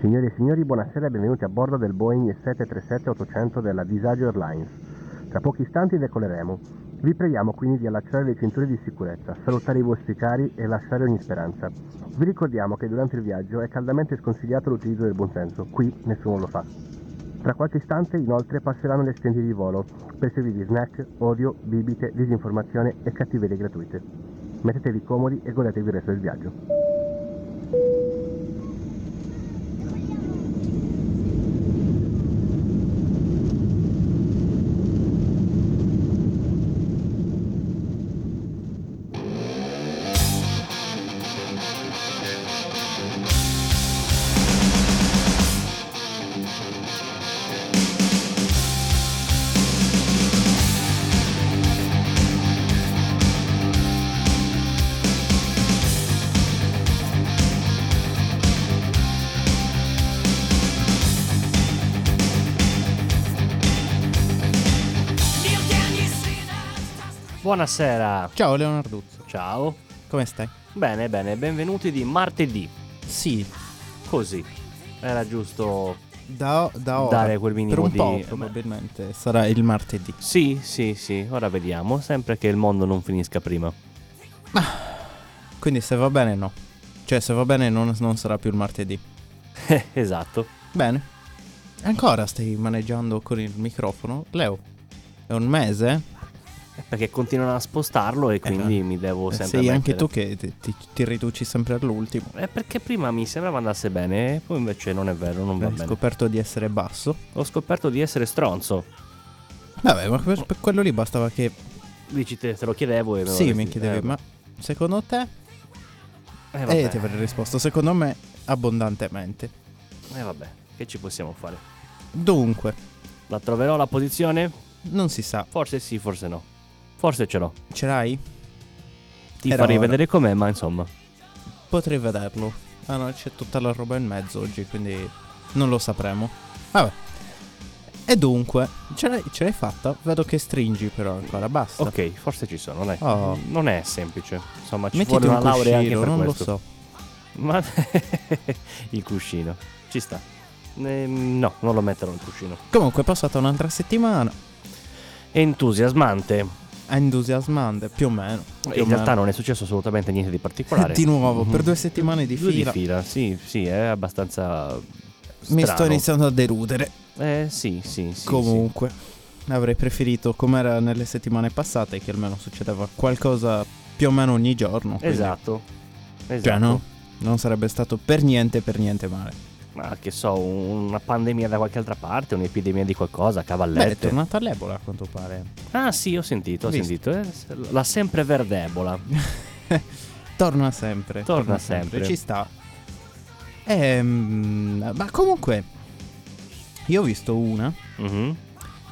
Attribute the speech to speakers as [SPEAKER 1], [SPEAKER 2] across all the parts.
[SPEAKER 1] Signore e signori, buonasera e benvenuti a bordo del Boeing 737-800 della Disagio Airlines. Tra pochi istanti decoleremo. Vi preghiamo quindi di allacciare le cinture di sicurezza, salutare i vostri cari e lasciare ogni speranza. Vi ricordiamo che durante il viaggio è caldamente sconsigliato l'utilizzo del buonsenso, qui nessuno lo fa. Tra qualche istante inoltre passeranno gli assistenti di volo per servirvi snack, odio, bibite, disinformazione e cattiverie gratuite. Mettetevi comodi e godetevi il resto del viaggio.
[SPEAKER 2] Kneel down, you sinners. Toss the
[SPEAKER 3] Buonasera,
[SPEAKER 4] Ciao Leonarduzzo,
[SPEAKER 3] ciao.
[SPEAKER 4] come stai?
[SPEAKER 3] Bene, bene, benvenuti di martedì.
[SPEAKER 4] Sì,
[SPEAKER 3] Così. Era giusto.
[SPEAKER 4] da, da ora
[SPEAKER 3] Dare quel minimo
[SPEAKER 4] per un
[SPEAKER 3] di-
[SPEAKER 4] po' probabilmente sarà il martedì.
[SPEAKER 3] Sì, sì, sì. Ora vediamo. Sempre che il mondo non finisca prima.
[SPEAKER 4] Quindi se va bene no. Cioè se va bene non, non sarà più il martedì.
[SPEAKER 3] Eh, esatto.
[SPEAKER 4] Bene. Ancora stai maneggiando con il microfono? Leo, è un mese?
[SPEAKER 3] Perché continuano a spostarlo e quindi
[SPEAKER 4] no.
[SPEAKER 3] mi devo
[SPEAKER 4] Eh,
[SPEAKER 3] sempre.
[SPEAKER 4] Sei anche
[SPEAKER 3] mettere.
[SPEAKER 4] tu che ti, ti- ti riduci sempre all'ultimo.
[SPEAKER 3] Eh, perché prima mi sembrava andasse bene, e poi invece non è vero, non va
[SPEAKER 4] Hai
[SPEAKER 3] bene.
[SPEAKER 4] scoperto di essere basso.
[SPEAKER 3] Ho scoperto di essere stronzo.
[SPEAKER 4] Vabbè, ma per, per quello lì bastava che...
[SPEAKER 3] Dici, te, te lo chiedevo e me lo
[SPEAKER 4] sì, mi
[SPEAKER 3] resti-
[SPEAKER 4] chiedevi,
[SPEAKER 3] eh,
[SPEAKER 4] ma secondo te?
[SPEAKER 3] Eh,
[SPEAKER 4] E
[SPEAKER 3] vabbè.
[SPEAKER 4] ti avrei risposto, secondo me, abbondantemente.
[SPEAKER 3] Eh, vabbè, che ci possiamo fare?
[SPEAKER 4] Dunque,
[SPEAKER 3] La troverò la posizione?
[SPEAKER 4] non si sa.
[SPEAKER 3] Forse sì, forse no. Forse ce l'ho.
[SPEAKER 4] Ce l'hai?
[SPEAKER 3] Ti
[SPEAKER 4] Era
[SPEAKER 3] farei
[SPEAKER 4] ora.
[SPEAKER 3] vedere com'è, ma insomma.
[SPEAKER 4] Potrei vederlo. Ah no, c'è tutta la roba in mezzo oggi, quindi non lo sapremo. Vabbè. E dunque, ce l'hai, ce l'hai fatta? Vedo che stringi però ancora, basta.
[SPEAKER 3] Ok, forse ci sono, dai.
[SPEAKER 4] Oh.
[SPEAKER 3] Non è semplice. Insomma, ci
[SPEAKER 4] Mettiti
[SPEAKER 3] vuole
[SPEAKER 4] un
[SPEAKER 3] una laurea anche
[SPEAKER 4] cuscino,
[SPEAKER 3] per
[SPEAKER 4] non
[SPEAKER 3] questo.
[SPEAKER 4] lo so.
[SPEAKER 3] Ma il cuscino ci sta. Ehm, no, non lo metterò il cuscino.
[SPEAKER 4] Comunque è passata un'altra settimana,
[SPEAKER 3] Entusiasmante.
[SPEAKER 4] è entusiasmante, più o meno. più o
[SPEAKER 3] In realtà
[SPEAKER 4] meno.
[SPEAKER 3] non è successo assolutamente niente di particolare.
[SPEAKER 4] Di nuovo, per due settimane di
[SPEAKER 3] Due
[SPEAKER 4] fila.
[SPEAKER 3] di fila, sì, sì, è abbastanza
[SPEAKER 4] Mi sto
[SPEAKER 3] strano.
[SPEAKER 4] iniziando a derudere.
[SPEAKER 3] Eh, sì, sì, sì. sì.
[SPEAKER 4] Comunque, avrei preferito, come era nelle settimane passate, che almeno succedeva qualcosa più o meno ogni giorno. quindi-
[SPEAKER 3] Esatto. Esatto.
[SPEAKER 4] Cioè, no? Non sarebbe stato per niente, per niente male.
[SPEAKER 3] Ma che so, una pandemia da qualche altra parte, un'epidemia di qualcosa,
[SPEAKER 4] Beh, è
[SPEAKER 3] cavallette.
[SPEAKER 4] tornata all'Ebola a quanto pare.
[SPEAKER 3] ah, sì, ho sentito, ho sentito.
[SPEAKER 4] Visto.
[SPEAKER 3] eh, la sempre verdebola.
[SPEAKER 4] Torna sempre.
[SPEAKER 3] Torna sempre.
[SPEAKER 4] Ci sta. Ehm, ma comunque, io ho visto una
[SPEAKER 3] Mhm,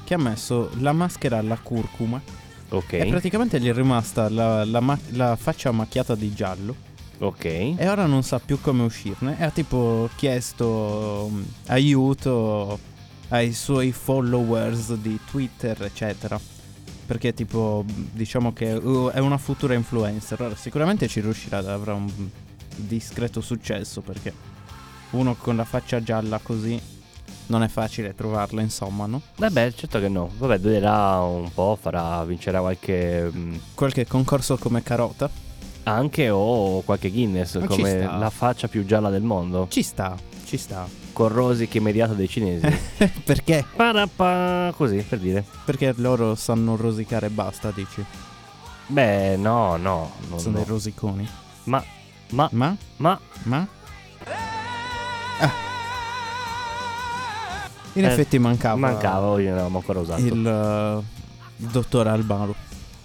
[SPEAKER 4] che ha messo la maschera alla curcuma
[SPEAKER 3] Ok.
[SPEAKER 4] e praticamente gli è rimasta la, la ma- la faccia macchiata di giallo
[SPEAKER 3] Ok.
[SPEAKER 4] e ora non sa più come uscirne. E ha tipo chiesto mm, aiuto ai suoi followers di Twitter, eccetera. Perché tipo, mm, diciamo che uh, è una futura influencer. Ora sicuramente ci riuscirà, avrà un discreto successo perché uno con la faccia gialla così non è facile trovarla, insomma, no?
[SPEAKER 3] Vabbè, certo che no. Vabbè, durerà un po', farà, vincerà qualche mh,
[SPEAKER 4] Qualche concorso come carota
[SPEAKER 3] anche o qualche Guinness,
[SPEAKER 4] Ma ci
[SPEAKER 3] come
[SPEAKER 4] sta.
[SPEAKER 3] la faccia più gialla del mondo,
[SPEAKER 4] ci sta, ci sta.
[SPEAKER 3] con Rosic immediato dei cinesi.
[SPEAKER 4] Perché?
[SPEAKER 3] Parappa, così per dire.
[SPEAKER 4] Perché loro sanno rosicare e basta, dici.
[SPEAKER 3] Beh, no, no, non
[SPEAKER 4] Sono
[SPEAKER 3] no.
[SPEAKER 4] dei rosiconi.
[SPEAKER 3] ma ma
[SPEAKER 4] Ma?
[SPEAKER 3] ma
[SPEAKER 4] Ma? Ah. In
[SPEAKER 3] Eh,
[SPEAKER 4] effetti mancava,
[SPEAKER 3] mancava, io non l'avevo ancora usato.
[SPEAKER 4] il, eh, il dottor Albano.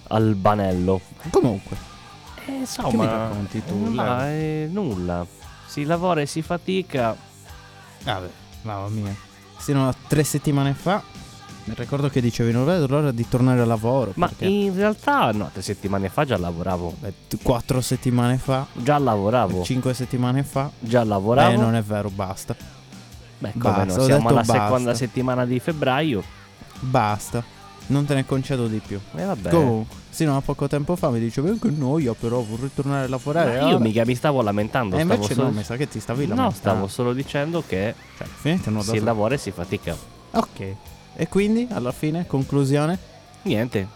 [SPEAKER 3] Albanello.
[SPEAKER 4] Comunque,
[SPEAKER 3] Eh,
[SPEAKER 4] che mi
[SPEAKER 3] insomma,
[SPEAKER 4] racconti tu?
[SPEAKER 3] eh,
[SPEAKER 4] Leo?
[SPEAKER 3] ma eh, nulla. Si lavora e si fatica.
[SPEAKER 4] Vabbè, mamma mia. Sino a tre settimane fa, mi ricordo che dicevi non vedo l'ora di tornare al lavoro.
[SPEAKER 3] Ma
[SPEAKER 4] perché
[SPEAKER 3] in realtà no, tre settimane fa già lavoravo.
[SPEAKER 4] beh, t- quattro settimane fa,
[SPEAKER 3] Già lavoravo.
[SPEAKER 4] cinque settimane fa.
[SPEAKER 3] Già lavoravo.
[SPEAKER 4] Eh, non è vero, basta.
[SPEAKER 3] Beh, come
[SPEAKER 4] Basta,
[SPEAKER 3] no,
[SPEAKER 4] ho
[SPEAKER 3] siamo
[SPEAKER 4] detto
[SPEAKER 3] alla
[SPEAKER 4] basta.
[SPEAKER 3] seconda settimana di febbraio.
[SPEAKER 4] Basta. Non te ne concedo di più.
[SPEAKER 3] E vabbè.
[SPEAKER 4] Comunque, sino a poco tempo fa mi dicevi che noia, però vorrei tornare a lavorare.
[SPEAKER 3] Ma io
[SPEAKER 4] Ah,
[SPEAKER 3] mica mi stavo lamentando.
[SPEAKER 4] E
[SPEAKER 3] stavo
[SPEAKER 4] invece
[SPEAKER 3] solo...
[SPEAKER 4] no, mi sa che ti stavi
[SPEAKER 3] No,
[SPEAKER 4] lamentando.
[SPEAKER 3] stavo solo dicendo che
[SPEAKER 4] Cioè, finalmente non ho
[SPEAKER 3] si
[SPEAKER 4] dato-
[SPEAKER 3] lavora e si fatica.
[SPEAKER 4] Ok. E quindi, alla fine, conclusione?
[SPEAKER 3] Niente.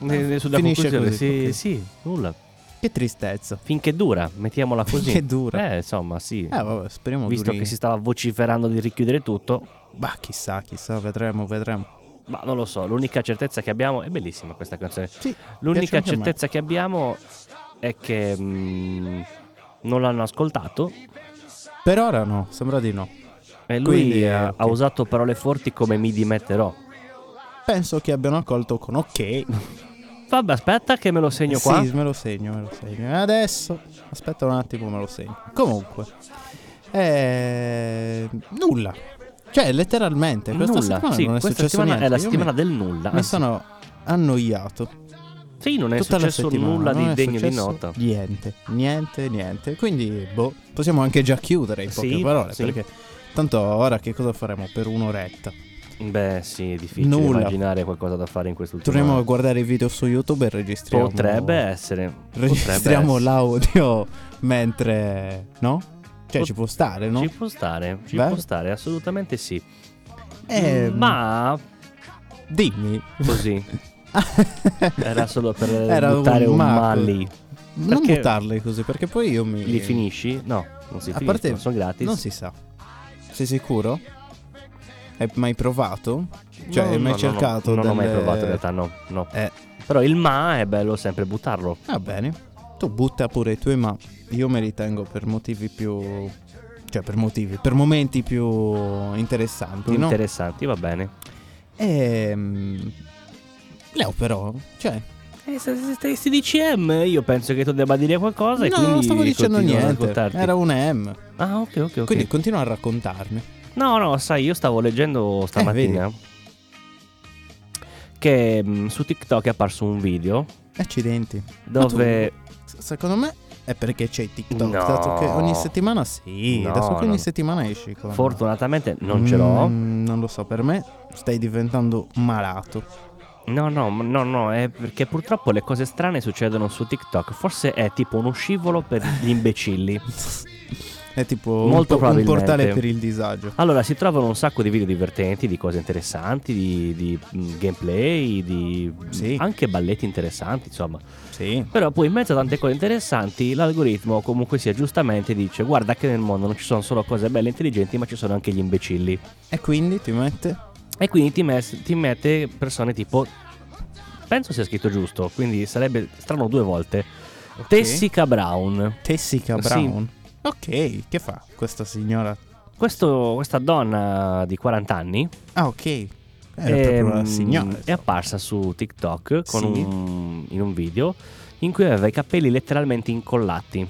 [SPEAKER 4] Eh,
[SPEAKER 3] Eh, Sulla
[SPEAKER 4] finisce
[SPEAKER 3] conclusione,
[SPEAKER 4] così,
[SPEAKER 3] sì,
[SPEAKER 4] ok.
[SPEAKER 3] sì, nulla.
[SPEAKER 4] Che tristezza.
[SPEAKER 3] Finché dura, mettiamola così.
[SPEAKER 4] Che dura.
[SPEAKER 3] Eh, insomma, sì.
[SPEAKER 4] Eh, vabbè, speriamo
[SPEAKER 3] Visto
[SPEAKER 4] duri-
[SPEAKER 3] che si stava vociferando di richiudere tutto,
[SPEAKER 4] Bah, chissà, chissà, vedremo, vedremo.
[SPEAKER 3] ma non lo so, l'unica certezza che abbiamo è bellissima questa canzone.
[SPEAKER 4] Sì, piace
[SPEAKER 3] L'unica
[SPEAKER 4] anche a me.
[SPEAKER 3] certezza che abbiamo è che mm, non l'hanno ascoltato
[SPEAKER 4] Per ora no, sembra di no.
[SPEAKER 3] e lui
[SPEAKER 4] Quindi, eh,
[SPEAKER 3] ha,
[SPEAKER 4] ok.
[SPEAKER 3] ha usato parole forti come mi dimetterò.
[SPEAKER 4] Penso che abbiano accolto con ok.
[SPEAKER 3] Vabbè, aspetta che me lo segno qua.
[SPEAKER 4] Sì, me lo segno, me lo segno. Adesso, aspetta un attimo, me lo segno. Comunque, eh, nulla. Cioè, letteralmente, questa
[SPEAKER 3] nulla.
[SPEAKER 4] settimana
[SPEAKER 3] sì,
[SPEAKER 4] non è
[SPEAKER 3] questa
[SPEAKER 4] successo
[SPEAKER 3] settimana
[SPEAKER 4] niente.
[SPEAKER 3] è la
[SPEAKER 4] Io
[SPEAKER 3] settimana
[SPEAKER 4] mi,
[SPEAKER 3] del nulla.
[SPEAKER 4] mi
[SPEAKER 3] anzi,
[SPEAKER 4] sono annoiato
[SPEAKER 3] sì, non è
[SPEAKER 4] tutta la
[SPEAKER 3] successo
[SPEAKER 4] settimana.
[SPEAKER 3] nulla
[SPEAKER 4] non
[SPEAKER 3] di
[SPEAKER 4] è
[SPEAKER 3] degno di
[SPEAKER 4] successo
[SPEAKER 3] nota.
[SPEAKER 4] Niente, niente, niente. Quindi, boh, possiamo anche già chiudere in poche
[SPEAKER 3] Sì,
[SPEAKER 4] parole,
[SPEAKER 3] sì.
[SPEAKER 4] perché tanto ora che cosa faremo per un'oretta?
[SPEAKER 3] Beh, sì, è difficile
[SPEAKER 4] Nulla.
[SPEAKER 3] immaginare qualcosa da fare in quest'ultimo
[SPEAKER 4] Torniamo a
[SPEAKER 3] anno.
[SPEAKER 4] guardare i video su YouTube e registriamo
[SPEAKER 3] Potrebbe essere.
[SPEAKER 4] registriamo
[SPEAKER 3] potrebbe
[SPEAKER 4] l'audio mentre no? Cioè
[SPEAKER 3] Pot-
[SPEAKER 4] ci può stare, no?
[SPEAKER 3] essere. Ci può stare, ci
[SPEAKER 4] Beh.
[SPEAKER 3] può stare, assolutamente sì.
[SPEAKER 4] Eh,
[SPEAKER 3] Ma
[SPEAKER 4] dimmi.
[SPEAKER 3] così. Era solo per
[SPEAKER 4] Era un
[SPEAKER 3] buttare un,
[SPEAKER 4] ma-
[SPEAKER 3] mali.
[SPEAKER 4] non
[SPEAKER 3] perché-
[SPEAKER 4] buttarle così perché poi io mi
[SPEAKER 3] Li finisci? No, non si
[SPEAKER 4] A
[SPEAKER 3] finiscono,
[SPEAKER 4] parte-
[SPEAKER 3] sono gratis.
[SPEAKER 4] Non si sa. Sei sicuro? Hai mai provato? Cioè,
[SPEAKER 3] No,
[SPEAKER 4] hai mai
[SPEAKER 3] no, no, no,
[SPEAKER 4] cercato
[SPEAKER 3] Non ho mai
[SPEAKER 4] delle-
[SPEAKER 3] provato in realtà, no, no.
[SPEAKER 4] Eh,
[SPEAKER 3] Però il ma è bello sempre buttarlo.
[SPEAKER 4] va bene. Tu butta pure i tuoi ma io me li tengo per motivi più cioè per motivi, per momenti più interessanti, no?
[SPEAKER 3] Interessanti, va bene.
[SPEAKER 4] Ehm, Leo però, cioè,
[SPEAKER 3] Eh, se se stessi DCM, io penso che tu debba dire qualcosa. e
[SPEAKER 4] no,
[SPEAKER 3] quindi
[SPEAKER 4] non stavo dicendo
[SPEAKER 3] continuo ad
[SPEAKER 4] niente.
[SPEAKER 3] ascoltarti.
[SPEAKER 4] Era un M.
[SPEAKER 3] Ah, ok, ok, ok.
[SPEAKER 4] Quindi continua a raccontarmi.
[SPEAKER 3] No, no, sai, io stavo leggendo
[SPEAKER 4] Eh,
[SPEAKER 3] stamattina che mh, su TikTok è apparso un video
[SPEAKER 4] Accidenti. Ma
[SPEAKER 3] dove...
[SPEAKER 4] S- Secondo me è perché c'è TikTok.
[SPEAKER 3] No.
[SPEAKER 4] Dato che ogni settimana sì.
[SPEAKER 3] No,
[SPEAKER 4] dato che
[SPEAKER 3] no.
[SPEAKER 4] ogni settimana esci con.
[SPEAKER 3] Fortunatamente non ce l'ho.
[SPEAKER 4] Mm, non lo so, per me stai diventando malato.
[SPEAKER 3] No, no, ma- no, no, è perché purtroppo le cose strane succedono su TikTok. Forse è tipo uno scivolo per gli imbecilli.
[SPEAKER 4] È tipo un,
[SPEAKER 3] Molto
[SPEAKER 4] po- un
[SPEAKER 3] probabilmente.
[SPEAKER 4] portale per il disagio.
[SPEAKER 3] Allora, si trovano un sacco di video divertenti, di cose interessanti, di, di, mh, gameplay, di mh,
[SPEAKER 4] Sì.
[SPEAKER 3] anche balletti interessanti, insomma.
[SPEAKER 4] Sì.
[SPEAKER 3] Però poi in mezzo a tante cose interessanti, l'algoritmo comunque sia giustamente dice guarda che nel mondo non ci sono solo cose belle e intelligenti, ma ci sono anche gli imbecilli.
[SPEAKER 4] E quindi ti mette.
[SPEAKER 3] E quindi ti, mes- ti mette persone tipo... Penso sia scritto giusto, quindi sarebbe strano due volte.
[SPEAKER 4] ok,
[SPEAKER 3] Tessica Brown.
[SPEAKER 4] Tessica
[SPEAKER 3] Sì.
[SPEAKER 4] Brown. Ok, che fa questa signora?
[SPEAKER 3] Questo- questa donna di 40 anni
[SPEAKER 4] Ah, ok. Era proprio
[SPEAKER 3] ehm,
[SPEAKER 4] una signora.
[SPEAKER 3] è apparsa su TikTok con
[SPEAKER 4] Sì.
[SPEAKER 3] un- in un video in cui aveva i capelli letteralmente incollati.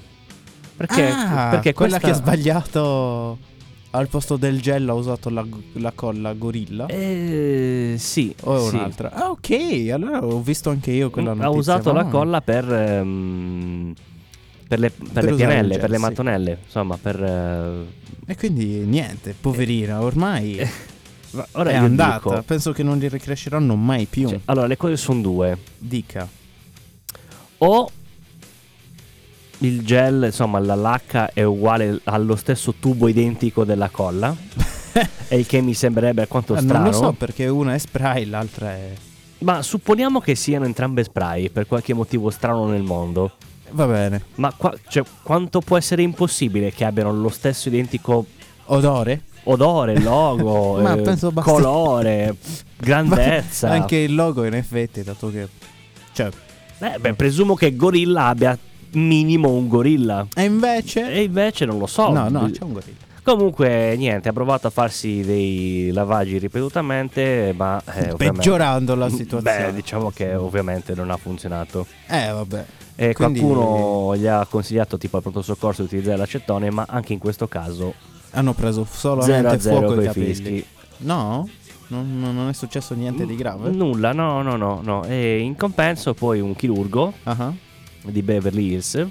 [SPEAKER 3] Perché,
[SPEAKER 4] Ah,
[SPEAKER 3] perché
[SPEAKER 4] quella che ha
[SPEAKER 3] questa-
[SPEAKER 4] sbagliato al posto del gel ha usato la, la colla gorilla
[SPEAKER 3] Eh, sì,
[SPEAKER 4] o è
[SPEAKER 3] sì.
[SPEAKER 4] un'altra? Ah, ok, allora ho visto anche io quella notizia.
[SPEAKER 3] ha usato
[SPEAKER 4] ma-
[SPEAKER 3] la colla per, ehm, per le, per
[SPEAKER 4] Per
[SPEAKER 3] le
[SPEAKER 4] usare il
[SPEAKER 3] pianelle,
[SPEAKER 4] gel,
[SPEAKER 3] per le
[SPEAKER 4] sì.
[SPEAKER 3] mattonelle, insomma, per... eh,
[SPEAKER 4] E quindi niente, poverina, ormai
[SPEAKER 3] va- Eh. ora
[SPEAKER 4] è
[SPEAKER 3] io
[SPEAKER 4] andata.
[SPEAKER 3] dico-
[SPEAKER 4] Penso che non li ricresceranno mai più.
[SPEAKER 3] cioè, allora, le cose sono due.
[SPEAKER 4] Dica.
[SPEAKER 3] O il gel, insomma, la lacca è uguale allo stesso tubo identico della colla. e il che mi sembrerebbe alquanto
[SPEAKER 4] Ah,
[SPEAKER 3] strano.
[SPEAKER 4] non lo so perché una è spray, l'altra è...
[SPEAKER 3] Ma supponiamo che siano entrambe spray per qualche motivo strano nel mondo.
[SPEAKER 4] Va bene.
[SPEAKER 3] Ma qua- cioè, quanto può essere impossibile che abbiano lo stesso identico
[SPEAKER 4] Odore?
[SPEAKER 3] odore, logo,
[SPEAKER 4] Ma
[SPEAKER 3] eh,
[SPEAKER 4] penso basti-
[SPEAKER 3] colore, grandezza.
[SPEAKER 4] Ma Anche il logo in effetti, dato che... Cioè,
[SPEAKER 3] Eh, beh, presumo che Gorilla abbia minimo un gorilla.
[SPEAKER 4] e invece...
[SPEAKER 3] E invece non lo so.
[SPEAKER 4] no, no, c'è un gorilla.
[SPEAKER 3] Comunque, niente, ha provato a farsi dei lavaggi ripetutamente, ma... eh, ovviamente-
[SPEAKER 4] Peggiorando la situazione.
[SPEAKER 3] Beh, diciamo che ovviamente non ha funzionato.
[SPEAKER 4] Eh, vabbè.
[SPEAKER 3] E
[SPEAKER 4] Quindi-
[SPEAKER 3] qualcuno gli ha consigliato tipo al pronto soccorso di utilizzare l'acetone, ma anche in questo caso
[SPEAKER 4] Hanno preso
[SPEAKER 3] 0
[SPEAKER 4] solamente
[SPEAKER 3] a 0
[SPEAKER 4] fuoco
[SPEAKER 3] con
[SPEAKER 4] i
[SPEAKER 3] i
[SPEAKER 4] capelli.
[SPEAKER 3] fischi.
[SPEAKER 4] No? Non, non- non è successo niente di grave?
[SPEAKER 3] Nulla, no, no, no, no. E in compenso poi un chirurgo
[SPEAKER 4] Ah,
[SPEAKER 3] di Beverly Hills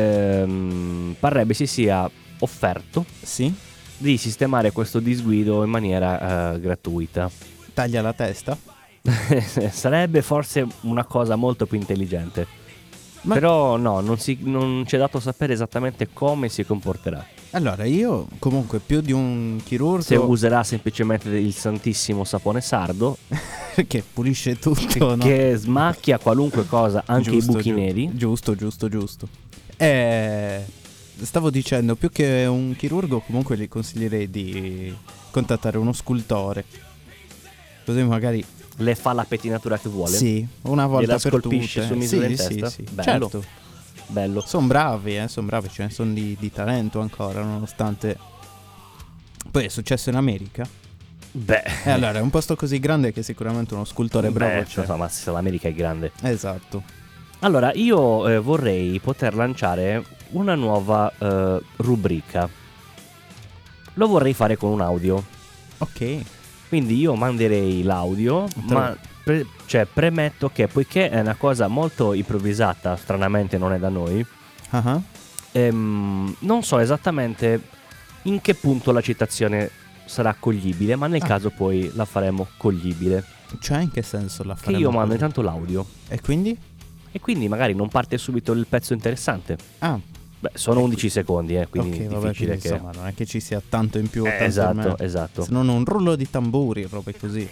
[SPEAKER 3] ehm, parrebbe si sia offerto
[SPEAKER 4] Sì?
[SPEAKER 3] di sistemare questo disguido in maniera eh, gratuita.
[SPEAKER 4] Taglia la testa?
[SPEAKER 3] Sarebbe forse una cosa molto più intelligente.
[SPEAKER 4] Ma-
[SPEAKER 3] Però no, non, si, non ci è dato sapere esattamente come si comporterà.
[SPEAKER 4] Allora, io comunque più di un chirurgo
[SPEAKER 3] Se userà semplicemente il santissimo sapone sardo
[SPEAKER 4] che pulisce tutto, no?
[SPEAKER 3] che smacchia qualunque cosa, anche
[SPEAKER 4] Giusto,
[SPEAKER 3] i buchi
[SPEAKER 4] giu-
[SPEAKER 3] neri.
[SPEAKER 4] Giusto, giusto, giusto. Eh, stavo dicendo, più che un chirurgo, comunque gli consiglierei di contattare uno scultore. Così magari
[SPEAKER 3] Le fa la pettinatura che vuole.
[SPEAKER 4] Sì, una volta
[SPEAKER 3] Gliela
[SPEAKER 4] per
[SPEAKER 3] scolpisce
[SPEAKER 4] tutte.
[SPEAKER 3] su misura
[SPEAKER 4] sì,
[SPEAKER 3] in
[SPEAKER 4] sì,
[SPEAKER 3] testa?
[SPEAKER 4] sì.
[SPEAKER 3] Bello.
[SPEAKER 4] Certo.
[SPEAKER 3] Bello.
[SPEAKER 4] Sono bravi, eh, sono bravi, ce ne sono di, di talento ancora, nonostante poi è successo in America.
[SPEAKER 3] Beh,
[SPEAKER 4] E allora, è un posto così grande che sicuramente uno scultore bravo
[SPEAKER 3] Eh. beh,
[SPEAKER 4] cioè.
[SPEAKER 3] esatto.
[SPEAKER 4] c'è.
[SPEAKER 3] insomma, se l'America è grande.
[SPEAKER 4] Esatto.
[SPEAKER 3] Allora, io eh, vorrei poter lanciare una nuova eh, rubrica. Lo vorrei fare con un audio.
[SPEAKER 4] Ok.
[SPEAKER 3] Quindi io manderei l'audio, ma pre- cioè, premetto che poiché è una cosa molto improvvisata, stranamente non è da noi,
[SPEAKER 4] Ah ah.
[SPEAKER 3] ehm, non so esattamente in che punto la citazione sarà coglibile, ma nel
[SPEAKER 4] Ah.
[SPEAKER 3] caso poi la faremo coglibile.
[SPEAKER 4] Cioè, in che senso la
[SPEAKER 3] Che
[SPEAKER 4] faremo?
[SPEAKER 3] io mando
[SPEAKER 4] così?
[SPEAKER 3] intanto l'audio
[SPEAKER 4] E quindi?
[SPEAKER 3] e quindi magari non parte subito il pezzo interessante.
[SPEAKER 4] Ah,
[SPEAKER 3] Beh, sono 11 secondi, eh, quindi
[SPEAKER 4] ok,
[SPEAKER 3] è
[SPEAKER 4] vabbè,
[SPEAKER 3] difficile
[SPEAKER 4] quindi,
[SPEAKER 3] che...
[SPEAKER 4] insomma, non è che ci sia tanto in più.
[SPEAKER 3] Eh,
[SPEAKER 4] tanto in
[SPEAKER 3] esatto,
[SPEAKER 4] meno.
[SPEAKER 3] esatto.
[SPEAKER 4] Se non un rullo di tamburi, robe così.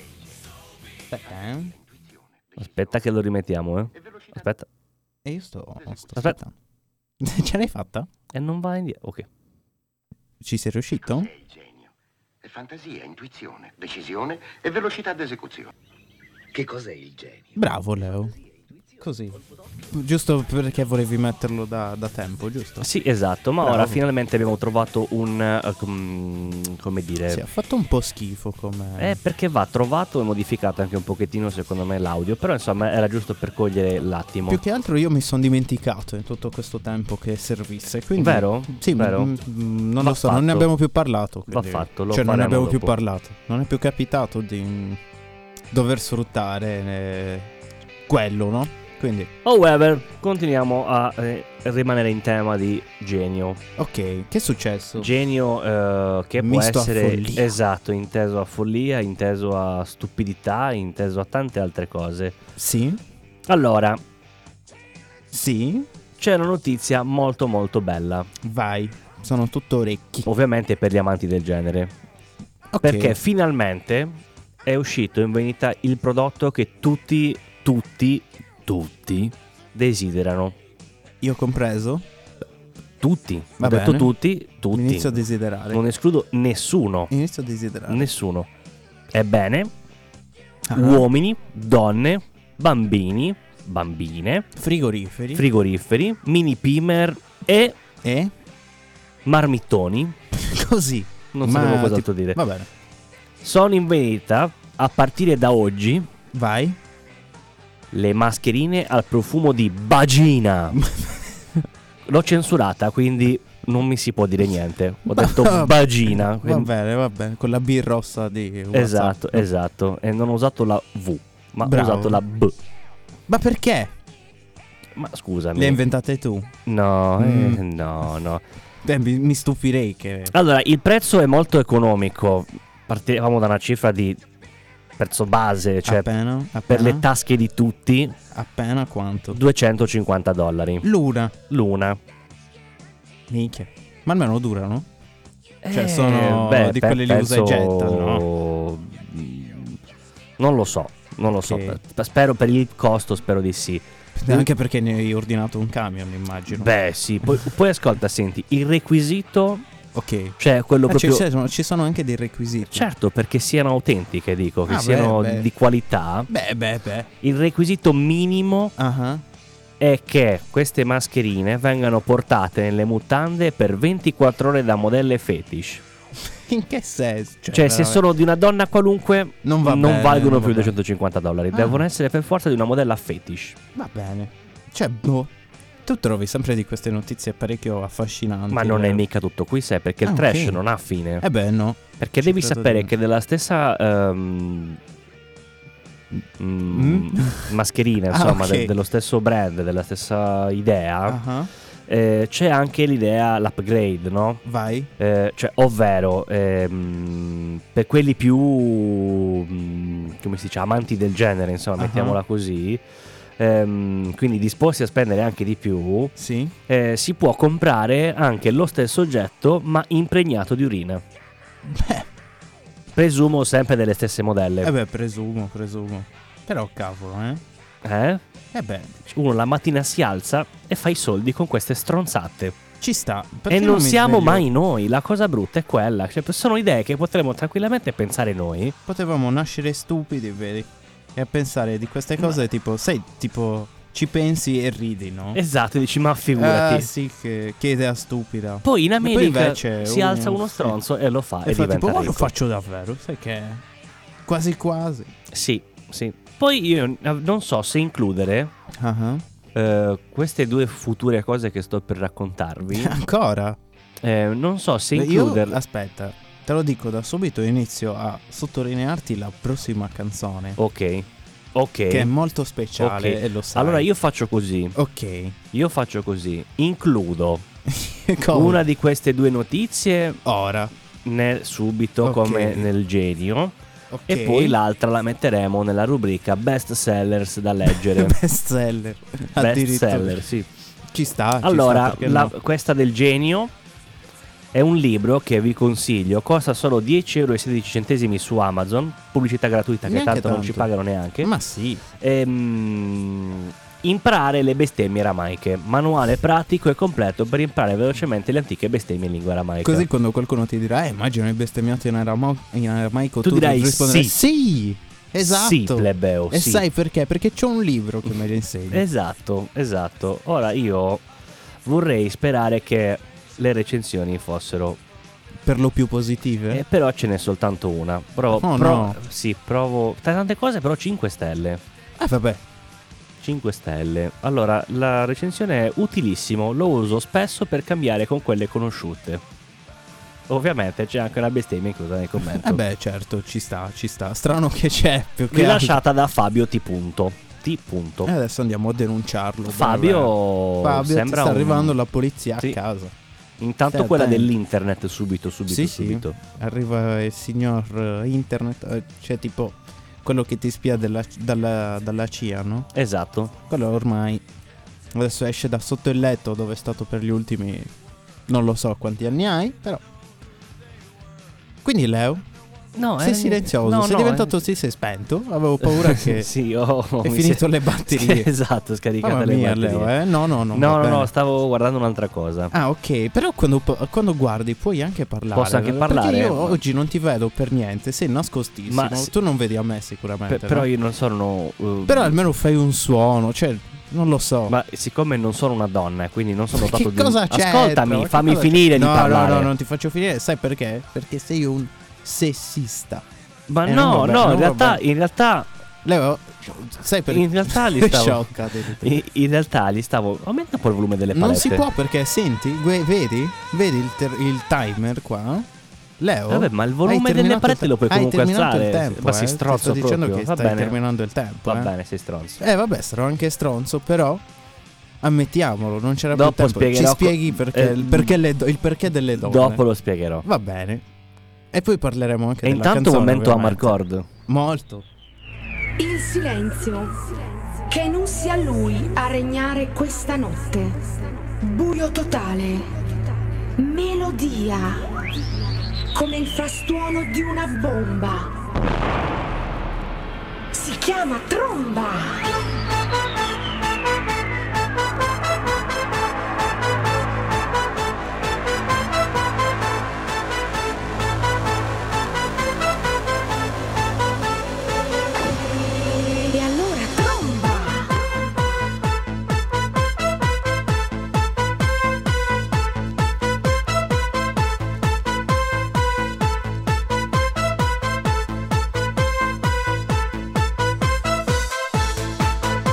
[SPEAKER 4] Aspetta, eh.
[SPEAKER 3] Aspetta che lo rimettiamo, eh. Aspetta.
[SPEAKER 4] E io sto, sto
[SPEAKER 3] Aspetta.
[SPEAKER 4] aspettando. Ce l'hai fatta?
[SPEAKER 3] E non va indietro. Ok.
[SPEAKER 4] Ci sei riuscito?
[SPEAKER 5] Cos'è il genio? È fantasia, intuizione, decisione e velocità d'esecuzione. Che cos'è il genio?
[SPEAKER 4] Bravo Leo. Così. Giusto perché volevi metterlo da, da tempo, giusto?
[SPEAKER 3] Sì, esatto, ma
[SPEAKER 4] Bravo.
[SPEAKER 3] ora finalmente abbiamo trovato un... eh, com- come dire...
[SPEAKER 4] Sì, ha fatto un po' schifo come...
[SPEAKER 3] Eh, perché va trovato e modificato anche un pochettino, secondo me, l'audio. Però, insomma, era giusto per cogliere l'attimo.
[SPEAKER 4] Più che altro io mi sono dimenticato in tutto questo tempo che servisse, quindi...
[SPEAKER 3] Vero?
[SPEAKER 4] Sì, ma-
[SPEAKER 3] Vero.
[SPEAKER 4] mm, mm, non
[SPEAKER 3] Va
[SPEAKER 4] lo so, non ne
[SPEAKER 3] fatto.
[SPEAKER 4] abbiamo più parlato.
[SPEAKER 3] Va
[SPEAKER 4] quindi-
[SPEAKER 3] fatto, lo
[SPEAKER 4] Cioè, non ne
[SPEAKER 3] faremo
[SPEAKER 4] abbiamo più
[SPEAKER 3] dopo.
[SPEAKER 4] parlato. Non è più capitato di mm, dover sfruttare eh, quello, no? Quindi,
[SPEAKER 3] Oh, Weber, continuiamo a eh, rimanere in tema di genio.
[SPEAKER 4] ok, che è successo?
[SPEAKER 3] Genio eh, che
[SPEAKER 4] Misto
[SPEAKER 3] può
[SPEAKER 4] a
[SPEAKER 3] essere
[SPEAKER 4] follia.
[SPEAKER 3] esatto, inteso a follia, inteso a stupidità, inteso a tante altre cose.
[SPEAKER 4] sì,
[SPEAKER 3] Allora,
[SPEAKER 4] sì,
[SPEAKER 3] c'è una notizia molto molto bella,
[SPEAKER 4] vai. Sono tutto orecchi.
[SPEAKER 3] ovviamente per gli amanti del genere,
[SPEAKER 4] Ok.
[SPEAKER 3] perché finalmente è uscito in vendita il prodotto che tutti, tutti, tutti desiderano.
[SPEAKER 4] Io compreso,
[SPEAKER 3] Tutti,
[SPEAKER 4] Va
[SPEAKER 3] ho detto
[SPEAKER 4] bene.
[SPEAKER 3] tutti, tutti.
[SPEAKER 4] inizio a desiderare.
[SPEAKER 3] Non escludo nessuno,
[SPEAKER 4] Inizio a desiderare.
[SPEAKER 3] nessuno. Ebbene,
[SPEAKER 4] Ah.
[SPEAKER 3] uomini, donne, bambini, bambine,
[SPEAKER 4] Frigoriferi.
[SPEAKER 3] frigoriferi, mini pimer e
[SPEAKER 4] e?
[SPEAKER 3] marmittoni.
[SPEAKER 4] Così.
[SPEAKER 3] Non
[SPEAKER 4] Ma
[SPEAKER 3] sapevo
[SPEAKER 4] ti-
[SPEAKER 3] cos'altro dire.
[SPEAKER 4] Va bene.
[SPEAKER 3] Sono in vendita a partire da oggi
[SPEAKER 4] Vai.
[SPEAKER 3] le mascherine al profumo di bagina. L'ho censurata, quindi non mi si può dire niente. Ho detto bagina.
[SPEAKER 4] Ah, Va bene, va bene. Con la B rossa di WhatsApp.
[SPEAKER 3] Esatto, esatto. E non ho usato la V, ma
[SPEAKER 4] Bravo.
[SPEAKER 3] ho usato la B.
[SPEAKER 4] Ma perché?
[SPEAKER 3] Ma scusami.
[SPEAKER 4] Le hai inventate tu.
[SPEAKER 3] no, eh,
[SPEAKER 4] Mm.
[SPEAKER 3] no, no.
[SPEAKER 4] Eh, mi, mi stupirei che...
[SPEAKER 3] Allora, il prezzo è molto economico. Partivamo da una cifra di prezzo base, cioè
[SPEAKER 4] appena, Ah. appena,
[SPEAKER 3] per le tasche di tutti,
[SPEAKER 4] appena quanto?
[SPEAKER 3] 250 dollari
[SPEAKER 4] L'una.
[SPEAKER 3] l'una.
[SPEAKER 4] Minchia. Ma almeno durano. Cioè,
[SPEAKER 3] Eh,
[SPEAKER 4] sono
[SPEAKER 3] beh,
[SPEAKER 4] di
[SPEAKER 3] pe-
[SPEAKER 4] quelli li usa e
[SPEAKER 3] penso-
[SPEAKER 4] getta,
[SPEAKER 3] Mm, Non lo so, non lo so.
[SPEAKER 4] Ok.
[SPEAKER 3] Pe- Spero per il costo, spero di sì.
[SPEAKER 4] Anche perché ne hai ordinato un camion, immagino.
[SPEAKER 3] Beh, sì. Poi, poi ascolta, senti, il requisito,
[SPEAKER 4] ok.
[SPEAKER 3] cioè quello
[SPEAKER 4] Ah, ci,
[SPEAKER 3] proprio...
[SPEAKER 4] sono, ci sono anche dei requisiti.
[SPEAKER 3] Certo, perché siano autentiche, dico, che
[SPEAKER 4] Ah, beh,
[SPEAKER 3] siano
[SPEAKER 4] beh.
[SPEAKER 3] di qualità.
[SPEAKER 4] Beh, beh, beh.
[SPEAKER 3] Il requisito minimo
[SPEAKER 4] Ah ah.
[SPEAKER 3] è che queste mascherine vengano portate nelle mutande per 24 ore da modelle fetish.
[SPEAKER 4] In che senso?
[SPEAKER 3] Cioè, se
[SPEAKER 4] Cioè, veramente.
[SPEAKER 3] sono di una donna qualunque,
[SPEAKER 4] Non va bene,
[SPEAKER 3] valgono
[SPEAKER 4] non
[SPEAKER 3] più
[SPEAKER 4] va bene.
[SPEAKER 3] 250 dollari.
[SPEAKER 4] Ah.
[SPEAKER 3] Devono essere per forza di una modella fetish.
[SPEAKER 4] Va bene. Cioè, boh. Tu trovi sempre di queste notizie parecchio affascinanti.
[SPEAKER 3] Ma non è
[SPEAKER 4] eh.
[SPEAKER 3] mica tutto qui, sai, perché
[SPEAKER 4] Ah,
[SPEAKER 3] il trash
[SPEAKER 4] ok.
[SPEAKER 3] non ha fine.
[SPEAKER 4] Eh beh, certo, no.
[SPEAKER 3] perché
[SPEAKER 4] ci
[SPEAKER 3] devi
[SPEAKER 4] credo
[SPEAKER 3] sapere
[SPEAKER 4] di-
[SPEAKER 3] che della stessa. ehm, mm,
[SPEAKER 4] Mm?
[SPEAKER 3] mascherina,
[SPEAKER 4] Ah,
[SPEAKER 3] insomma,
[SPEAKER 4] ok.
[SPEAKER 3] de- dello stesso brand, della stessa idea,
[SPEAKER 4] Ah ah.
[SPEAKER 3] eh, c'è anche l'idea, l'upgrade, no?
[SPEAKER 4] Vai.
[SPEAKER 3] Eh, cioè, ovvero, ehm, per quelli più, mm, come si dice, amanti del genere, insomma,
[SPEAKER 4] Ah.
[SPEAKER 3] mettiamola così, ehm, quindi disposti a spendere anche di più,
[SPEAKER 4] Sì.
[SPEAKER 3] eh, si può comprare anche lo stesso oggetto ma impregnato di urina. Presumo sempre delle stesse modelle.
[SPEAKER 4] Eh beh, presumo, presumo. Però cavolo, eh.
[SPEAKER 3] Eh?
[SPEAKER 4] Eh beh,
[SPEAKER 3] Uno la mattina si alza e fa i soldi con queste stronzate.
[SPEAKER 4] ci sta. Perché
[SPEAKER 3] E non,
[SPEAKER 4] mi
[SPEAKER 3] siamo
[SPEAKER 4] sveglio?
[SPEAKER 3] mai noi, la cosa brutta è quella. Cioè, sono idee che potremmo tranquillamente pensare noi.
[SPEAKER 4] Potevamo nascere stupidi, vedi? E a pensare di queste cose, tipo, sai, tipo, ci pensi e ridi, no?
[SPEAKER 3] Esatto, dici, ma figurati.
[SPEAKER 4] Ah, sì, che, che idea stupida.
[SPEAKER 3] Poi in
[SPEAKER 4] poi
[SPEAKER 3] America
[SPEAKER 4] invece
[SPEAKER 3] si
[SPEAKER 4] uno-
[SPEAKER 3] alza uno
[SPEAKER 4] sì.
[SPEAKER 3] stronzo e lo fa e,
[SPEAKER 4] e fa
[SPEAKER 3] diventa
[SPEAKER 4] tipo, ma lo
[SPEAKER 3] ricco.
[SPEAKER 4] faccio davvero, sai che... Quasi quasi.
[SPEAKER 3] Sì, sì. Poi io eh, non so se includere
[SPEAKER 4] Ah ah.
[SPEAKER 3] eh, queste due future cose che sto per raccontarvi.
[SPEAKER 4] Ancora?
[SPEAKER 3] eh, non so se
[SPEAKER 4] Io,
[SPEAKER 3] includerle.
[SPEAKER 4] aspetta, te lo dico da subito, inizio a sottolinearti la prossima canzone.
[SPEAKER 3] Ok. Ok.
[SPEAKER 4] Che è molto speciale
[SPEAKER 3] Ok.
[SPEAKER 4] e lo sai.
[SPEAKER 3] Allora io faccio così.
[SPEAKER 4] Ok.
[SPEAKER 3] Io faccio così. Includo
[SPEAKER 4] Come?
[SPEAKER 3] una di queste due notizie
[SPEAKER 4] Ora.
[SPEAKER 3] nel- subito
[SPEAKER 4] Ok.
[SPEAKER 3] come nel genio.
[SPEAKER 4] Ok.
[SPEAKER 3] E poi l'altra la metteremo nella rubrica best sellers da leggere.
[SPEAKER 4] Best seller.
[SPEAKER 3] best
[SPEAKER 4] Addirittura.
[SPEAKER 3] seller, sì.
[SPEAKER 4] Ci sta. ci
[SPEAKER 3] Allora,
[SPEAKER 4] sta, perché
[SPEAKER 3] la-
[SPEAKER 4] no?
[SPEAKER 3] questa del genio è un libro che vi consiglio, costa solo 10,16 euro su Amazon, pubblicità gratuita che
[SPEAKER 4] Neanche
[SPEAKER 3] tanto, non ci
[SPEAKER 4] tanto.
[SPEAKER 3] pagano neanche.
[SPEAKER 4] Ma sì.
[SPEAKER 3] Ecco. Ehm, imparare le bestemmie aramaiche, manuale pratico e completo per imparare velocemente le antiche bestemmie in lingua aramaica.
[SPEAKER 4] Così quando qualcuno ti dirà, eh, immagino hai bestemmiato in, aramo- in aramaico,
[SPEAKER 3] Tu
[SPEAKER 4] tu,
[SPEAKER 3] dirai
[SPEAKER 4] risponderai
[SPEAKER 3] sì.
[SPEAKER 4] sì. Esatto.
[SPEAKER 3] Sì, plebeo,
[SPEAKER 4] E
[SPEAKER 3] sì.
[SPEAKER 4] sai perché? Perché c'è un libro che me lo insegna.
[SPEAKER 3] Esatto, esatto. Ora io vorrei sperare che le recensioni fossero
[SPEAKER 4] per lo più positive.
[SPEAKER 3] Eh, però ce n'è soltanto una. Provo,
[SPEAKER 4] Oh,
[SPEAKER 3] pro-
[SPEAKER 4] no.
[SPEAKER 3] Sì, provo. Tra tante cose, però 5 stelle.
[SPEAKER 4] Eh, vabbè.
[SPEAKER 3] 5 stelle. Allora, la recensione è utilissimo, lo uso spesso per cambiare con quelle conosciute. Ovviamente c'è anche una bestemmia inclusa nel commento.
[SPEAKER 4] Eh beh, certo, ci sta, ci sta. Strano che c'è più che altro.
[SPEAKER 3] Rilasciata da Fabio T. Punto. T. Punto.
[SPEAKER 4] E adesso andiamo a denunciarlo. Vabbè.
[SPEAKER 3] Fabio,
[SPEAKER 4] Eh, Fabio ti
[SPEAKER 3] sembra
[SPEAKER 4] sta
[SPEAKER 3] un-
[SPEAKER 4] arrivando la polizia
[SPEAKER 3] Sì.
[SPEAKER 4] a casa.
[SPEAKER 3] Intanto
[SPEAKER 4] Stai
[SPEAKER 3] quella
[SPEAKER 4] attento.
[SPEAKER 3] dell'internet subito, subito,
[SPEAKER 4] Sì, sì.
[SPEAKER 3] subito.
[SPEAKER 4] Arriva il signor eh, internet, eh, cioè tipo quello che ti spia della- dalla, dalla CIA, no?
[SPEAKER 3] Esatto.
[SPEAKER 4] Quello ormai adesso esce da sotto il letto dove è stato per gli ultimi non lo so quanti anni hai, però. Quindi Leo,
[SPEAKER 3] No, eh.
[SPEAKER 4] sei silenzioso, sei diventato sì, sei spento. Avevo paura che
[SPEAKER 3] sì, ho
[SPEAKER 4] è finito le batterie.
[SPEAKER 3] esatto, scaricate
[SPEAKER 4] Mamma
[SPEAKER 3] le
[SPEAKER 4] mia,
[SPEAKER 3] batterie.
[SPEAKER 4] Leo, eh? No, no, no.
[SPEAKER 3] No,
[SPEAKER 4] va
[SPEAKER 3] no, no,
[SPEAKER 4] bene.
[SPEAKER 3] stavo guardando un'altra cosa.
[SPEAKER 4] Ah, ok, però quando, po- quando guardi puoi anche parlare.
[SPEAKER 3] Posso anche
[SPEAKER 4] perché
[SPEAKER 3] parlare?
[SPEAKER 4] io oggi non ti vedo per niente, sei nascostissimo.
[SPEAKER 3] Ma se-
[SPEAKER 4] Tu non vedi a me sicuramente.
[SPEAKER 3] Pe- però
[SPEAKER 4] no?
[SPEAKER 3] io non sono. eh,
[SPEAKER 4] Però almeno fai un suono, cioè, non lo so.
[SPEAKER 3] Ma siccome non sono una donna, eh, quindi non sono
[SPEAKER 4] Ma
[SPEAKER 3] dotato
[SPEAKER 4] che
[SPEAKER 3] di.
[SPEAKER 4] cosa c'è?
[SPEAKER 3] Ascoltami, fammi finire
[SPEAKER 4] no,
[SPEAKER 3] di parlare.
[SPEAKER 4] No, no, non ti faccio finire, sai perché? Perché sei un sessista.
[SPEAKER 3] Ma
[SPEAKER 4] Eh,
[SPEAKER 3] no,
[SPEAKER 4] non va bene,
[SPEAKER 3] no, in
[SPEAKER 4] non va
[SPEAKER 3] realtà,
[SPEAKER 4] bene.
[SPEAKER 3] in realtà.
[SPEAKER 4] Leo, sai perché?
[SPEAKER 3] In realtà li stavo.
[SPEAKER 4] Sciocca, devi dire.
[SPEAKER 3] in, in realtà li stavo. Aumenta un po' il volume delle palette.
[SPEAKER 4] Non si può perché, senti, gue- vedi? Vedi il, ter- il timer qua? Leo?
[SPEAKER 3] Vabbè, ma il
[SPEAKER 4] hai
[SPEAKER 3] volume delle
[SPEAKER 4] terminato il
[SPEAKER 3] palette
[SPEAKER 4] te-
[SPEAKER 3] lo puoi comunque
[SPEAKER 4] Hai terminato
[SPEAKER 3] alzare,
[SPEAKER 4] il tempo,
[SPEAKER 3] ma si
[SPEAKER 4] eh?
[SPEAKER 3] strozza
[SPEAKER 4] Ti sto dicendo
[SPEAKER 3] proprio,
[SPEAKER 4] che
[SPEAKER 3] va
[SPEAKER 4] stai
[SPEAKER 3] bene.
[SPEAKER 4] terminando il tempo,
[SPEAKER 3] Va
[SPEAKER 4] eh?
[SPEAKER 3] bene, sei stronzo.
[SPEAKER 4] Eh vabbè, sarò anche stronzo, però... Ammettiamolo, non c'era
[SPEAKER 3] Dopo
[SPEAKER 4] più tempo. Ci
[SPEAKER 3] spiegherò co-
[SPEAKER 4] spieghi perché,
[SPEAKER 3] eh,
[SPEAKER 4] il, perché le do- il perché delle donne.
[SPEAKER 3] Dopo lo spiegherò.
[SPEAKER 4] Va bene. E poi parleremo anche
[SPEAKER 3] E
[SPEAKER 4] eh. della
[SPEAKER 3] intanto un
[SPEAKER 4] canzone,
[SPEAKER 3] momento a
[SPEAKER 4] ovviamente.
[SPEAKER 3] Marcord.
[SPEAKER 4] Molto.
[SPEAKER 6] Il silenzio. Che non sia lui a regnare questa notte. Buio totale. Melodia. Come il frastuono di una bomba. Si chiama tromba. E allora tromba.
[SPEAKER 2] Tromba,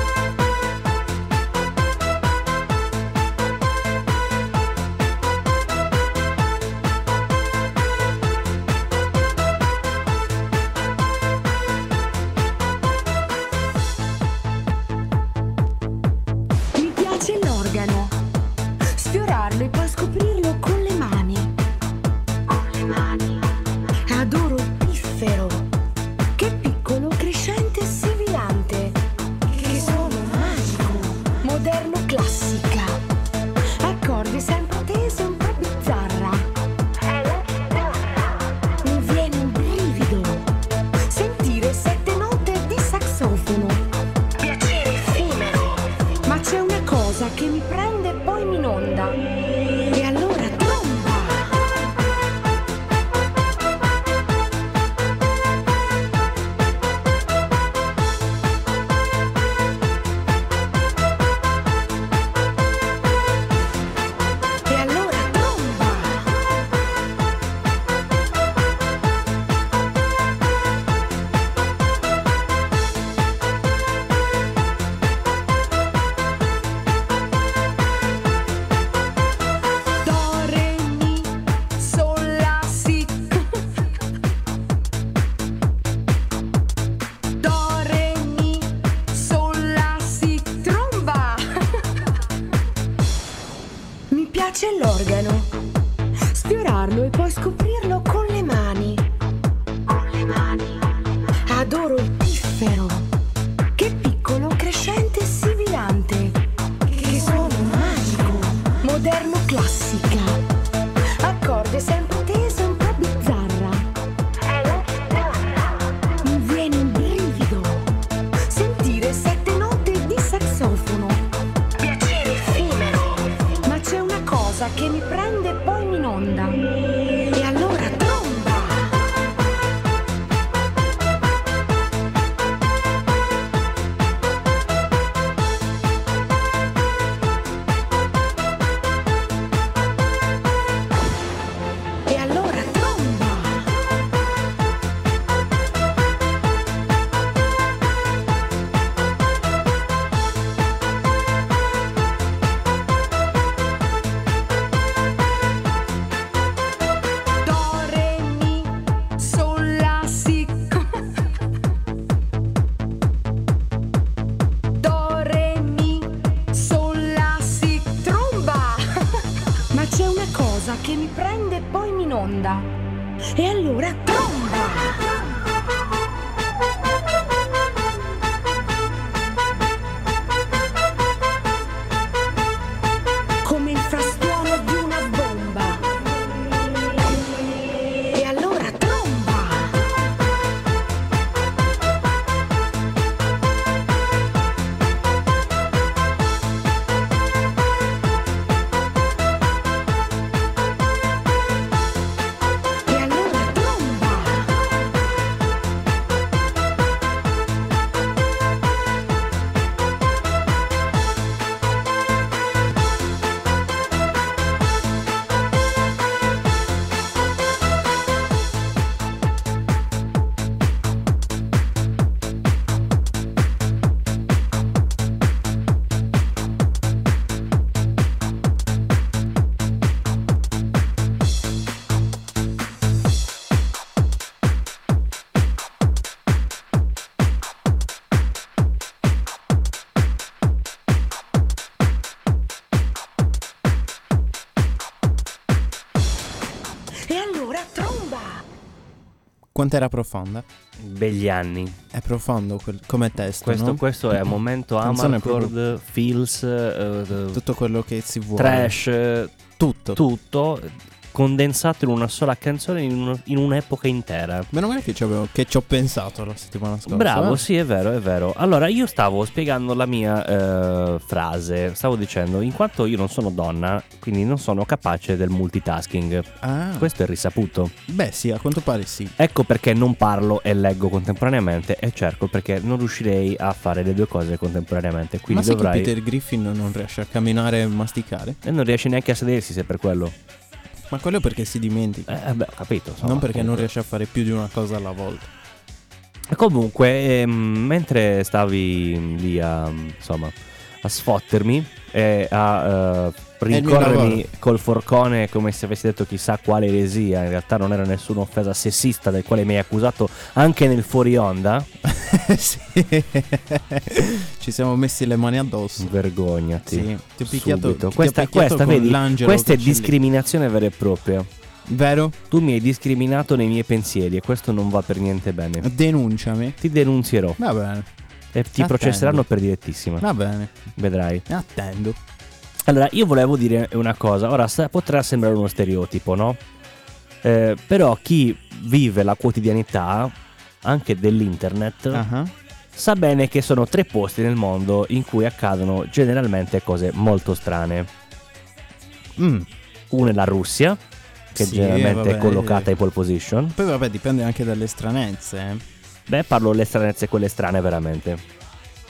[SPEAKER 6] mani. Adoro piffero. Che piccolo, crescente e sibilante. Che sono magico. Moderno classica. Accordi sempre tesi un po' bizzarra. È la chitarra. Mi viene un brivido. Sentire sette note di saxofono. Piacere effimero. Ma c'è una cosa che mi prende e poi mi inonda. E allora tromba! E allora tromba! Do, re, mi, sol, la, si Do, re, mi, sol, la, si Tromba! Mi piace l'organo. Sfiorarlo e poi scoprirlo con le mani. Con le mani. Adoro il piffero. Che piccolo, crescente e sibilante. Che suono magico. Moderno classica. Accorde sempre tese un po' bizzarra. È la chitarra. Mi viene un brivido. Sentire sette note di saxofono piacere effimero. Ma c'è una cosa che mi prende e poi mi inonda. E allora tromba! E allora tromba! Do, re, mi, sol, la, si Do, re, mi, sol, la, si Tromba! Ma c'è una cosa che mi prende e poi mi inonda. E allora tromba! Come il frastuono di una bomba. E allora tromba! E allora tromba! E allora tromba!
[SPEAKER 4] Quanto era profonda?
[SPEAKER 3] Begli anni.
[SPEAKER 4] È profondo quel- come testo,
[SPEAKER 3] Questo,
[SPEAKER 4] no?
[SPEAKER 3] questo è momento
[SPEAKER 4] Canzone
[SPEAKER 3] Amarcord, feels, eh,
[SPEAKER 4] Tutto quello che si vuole.
[SPEAKER 3] trash, eh,
[SPEAKER 4] Tutto.
[SPEAKER 3] tutto condensato in una sola canzone in, uno- in un'epoca intera.
[SPEAKER 4] Meno male che ci, avevo- che ci ho pensato la settimana scorsa.
[SPEAKER 3] Bravo,
[SPEAKER 4] eh?
[SPEAKER 3] sì, è vero, è vero. Allora, io stavo spiegando la mia eh, frase, stavo dicendo, in quanto io non sono donna, quindi non sono capace del multitasking.
[SPEAKER 4] Ah,
[SPEAKER 3] Questo è risaputo.
[SPEAKER 4] beh sì, a quanto pare sì.
[SPEAKER 3] Ecco perché non parlo e leggo contemporaneamente e cerco perché non riuscirei a fare le due cose contemporaneamente.
[SPEAKER 4] Ma
[SPEAKER 3] Quindi
[SPEAKER 4] sai
[SPEAKER 3] dovrai...
[SPEAKER 4] che Peter Griffin non riesce a camminare e masticare?
[SPEAKER 3] E non riesce neanche a sedersi se per quello.
[SPEAKER 4] Ma quello è perché si dimentica.
[SPEAKER 3] Eh, beh, ho capito. insomma.
[SPEAKER 4] non perché non riesce a fare più di una cosa alla volta.
[SPEAKER 3] Comunque, ehm, mentre stavi lì a, insomma, a sfottermi e a eh,
[SPEAKER 4] mio
[SPEAKER 3] rincorrermi
[SPEAKER 4] lavoro.
[SPEAKER 3] col forcone come se avessi detto chissà quale eresia, in realtà non era nessuna offesa sessista del quale mi hai accusato anche nel fuori onda.
[SPEAKER 4] sì. Ci siamo messi le mani addosso.
[SPEAKER 3] Vergognati.
[SPEAKER 4] Sì, ti ho picchiato,
[SPEAKER 3] subito.
[SPEAKER 4] ti ho
[SPEAKER 3] questa,
[SPEAKER 4] picchiato
[SPEAKER 3] questa,
[SPEAKER 4] con
[SPEAKER 3] vedi,
[SPEAKER 4] l'angelo
[SPEAKER 3] questa è
[SPEAKER 4] Cancelli.
[SPEAKER 3] discriminazione vera e propria.
[SPEAKER 4] Vero?
[SPEAKER 3] Tu mi hai discriminato nei miei pensieri e questo non va per niente bene.
[SPEAKER 4] Denunciami.
[SPEAKER 3] Ti denunzierò
[SPEAKER 4] Va bene,
[SPEAKER 3] e ti
[SPEAKER 4] Eh. Attendo.
[SPEAKER 3] processeranno per direttissima.
[SPEAKER 4] va bene.
[SPEAKER 3] Vedrai.
[SPEAKER 4] Attendo.
[SPEAKER 3] Allora, io volevo dire una cosa. Ora, sa- potrà sembrare uno stereotipo, no? Eh, però chi vive la quotidianità, anche dell'internet,
[SPEAKER 4] Ah,
[SPEAKER 3] sa bene che sono tre posti nel mondo in cui accadono generalmente cose molto strane.
[SPEAKER 4] mm.
[SPEAKER 3] Uno è la Russia, che
[SPEAKER 4] Sì,
[SPEAKER 3] generalmente è
[SPEAKER 4] vabbè.
[SPEAKER 3] collocata in pole position.
[SPEAKER 4] Poi vabbè, dipende anche dalle stranezze. eh.
[SPEAKER 3] Beh, parlo le stranezze, quelle strane veramente.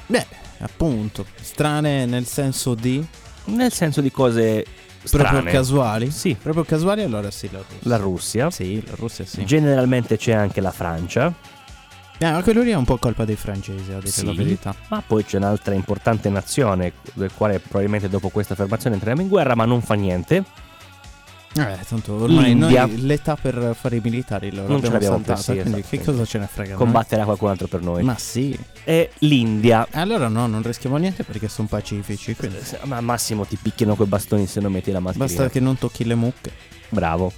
[SPEAKER 4] Beh, appunto, strane nel senso di
[SPEAKER 3] Nel senso di cose strane.
[SPEAKER 4] proprio casuali.
[SPEAKER 3] Sì.
[SPEAKER 4] Proprio casuali allora sì, la Russia.
[SPEAKER 3] La Russia.
[SPEAKER 4] Sì, la Russia sì.
[SPEAKER 3] Generalmente c'è anche la Francia.
[SPEAKER 4] Eh, ma quello lì è un po' colpa dei francesi, a dire
[SPEAKER 3] Sì.
[SPEAKER 4] la verità.
[SPEAKER 3] Ma poi c'è un'altra importante nazione, del quale probabilmente dopo questa affermazione entreremo in guerra, ma non fa niente.
[SPEAKER 4] Eh, tanto ormai
[SPEAKER 3] L'India.
[SPEAKER 4] noi l'età per fare i militari loro
[SPEAKER 3] Non ce
[SPEAKER 4] l'abbiamo
[SPEAKER 3] l'abbiamo più,
[SPEAKER 4] saltata,
[SPEAKER 3] sì,
[SPEAKER 4] quindi
[SPEAKER 3] esatto.
[SPEAKER 4] che cosa ce ne frega? no?
[SPEAKER 3] Combatterà qualcun altro per noi.
[SPEAKER 4] Ma sì.
[SPEAKER 3] E l'India.
[SPEAKER 4] Allora no, non rischiamo niente perché sono pacifici, quindi
[SPEAKER 3] Ma al massimo ti picchiano coi bastoni se non metti la mascherina.
[SPEAKER 4] basta che non tocchi le mucche.
[SPEAKER 3] Bravo.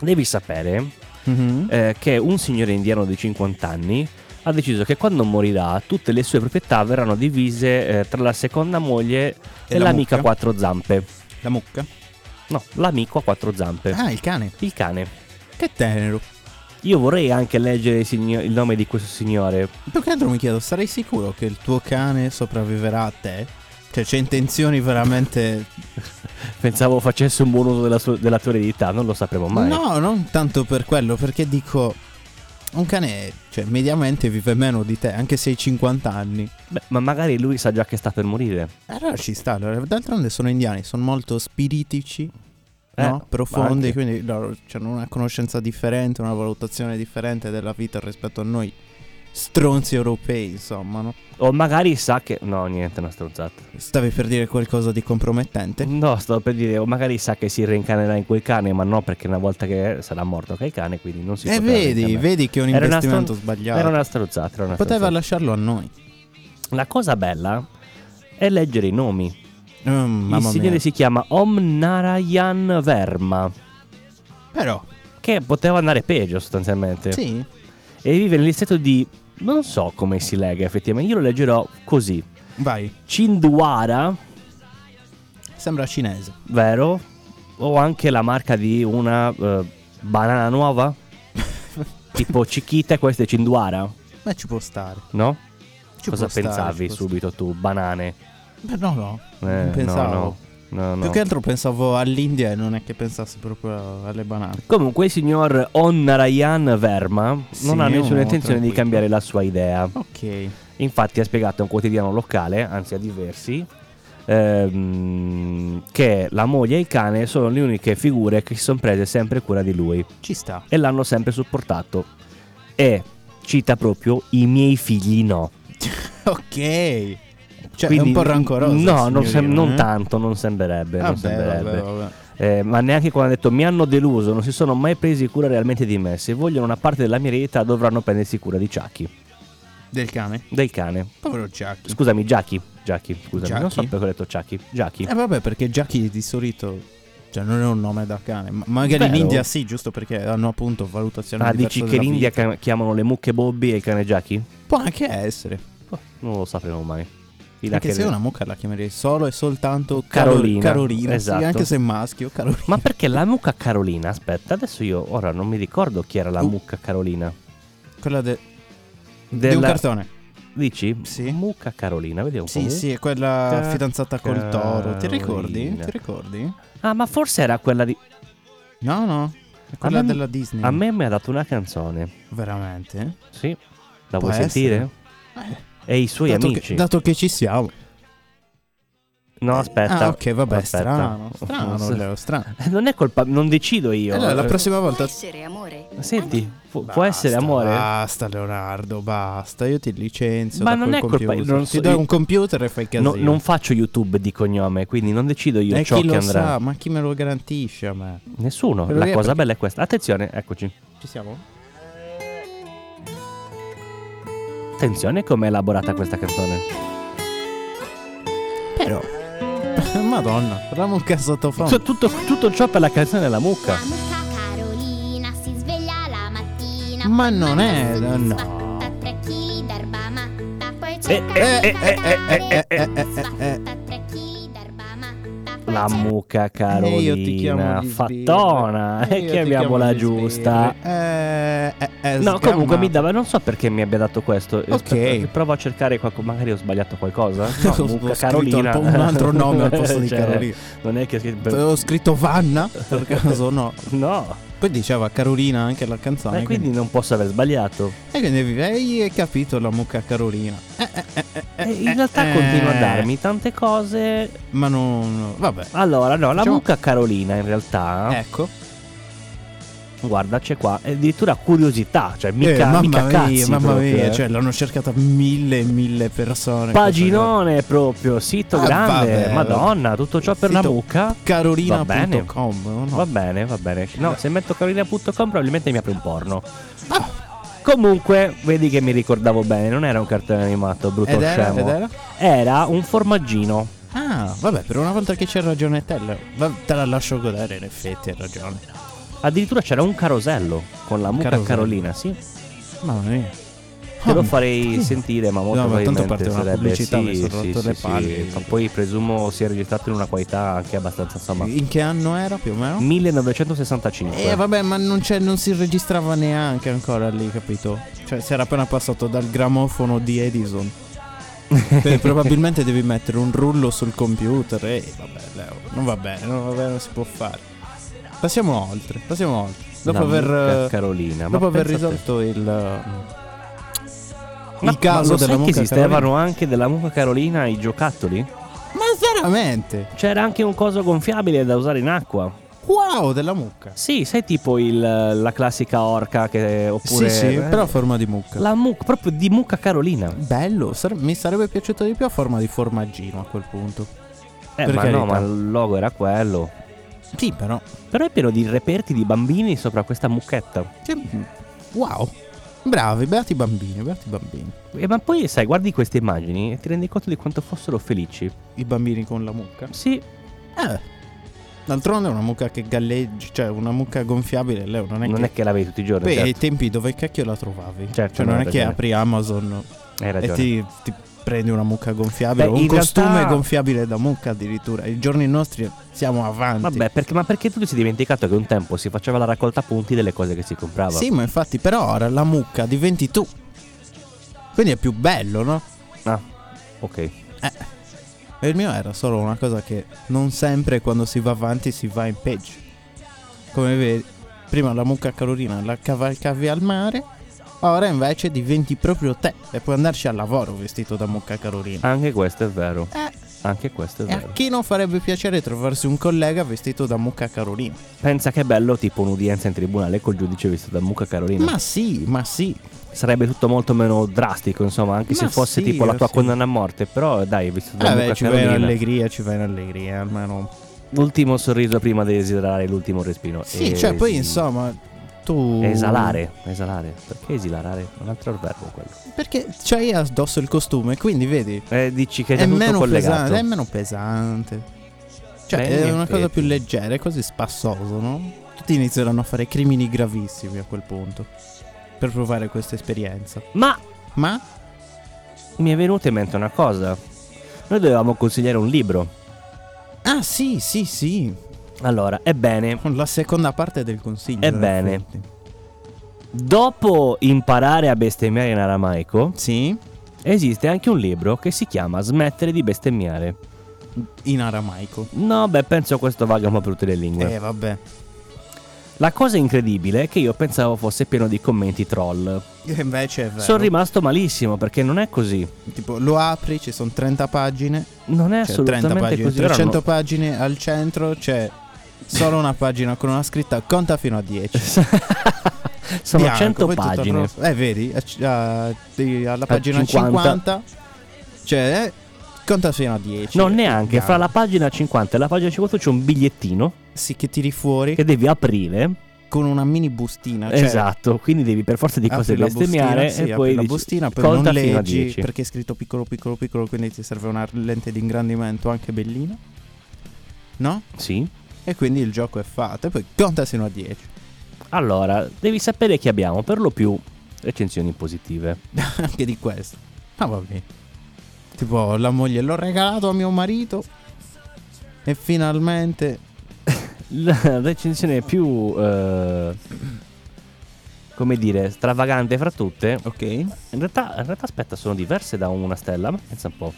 [SPEAKER 3] Devi sapere
[SPEAKER 4] Mhm.
[SPEAKER 3] eh, che un signore indiano di 50 anni ha deciso che quando morirà tutte le sue proprietà verranno divise eh, tra la seconda moglie e,
[SPEAKER 4] E la
[SPEAKER 3] l'amica a
[SPEAKER 4] mucca?
[SPEAKER 3] quattro zampe.
[SPEAKER 4] La mucca?
[SPEAKER 3] No, l'amico a quattro zampe.
[SPEAKER 4] Ah, il cane.
[SPEAKER 3] Il cane.
[SPEAKER 4] Che tenero.
[SPEAKER 3] Io vorrei anche leggere il, signo- il nome di questo signore.
[SPEAKER 4] Più che altro mi chiedo, sarai sicuro che il tuo cane sopravviverà a te? Cioè, c'è intenzioni veramente...
[SPEAKER 3] Pensavo facesse un buon uso della, sua- della tua eredità, non lo sapremo mai.
[SPEAKER 4] No, non tanto per quello, perché dico... Un cane, cioè, mediamente vive meno di te, anche se hai 50 anni. Eh,
[SPEAKER 3] Beh, ma magari lui sa già che sta per morire.
[SPEAKER 4] Allora ci sta, allora. d'altronde sono indiani, sono molto spiritici,
[SPEAKER 3] Eh,
[SPEAKER 4] no? profondi,
[SPEAKER 3] anche.
[SPEAKER 4] quindi loro cioè, hanno una conoscenza differente, una valutazione differente della vita rispetto a noi stronzi europei, insomma, no?
[SPEAKER 3] O magari sa che... No, niente, una stronzata.
[SPEAKER 4] Stavi per dire qualcosa di compromettente?
[SPEAKER 3] No, sto per dire, o magari sa che si reincarnerà in quel cane, ma no, perché una volta che sarà morto quel cane, quindi non si
[SPEAKER 4] E
[SPEAKER 3] potrà
[SPEAKER 4] Eh, vedi,
[SPEAKER 3] reincarnare.
[SPEAKER 4] vedi che è un
[SPEAKER 3] Era una
[SPEAKER 4] investimento
[SPEAKER 3] stron-
[SPEAKER 4] sbagliato.
[SPEAKER 3] Era una strozzata, era una
[SPEAKER 4] Poteva
[SPEAKER 3] strozzata.
[SPEAKER 4] lasciarlo a noi. Oh,
[SPEAKER 3] La cosa bella è leggere i nomi.
[SPEAKER 4] Mm,
[SPEAKER 3] Il
[SPEAKER 4] mamma
[SPEAKER 3] signore
[SPEAKER 4] mia.
[SPEAKER 3] si chiama Om Narayan Verma,
[SPEAKER 4] Però,
[SPEAKER 3] che poteva andare peggio sostanzialmente.
[SPEAKER 4] sì,
[SPEAKER 3] E vive nel distretto di... non so come si lega effettivamente, io lo leggerò così.
[SPEAKER 4] vai.
[SPEAKER 3] Chinduara,
[SPEAKER 4] Sembra cinese.
[SPEAKER 3] vero? O anche la marca di una eh, banana nuova? tipo Chiquita e questa è Chinduara,
[SPEAKER 4] Ma ci può stare.
[SPEAKER 3] no?
[SPEAKER 4] Ci
[SPEAKER 3] Cosa
[SPEAKER 4] può stare,
[SPEAKER 3] pensavi
[SPEAKER 4] ci può
[SPEAKER 3] subito tu? Banane?
[SPEAKER 4] stare. Beh, no, no.
[SPEAKER 3] Eh,
[SPEAKER 4] non
[SPEAKER 3] no,
[SPEAKER 4] pensavo.
[SPEAKER 3] No, no, no.
[SPEAKER 4] Più che altro pensavo all'India e non è che pensassi proprio alle banane.
[SPEAKER 3] Comunque il signor Onnarayan Verma
[SPEAKER 4] Sì,
[SPEAKER 3] non ha
[SPEAKER 4] è un
[SPEAKER 3] nessuna
[SPEAKER 4] uomo
[SPEAKER 3] intenzione di
[SPEAKER 4] tranquillo.
[SPEAKER 3] cambiare la sua idea.
[SPEAKER 4] Ok.
[SPEAKER 3] Infatti ha spiegato a un quotidiano locale, anzi a diversi, ehm, che la moglie e il cane sono le uniche figure che si sono prese sempre cura di lui
[SPEAKER 4] Ci sta.
[SPEAKER 3] e l'hanno sempre supportato. E cita proprio i miei figli no.
[SPEAKER 4] Ok. Cioè, è
[SPEAKER 3] Quindi-
[SPEAKER 4] un po' rancoroso. il
[SPEAKER 3] No, non, sem-
[SPEAKER 4] signorino,
[SPEAKER 3] non
[SPEAKER 4] eh?
[SPEAKER 3] tanto, non sembrerebbe. non
[SPEAKER 4] Vabbè,
[SPEAKER 3] sembrerebbe.
[SPEAKER 4] vabbè, vabbè.
[SPEAKER 3] Eh, ma neanche quando ha detto mi hanno deluso, non si sono mai presi cura realmente di me. Se vogliono una parte della mia eredità dovranno prendersi cura di Chucky,
[SPEAKER 4] Del cane.
[SPEAKER 3] del cane.
[SPEAKER 4] Povero Jackie.
[SPEAKER 3] Scusami, Jackie. Jackie, scusami, non so
[SPEAKER 4] Jackie?
[SPEAKER 3] perché ho detto Chucky. Jackie.
[SPEAKER 4] Eh vabbè, perché Jackie di solito cioè non è un nome da cane, ma- magari
[SPEAKER 3] Vero.
[SPEAKER 4] in India sì, giusto perché hanno appunto valutazioni
[SPEAKER 3] ah,
[SPEAKER 4] diverse
[SPEAKER 3] dici che
[SPEAKER 4] della
[SPEAKER 3] l'India
[SPEAKER 4] vita.
[SPEAKER 3] chiam- chiamano le mucche Bobby e il cane Jackie?
[SPEAKER 4] può anche essere.
[SPEAKER 3] Oh, non lo sapremo mai. I
[SPEAKER 4] Perché
[SPEAKER 3] laccheri-
[SPEAKER 4] se è una mucca la chiamerei solo e soltanto Caro-
[SPEAKER 3] Carolina.
[SPEAKER 4] Carolina, sì,
[SPEAKER 3] Esatto.
[SPEAKER 4] anche se è maschio, Carolina.
[SPEAKER 3] Ma perché la mucca Carolina? Aspetta, adesso io ora non mi ricordo chi era la
[SPEAKER 4] Uh.
[SPEAKER 3] mucca Carolina.
[SPEAKER 4] Quella de- di un
[SPEAKER 3] Della-
[SPEAKER 4] cartone.
[SPEAKER 3] Dici?
[SPEAKER 4] Sì.
[SPEAKER 3] Mucca Carolina, vediamo un
[SPEAKER 4] Sì,
[SPEAKER 3] po'.
[SPEAKER 4] sì, è quella
[SPEAKER 3] Ca-
[SPEAKER 4] fidanzata col toro. Ti ricordi?
[SPEAKER 3] Carolina.
[SPEAKER 4] Ti ricordi?
[SPEAKER 3] Ah, ma forse era quella di...
[SPEAKER 4] No, no. È quella
[SPEAKER 3] me-
[SPEAKER 4] della Disney.
[SPEAKER 3] A me mi ha dato una canzone.
[SPEAKER 4] Veramente?
[SPEAKER 3] Sì, la
[SPEAKER 4] Può
[SPEAKER 3] vuoi sentire?
[SPEAKER 4] essere.
[SPEAKER 3] E i suoi
[SPEAKER 4] dato,
[SPEAKER 3] amici.
[SPEAKER 4] che, dato che ci siamo.
[SPEAKER 3] No, aspetta.
[SPEAKER 4] Ah, ok, vabbè,
[SPEAKER 3] aspetta.
[SPEAKER 4] strano.
[SPEAKER 3] Non
[SPEAKER 4] Strano,
[SPEAKER 3] so-
[SPEAKER 4] Leo, strano.
[SPEAKER 3] Non è colpa, non decido io.
[SPEAKER 4] Allora, la
[SPEAKER 3] Eh,
[SPEAKER 4] prossima volta.
[SPEAKER 7] essere amore.
[SPEAKER 3] Senti, pu-
[SPEAKER 4] Basta, Ah,
[SPEAKER 3] può essere amore?
[SPEAKER 4] Basta, Leonardo, basta. Io ti licenzio.
[SPEAKER 3] Ma
[SPEAKER 4] da
[SPEAKER 3] non
[SPEAKER 4] quel
[SPEAKER 3] è colpa-
[SPEAKER 4] computer.
[SPEAKER 3] non
[SPEAKER 4] Ti
[SPEAKER 3] so-
[SPEAKER 4] do un computer e fai casino.
[SPEAKER 3] No, non faccio YouTube di cognome, quindi non decido io
[SPEAKER 4] e
[SPEAKER 3] ciò
[SPEAKER 4] Eh, chi
[SPEAKER 3] che
[SPEAKER 4] lo
[SPEAKER 3] andrà.
[SPEAKER 4] sa, ma chi me lo garantisce a me?
[SPEAKER 3] Nessuno.
[SPEAKER 4] Però
[SPEAKER 3] la
[SPEAKER 4] io-
[SPEAKER 3] cosa bella è questa. Attenzione, eccoci.
[SPEAKER 4] Ci siamo?
[SPEAKER 3] Attenzione com'è elaborata questa canzone.
[SPEAKER 4] Però. Madonna, parliamo un cazzo Oh.
[SPEAKER 3] Cioè, Tutto, tutto ciò per la canzone della mucca.
[SPEAKER 7] La mucca
[SPEAKER 4] Ma non è-
[SPEAKER 7] Smatta,
[SPEAKER 4] no.
[SPEAKER 7] smatta, tre chili d'erba matta, poi
[SPEAKER 3] Eh,
[SPEAKER 7] cerca
[SPEAKER 3] eh,
[SPEAKER 7] di
[SPEAKER 3] eh, eh,
[SPEAKER 4] eh,
[SPEAKER 7] cantare.
[SPEAKER 4] eh, eh, eh,
[SPEAKER 7] Smatta, tre chili d'erba matta, poi
[SPEAKER 3] La
[SPEAKER 7] cerca-
[SPEAKER 3] mucca Carolina,
[SPEAKER 4] Eh, io ti chiamo di
[SPEAKER 3] fattona,
[SPEAKER 4] sbirro. Eh,
[SPEAKER 3] e
[SPEAKER 4] io ti chiamo
[SPEAKER 3] chiamiamo la
[SPEAKER 4] di
[SPEAKER 3] giusta.
[SPEAKER 4] sbirro. Eh, eh, eh,
[SPEAKER 3] No,
[SPEAKER 4] sgama.
[SPEAKER 3] comunque mi dava, non so perché mi abbia dato questo.
[SPEAKER 4] Ok.
[SPEAKER 3] Aspetta, provo a cercare qualcosa, magari ho sbagliato qualcosa. No,
[SPEAKER 4] Ho- ho
[SPEAKER 3] mucca
[SPEAKER 4] scritto
[SPEAKER 3] Carolina.
[SPEAKER 4] un po' un altro nome al posto di
[SPEAKER 3] Cioè,
[SPEAKER 4] Carolina.
[SPEAKER 3] Non è che ho scritto...
[SPEAKER 4] Avevo scritto Vanna, per caso no.
[SPEAKER 3] No,
[SPEAKER 4] Poi diceva Carolina anche la canzone.
[SPEAKER 3] eh, quindi non posso aver sbagliato.
[SPEAKER 4] E quindi avevi- hai capito la mucca Carolina. Eh, eh, eh, eh,
[SPEAKER 3] Eh,
[SPEAKER 4] eh,
[SPEAKER 3] in realtà
[SPEAKER 4] eh,
[SPEAKER 3] continua a darmi tante cose.
[SPEAKER 4] Ma non... Vabbè.
[SPEAKER 3] Allora, no, la
[SPEAKER 4] Facciamo-
[SPEAKER 3] mucca Carolina in realtà...
[SPEAKER 4] Ecco.
[SPEAKER 3] Guarda, c'è qua è addirittura curiosità, cioè
[SPEAKER 4] Eh,
[SPEAKER 3] mica,
[SPEAKER 4] mamma
[SPEAKER 3] mica
[SPEAKER 4] mia,
[SPEAKER 3] cazzi
[SPEAKER 4] mamma
[SPEAKER 3] proprio,
[SPEAKER 4] mia,
[SPEAKER 3] eh.
[SPEAKER 4] cioè l'hanno cercata mille e mille persone.
[SPEAKER 3] Paginone proprio, sito
[SPEAKER 4] Ah,
[SPEAKER 3] grande,
[SPEAKER 4] vabbè,
[SPEAKER 3] madonna, tutto ciò per la
[SPEAKER 4] Sito-
[SPEAKER 3] mucca. Va bene.
[SPEAKER 4] Carolina.com. no?
[SPEAKER 3] Va bene, va bene. No, se metto carolina.com probabilmente mi apre un porno.
[SPEAKER 4] Ah.
[SPEAKER 3] Comunque, vedi che mi ricordavo bene, non era un cartone animato, brutto
[SPEAKER 4] Ed era,
[SPEAKER 3] scemo.
[SPEAKER 4] ed era?
[SPEAKER 3] Era un formaggino.
[SPEAKER 4] Ah, vabbè, per una volta che c'è ragione te, la- va- te la lascio godere, in effetti hai ragione.
[SPEAKER 3] Addirittura c'era un carosello con la mucca
[SPEAKER 4] Carosello.
[SPEAKER 3] Carolina, sì.
[SPEAKER 4] Mamma mia.
[SPEAKER 3] Te lo
[SPEAKER 4] Ah,
[SPEAKER 3] farei
[SPEAKER 4] sì.
[SPEAKER 3] sentire, ma molto
[SPEAKER 4] No, ma tanto
[SPEAKER 3] probabilmente
[SPEAKER 4] parte una
[SPEAKER 3] sarebbe
[SPEAKER 4] pubblicità, mi
[SPEAKER 3] sì,
[SPEAKER 4] sono
[SPEAKER 3] sì,
[SPEAKER 4] rotto
[SPEAKER 3] sì,
[SPEAKER 4] le
[SPEAKER 3] sì.
[SPEAKER 4] palle.
[SPEAKER 3] Ma poi presumo sia registrato in una qualità anche abbastanza, insomma,
[SPEAKER 4] In che anno era più o meno?
[SPEAKER 3] 1965.
[SPEAKER 4] Eh vabbè, ma non, c'è, non si registrava neanche ancora lì, capito? Cioè, si era appena passato dal gramofono di Edison. Quindi probabilmente devi mettere un rullo sul computer e vabbè, Leo, non va bene, non va bene, non si può fare. Passiamo oltre, passiamo oltre. Dopo
[SPEAKER 3] La
[SPEAKER 4] aver,
[SPEAKER 3] mucca
[SPEAKER 4] eh,
[SPEAKER 3] Carolina, ma
[SPEAKER 4] dopo aver
[SPEAKER 3] pensa a te.
[SPEAKER 4] risolto il, eh, il
[SPEAKER 3] Ma- ma
[SPEAKER 4] caso
[SPEAKER 3] lo
[SPEAKER 4] della
[SPEAKER 3] sai che
[SPEAKER 4] mucca
[SPEAKER 3] esistevano anche della mucca Carolina i giocattoli?
[SPEAKER 4] Carolina- Ma veramente?
[SPEAKER 3] C'era anche un coso gonfiabile da usare in acqua.
[SPEAKER 4] Wow, della mucca.
[SPEAKER 3] Sì, sai tipo il, la classica orca che oppure
[SPEAKER 4] sì, sì,
[SPEAKER 3] eh,
[SPEAKER 4] però a forma di mucca.
[SPEAKER 3] la mucca proprio di mucca Carolina.
[SPEAKER 4] Bello, sare- mi sarebbe piaciuto di più a forma di formaggino a quel punto.
[SPEAKER 3] Eh,
[SPEAKER 4] Per
[SPEAKER 3] ma
[SPEAKER 4] carità.
[SPEAKER 3] no, ma il logo era quello.
[SPEAKER 4] Sì, però.
[SPEAKER 3] Però è pieno di reperti di bambini sopra questa mucchetta.
[SPEAKER 4] Cioè, wow. Bravi, beati bambini, beati bambini.
[SPEAKER 3] E Eh, ma poi sai, guardi queste immagini e ti rendi conto di quanto fossero felici.
[SPEAKER 4] I bambini con la mucca.
[SPEAKER 3] Sì,
[SPEAKER 4] Eh. D'altronde è una mucca che galleggi, cioè una mucca gonfiabile, Leo, non è
[SPEAKER 3] non
[SPEAKER 4] che...
[SPEAKER 3] è che la vedi tutti i giorni.
[SPEAKER 4] Beh, ai
[SPEAKER 3] certo.
[SPEAKER 4] tempi dove cacchio la trovavi?
[SPEAKER 3] Certo,
[SPEAKER 4] cioè
[SPEAKER 3] no,
[SPEAKER 4] non è
[SPEAKER 3] hai
[SPEAKER 4] che
[SPEAKER 3] ragione.
[SPEAKER 4] apri Amazon
[SPEAKER 3] Hai
[SPEAKER 4] e
[SPEAKER 3] ragione.
[SPEAKER 4] ti, ti prendi una mucca gonfiabile,
[SPEAKER 3] Beh,
[SPEAKER 4] un
[SPEAKER 3] in
[SPEAKER 4] costume
[SPEAKER 3] realtà-
[SPEAKER 4] gonfiabile da mucca addirittura. I giorni nostri siamo avanti.
[SPEAKER 3] Vabbè, perché, ma perché tu ti sei dimenticato che un tempo si faceva la raccolta punti delle cose che si comprava?
[SPEAKER 4] Sì, ma infatti, però ora la mucca diventi tu. Quindi è più bello, no?
[SPEAKER 3] Ah, ok.
[SPEAKER 4] E il mio era solo una cosa che non sempre quando si va avanti si va in peggio. Come vedi, prima la mucca calorina la cavalcavi al mare, ora invece diventi proprio te e puoi andarci al lavoro vestito da mucca calorina.
[SPEAKER 3] Anche questo è vero.
[SPEAKER 4] Eh,
[SPEAKER 3] Anche questo è
[SPEAKER 4] e a
[SPEAKER 3] vero.
[SPEAKER 4] chi non farebbe piacere trovarsi un collega vestito da mucca calorina?
[SPEAKER 3] Pensa che è bello tipo un'udienza in tribunale col giudice visto da Mucca Carolina.
[SPEAKER 4] Ma sì, ma sì.
[SPEAKER 3] Sarebbe tutto molto meno drastico, insomma, anche se
[SPEAKER 4] Ma
[SPEAKER 3] fosse
[SPEAKER 4] sì,
[SPEAKER 3] tipo la tua
[SPEAKER 4] sì.
[SPEAKER 3] condanna a morte. Però dai, visto da
[SPEAKER 4] Vabbè,
[SPEAKER 3] Mucca
[SPEAKER 4] Eh ci va in
[SPEAKER 3] Carolina.
[SPEAKER 4] allegria, ci va in allegria, almeno
[SPEAKER 3] L'ultimo sorriso prima di desiderare l'ultimo respiro.
[SPEAKER 4] Sì,
[SPEAKER 3] E-
[SPEAKER 4] cioè, poi insomma, tu.
[SPEAKER 3] Esalare, esalare. Perché esilarare? È Un altro verbo quello.
[SPEAKER 4] Perché c'hai addosso il costume, quindi vedi.
[SPEAKER 3] Eh, dici che è,
[SPEAKER 4] È
[SPEAKER 3] già tutto
[SPEAKER 4] meno,
[SPEAKER 3] collegato.
[SPEAKER 4] pesante, è meno pesante. Cioè,
[SPEAKER 3] Beh,
[SPEAKER 4] è
[SPEAKER 3] in
[SPEAKER 4] una cosa
[SPEAKER 3] effetti.
[SPEAKER 4] più leggera, è così spassoso, no? Tutti inizieranno a fare crimini gravissimi a quel punto. Per provare questa esperienza.
[SPEAKER 3] Ma
[SPEAKER 4] Ma
[SPEAKER 3] mi è venuta in mente una cosa. Noi dovevamo consigliare un libro.
[SPEAKER 4] Ah sì, sì, sì.
[SPEAKER 3] Allora, ebbene,
[SPEAKER 4] Con la seconda parte del consiglio. in
[SPEAKER 3] Ebbene.
[SPEAKER 4] effetti.
[SPEAKER 3] dopo imparare a bestemmiare in aramaico,
[SPEAKER 4] Sì,
[SPEAKER 3] esiste anche un libro che si chiama Smettere di bestemmiare.
[SPEAKER 4] in aramaico.
[SPEAKER 3] No, beh, penso questo valga un po' per tutte le lingue.
[SPEAKER 4] Eh vabbè.
[SPEAKER 3] La cosa incredibile è che io pensavo fosse pieno di commenti troll.
[SPEAKER 4] E Invece è vero.
[SPEAKER 3] Sono rimasto malissimo perché non è così.
[SPEAKER 4] Tipo, lo apri, ci sono 30 pagine.
[SPEAKER 3] Non è
[SPEAKER 4] Cioè, 30
[SPEAKER 3] assolutamente
[SPEAKER 4] pagine,
[SPEAKER 3] così. Ora
[SPEAKER 4] 300
[SPEAKER 3] no-
[SPEAKER 4] pagine al centro c'è solo una pagina con una scritta conta fino a 10.
[SPEAKER 3] Sono
[SPEAKER 4] Bianco,
[SPEAKER 3] 100
[SPEAKER 4] poi tutto
[SPEAKER 3] pagine.
[SPEAKER 4] rosso. Eh, vedi, a c- a- di- alla pagina
[SPEAKER 3] 50.
[SPEAKER 4] 50, c'è eh, conta fino a 10.
[SPEAKER 3] Non neanche,
[SPEAKER 4] Bianco.
[SPEAKER 3] fra la pagina 50 e la pagina 50 c'è un bigliettino
[SPEAKER 4] Sì, che tiri fuori
[SPEAKER 3] che devi aprire.
[SPEAKER 4] con una mini bustina. Cioè,
[SPEAKER 3] esatto, quindi devi per forza di cose
[SPEAKER 4] apri la
[SPEAKER 3] bestemmiare
[SPEAKER 4] bustina, sì,
[SPEAKER 3] e
[SPEAKER 4] apri
[SPEAKER 3] poi
[SPEAKER 4] la
[SPEAKER 3] dici,
[SPEAKER 4] bustina, poi
[SPEAKER 3] conta
[SPEAKER 4] non
[SPEAKER 3] fino a
[SPEAKER 4] leggi
[SPEAKER 3] 10.
[SPEAKER 4] perché è scritto piccolo, piccolo, piccolo, quindi ti serve una lente di ingrandimento anche bellina. No?
[SPEAKER 3] Sì.
[SPEAKER 4] E quindi il gioco è fatto. E poi conta fino a 10.
[SPEAKER 3] Allora, devi sapere che abbiamo per lo più recensioni positive.
[SPEAKER 4] Anche di questo. Ah, vabbè. Tipo, la moglie l'ho regalato a mio marito. E finalmente.
[SPEAKER 3] La recensione più, eh, come dire, stravagante fra tutte.
[SPEAKER 4] Ok.
[SPEAKER 3] In realtà, in realtà, aspetta, sono diverse da una stella, ma pensa un po'.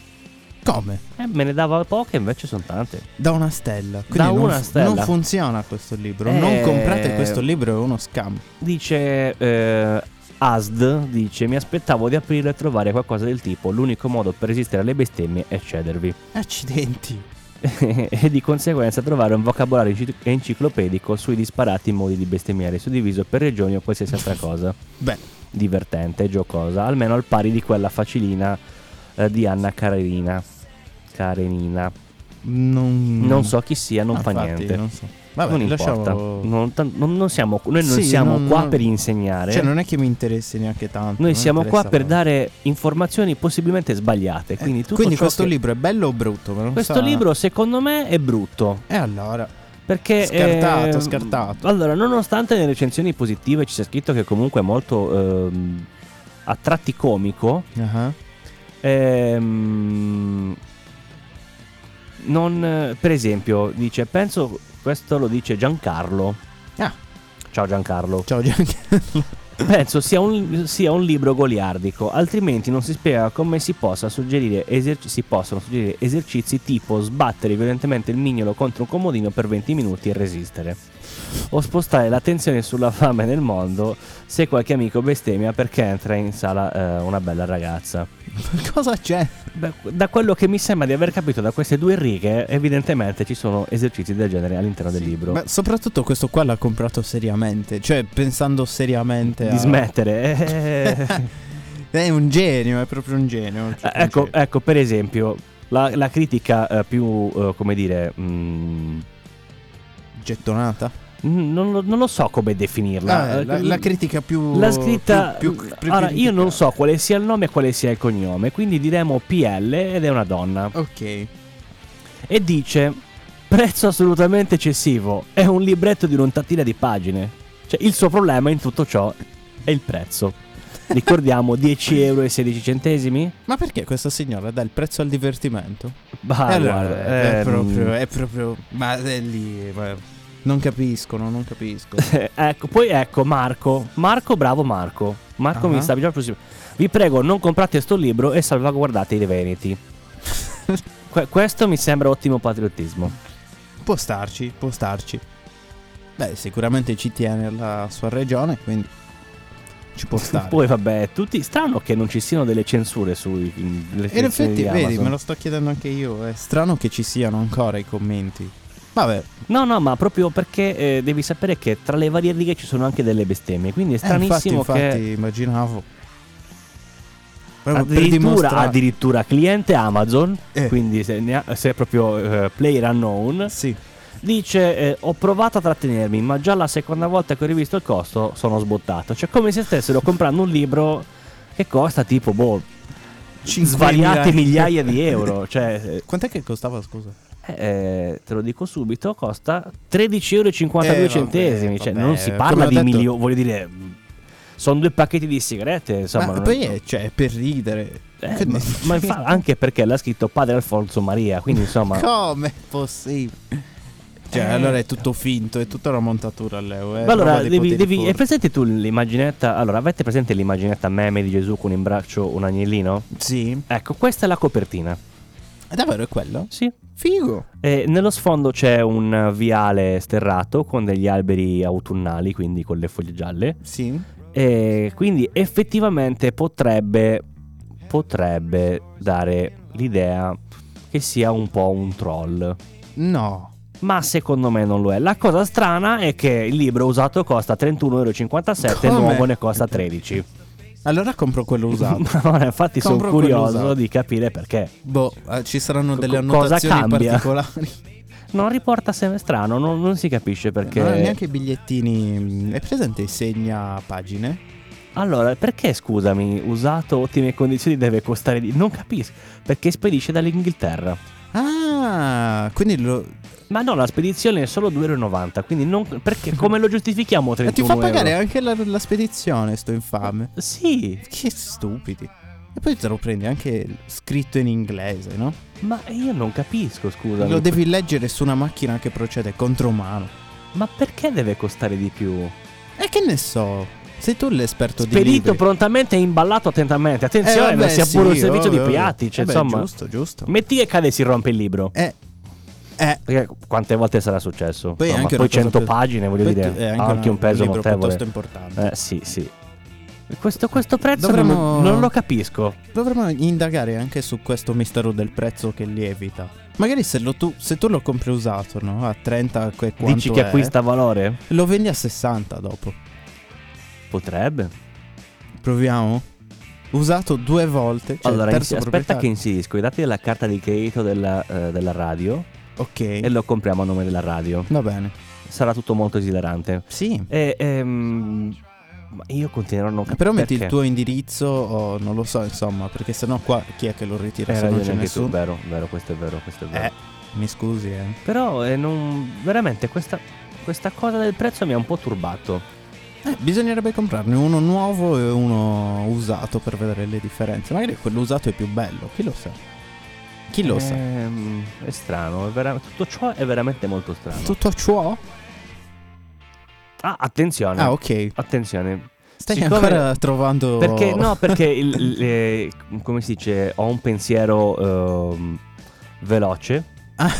[SPEAKER 4] Come?
[SPEAKER 3] Eh, me ne dava poche, invece sono tante.
[SPEAKER 4] Da una stella. Quindi
[SPEAKER 3] Da
[SPEAKER 4] non,
[SPEAKER 3] una
[SPEAKER 4] fu-
[SPEAKER 3] stella.
[SPEAKER 4] non funziona questo libro.
[SPEAKER 3] Eh.
[SPEAKER 4] Non comprate questo libro, è uno scam.
[SPEAKER 3] Dice eh, ASD, dice mi aspettavo di aprirlo e trovare qualcosa del tipo, l'unico modo per resistere alle bestemmie è cedervi.
[SPEAKER 4] Accidenti.
[SPEAKER 3] e di conseguenza trovare un vocabolario enci- enciclopedico sui disparati modi di bestemmiare, suddiviso per regioni o qualsiasi altra cosa.
[SPEAKER 4] Beh,
[SPEAKER 3] Divertente e giocosa, almeno al pari di quella facilina eh, di Anna Karenina. Karenina.
[SPEAKER 4] non.
[SPEAKER 3] Non so chi sia, non
[SPEAKER 4] Mm. Ah,
[SPEAKER 3] fa
[SPEAKER 4] infatti,
[SPEAKER 3] niente.
[SPEAKER 4] Non so. Vabbè,
[SPEAKER 3] non
[SPEAKER 4] lasciamo.
[SPEAKER 3] importa. Non tan- non- non siamo- noi non
[SPEAKER 4] Sì,
[SPEAKER 3] siamo
[SPEAKER 4] non-
[SPEAKER 3] qua
[SPEAKER 4] non-
[SPEAKER 3] per insegnare.
[SPEAKER 4] Cioè, non è che mi interessi neanche tanto.
[SPEAKER 3] Noi
[SPEAKER 4] non
[SPEAKER 3] siamo qua
[SPEAKER 4] interessa
[SPEAKER 3] per
[SPEAKER 4] proprio.
[SPEAKER 3] dare informazioni possibilmente sbagliate. Quindi, tutto
[SPEAKER 4] Quindi
[SPEAKER 3] ciò
[SPEAKER 4] questo
[SPEAKER 3] che-
[SPEAKER 4] libro è bello o brutto? Ma non
[SPEAKER 3] questo
[SPEAKER 4] sa-
[SPEAKER 3] libro, secondo me, è brutto.
[SPEAKER 4] E allora?
[SPEAKER 3] Perché
[SPEAKER 4] Scartato,
[SPEAKER 3] ehm,
[SPEAKER 4] scartato.
[SPEAKER 3] Allora, nonostante le recensioni positive ci sia scritto che comunque è molto ehm, a tratti comico,
[SPEAKER 4] Ah,
[SPEAKER 3] ehm, non, eh, per esempio, dice, penso, questo lo dice Giancarlo.
[SPEAKER 4] Ah.
[SPEAKER 3] Ciao Giancarlo.
[SPEAKER 4] Ciao Gianni.
[SPEAKER 3] Penso sia un, sia un libro goliardico, altrimenti non si spiega come si, possa suggerire eserci- si possono suggerire esercizi tipo sbattere violentemente il mignolo contro un comodino per 20 minuti e resistere, o spostare l'attenzione sulla fame nel mondo se qualche amico bestemmia perché entra in sala eh, una bella ragazza.
[SPEAKER 4] Cosa c'è?
[SPEAKER 3] Beh, da quello che mi sembra di aver capito da queste due righe, evidentemente ci sono esercizi del genere all'interno del libro.
[SPEAKER 4] Ma soprattutto questo qua l'ha comprato seriamente. Cioè, pensando seriamente a...
[SPEAKER 3] Di smettere. eh.
[SPEAKER 4] È un genio, è proprio un genio. Cioè,
[SPEAKER 3] Eh,
[SPEAKER 4] è proprio un
[SPEAKER 3] ecco,
[SPEAKER 4] genio.
[SPEAKER 3] ecco, per esempio, la, la critica eh, più, eh, come dire, mm,
[SPEAKER 4] Gettonata?
[SPEAKER 3] non, lo- non lo so come definirla.
[SPEAKER 4] Ah, la,
[SPEAKER 3] Eh,
[SPEAKER 4] la critica più...
[SPEAKER 3] la scritta...
[SPEAKER 4] più- più- più
[SPEAKER 3] allora, io non
[SPEAKER 4] criticata.
[SPEAKER 3] so quale sia il nome e quale sia il cognome, quindi diremo PL ed è una donna.
[SPEAKER 4] Ok.
[SPEAKER 3] E dice, prezzo assolutamente eccessivo, è un libretto di un'ontatina di pagine. Cioè, il suo problema in tutto ciò è il prezzo. Ricordiamo 10,16 euro?
[SPEAKER 4] Ma perché questa signora dà il prezzo al divertimento?
[SPEAKER 3] Bah,
[SPEAKER 4] Eh, allora,
[SPEAKER 3] Ah, guarda,
[SPEAKER 4] è,
[SPEAKER 3] ehm,
[SPEAKER 4] proprio, è proprio... Ma è lì... ma- Non capiscono, non capiscono.
[SPEAKER 3] Eh, ecco, poi ecco Marco. Marco, bravo Marco. Marco mi
[SPEAKER 4] Ah.
[SPEAKER 3] sta già così. Vi prego, non comprate sto libro e salvaguardate i Veneti. Que- questo mi sembra ottimo patriottismo.
[SPEAKER 4] Può starci, può starci. Beh, sicuramente ci tiene alla sua regione, quindi ci può stare.
[SPEAKER 3] Poi vabbè, tutti strano che non ci siano delle censure sui mm, le
[SPEAKER 4] e in
[SPEAKER 3] recensioni
[SPEAKER 4] effetti,
[SPEAKER 3] di
[SPEAKER 4] vedi,
[SPEAKER 3] Amazon.
[SPEAKER 4] me lo sto chiedendo anche io. È strano che ci siano ancora i commenti. Vabbè,
[SPEAKER 3] No, no, ma proprio perché eh, devi sapere che tra le varie righe ci sono anche delle bestemmie, quindi è
[SPEAKER 4] eh, infatti,
[SPEAKER 3] stranissimo
[SPEAKER 4] infatti,
[SPEAKER 3] che
[SPEAKER 4] immaginavo. Proprio per
[SPEAKER 3] addirittura,
[SPEAKER 4] dimostrare-
[SPEAKER 3] addirittura cliente Amazon,
[SPEAKER 4] Eh.
[SPEAKER 3] quindi se, ne ha- se è proprio eh, player unknown,
[SPEAKER 4] Sì,
[SPEAKER 3] Dice, eh, ho provato a trattenermi, ma già la seconda volta che ho rivisto il costo sono sbottato. Cioè, come se stessero comprando un libro che costa tipo, boh,
[SPEAKER 4] 5.000
[SPEAKER 3] svariate migliaia di euro. Cioè,
[SPEAKER 4] Quant'è che costava, scusa?
[SPEAKER 3] eh, eh, te lo dico subito, costa 13,52
[SPEAKER 4] Eh, vabbè,
[SPEAKER 3] centesimi. Cioè,
[SPEAKER 4] vabbè, Eh,
[SPEAKER 3] non si
[SPEAKER 4] come
[SPEAKER 3] parla
[SPEAKER 4] ho
[SPEAKER 3] di
[SPEAKER 4] detto-
[SPEAKER 3] milioni, voglio dire... mh, Sono due pacchetti di sigarette, insomma.
[SPEAKER 4] ma
[SPEAKER 3] non-
[SPEAKER 4] poi è, cioè, è per ridere.
[SPEAKER 3] Eh,
[SPEAKER 4] Che
[SPEAKER 3] ma,
[SPEAKER 4] ne-
[SPEAKER 3] ma infa- anche perché l'ha scritto padre Alfonso Maria, quindi insomma...
[SPEAKER 4] Come è possibile? Cioè,
[SPEAKER 3] Eh.
[SPEAKER 4] allora è tutto finto, è tutta una montatura eh, all'euro.
[SPEAKER 3] Ma allora, devi, devi- è presente tu l'immaginetta? Allora, avete presente l'immaginetta meme di Gesù con in braccio un agnellino?
[SPEAKER 4] Sì.
[SPEAKER 3] Ecco, questa è la copertina. Eh,
[SPEAKER 4] È davvero è quello?
[SPEAKER 3] Sì.
[SPEAKER 4] Figo.
[SPEAKER 3] E nello sfondo c'è un viale sterrato con degli alberi autunnali, quindi con le foglie gialle.
[SPEAKER 4] Sì.
[SPEAKER 3] E quindi effettivamente potrebbe, potrebbe dare l'idea che sia un po' un troll.
[SPEAKER 4] No.
[SPEAKER 3] Ma secondo me non lo è. La cosa strana è che il libro usato costa 31,57
[SPEAKER 4] Come?
[SPEAKER 3] euro, nuovo ne costa 13.
[SPEAKER 4] Allora compro quello usato.
[SPEAKER 3] Ma guarda, infatti sono
[SPEAKER 4] Compro quello usato.
[SPEAKER 3] curioso di capire perché.
[SPEAKER 4] boh, eh, ci saranno
[SPEAKER 3] Co-
[SPEAKER 4] delle
[SPEAKER 3] co- cosa
[SPEAKER 4] annotazioni
[SPEAKER 3] cambia?
[SPEAKER 4] particolari.
[SPEAKER 3] Non riporta sempre strano, non, non si capisce perché.
[SPEAKER 4] Non ho neanche i bigliettini. È presente il segna pagine?
[SPEAKER 3] Allora, perché scusami, usato ottime condizioni deve costare di... Non capisco, perché spedisce dall'Inghilterra.
[SPEAKER 4] Ah, quindi lo...
[SPEAKER 3] Ma no, la spedizione è solo 2,90 euro. Quindi non. Perché come lo giustifichiamo
[SPEAKER 4] E
[SPEAKER 3] 31
[SPEAKER 4] Eh, ti fa pagare eh?
[SPEAKER 3] euro?
[SPEAKER 4] anche la, la spedizione, sto infame.
[SPEAKER 3] Sì,
[SPEAKER 4] Che stupidi. E poi te lo prendi anche scritto in inglese, no?
[SPEAKER 3] ma io non capisco, scusa.
[SPEAKER 4] Lo devi leggere su una macchina che procede contro mano.
[SPEAKER 3] Ma perché deve costare di più?
[SPEAKER 4] E che ne so? Sei tu l'esperto di
[SPEAKER 3] Spedito
[SPEAKER 4] libri.
[SPEAKER 3] prontamente e imballato attentamente.
[SPEAKER 4] Eh,
[SPEAKER 3] Attenzione,
[SPEAKER 4] vabbè,
[SPEAKER 3] non sia
[SPEAKER 4] sì,
[SPEAKER 3] pure un
[SPEAKER 4] vabbè,
[SPEAKER 3] servizio di
[SPEAKER 4] vabbè.
[SPEAKER 3] piatti. Cioè,
[SPEAKER 4] Vabbè,
[SPEAKER 3] insomma,
[SPEAKER 4] Giusto, giusto.
[SPEAKER 3] metti che cade e si rompe il libro.
[SPEAKER 4] Eh. Eh.
[SPEAKER 3] Perché quante volte sarà successo?
[SPEAKER 4] Poi, è
[SPEAKER 3] Insomma,
[SPEAKER 4] anche
[SPEAKER 3] poi
[SPEAKER 4] una cosa
[SPEAKER 3] 100
[SPEAKER 4] pe-
[SPEAKER 3] pagine, voglio
[SPEAKER 4] poi
[SPEAKER 3] dire,
[SPEAKER 4] è
[SPEAKER 3] ha anche
[SPEAKER 4] una-
[SPEAKER 3] un peso
[SPEAKER 4] libro
[SPEAKER 3] notevole.
[SPEAKER 4] piuttosto importante.
[SPEAKER 3] Eh sì, sì. Questo, questo prezzo
[SPEAKER 4] Dovremmo-
[SPEAKER 3] non, non lo capisco.
[SPEAKER 4] Dovremmo indagare anche su questo mistero del prezzo che lievita. Magari se, lo tu, se tu lo compri usato, no? A 30 que- quanto
[SPEAKER 3] Dici che
[SPEAKER 4] è,
[SPEAKER 3] acquista valore?
[SPEAKER 4] Lo vendi a 60 dopo.
[SPEAKER 3] Potrebbe.
[SPEAKER 4] Proviamo? Usato due volte. Cioè
[SPEAKER 3] allora,
[SPEAKER 4] terzo
[SPEAKER 3] insi- aspetta che inserisco i dati della carta di credito della, eh, della radio
[SPEAKER 4] proprietario.
[SPEAKER 3] e
[SPEAKER 4] Ok.
[SPEAKER 3] lo compriamo a nome della radio.
[SPEAKER 4] Va bene.
[SPEAKER 3] Sarà tutto molto esilarante.
[SPEAKER 4] Sì.
[SPEAKER 3] E, ehm, ma io continuerò a non capire.
[SPEAKER 4] Eh, Però metti il
[SPEAKER 3] perché.
[SPEAKER 4] tuo indirizzo o non lo so, insomma, perché sennò qua chi è che lo ritira
[SPEAKER 3] Hai
[SPEAKER 4] se non
[SPEAKER 3] Eh, ragione
[SPEAKER 4] c'è
[SPEAKER 3] anche tu,
[SPEAKER 4] nessuno?
[SPEAKER 3] vero, vero, questo è vero, questo è vero.
[SPEAKER 4] Eh, mi scusi, eh.
[SPEAKER 3] Però eh, non- veramente questa, questa cosa del prezzo mi ha un po' turbato.
[SPEAKER 4] Eh, bisognerebbe comprarne uno nuovo e uno usato per vedere le differenze. Magari quello usato è più bello, chi lo sa? Chi lo sa?
[SPEAKER 3] Ehm, È strano, è vera- tutto ciò è veramente molto strano.
[SPEAKER 4] Tutto ciò?
[SPEAKER 3] Ah, attenzione.
[SPEAKER 4] Ah, ok.
[SPEAKER 3] Attenzione.
[SPEAKER 4] Stai
[SPEAKER 3] Siccome-
[SPEAKER 4] ancora trovando.
[SPEAKER 3] Perché no, perché il, il- eh, come si dice, ho un pensiero ehm, veloce.
[SPEAKER 4] Ah,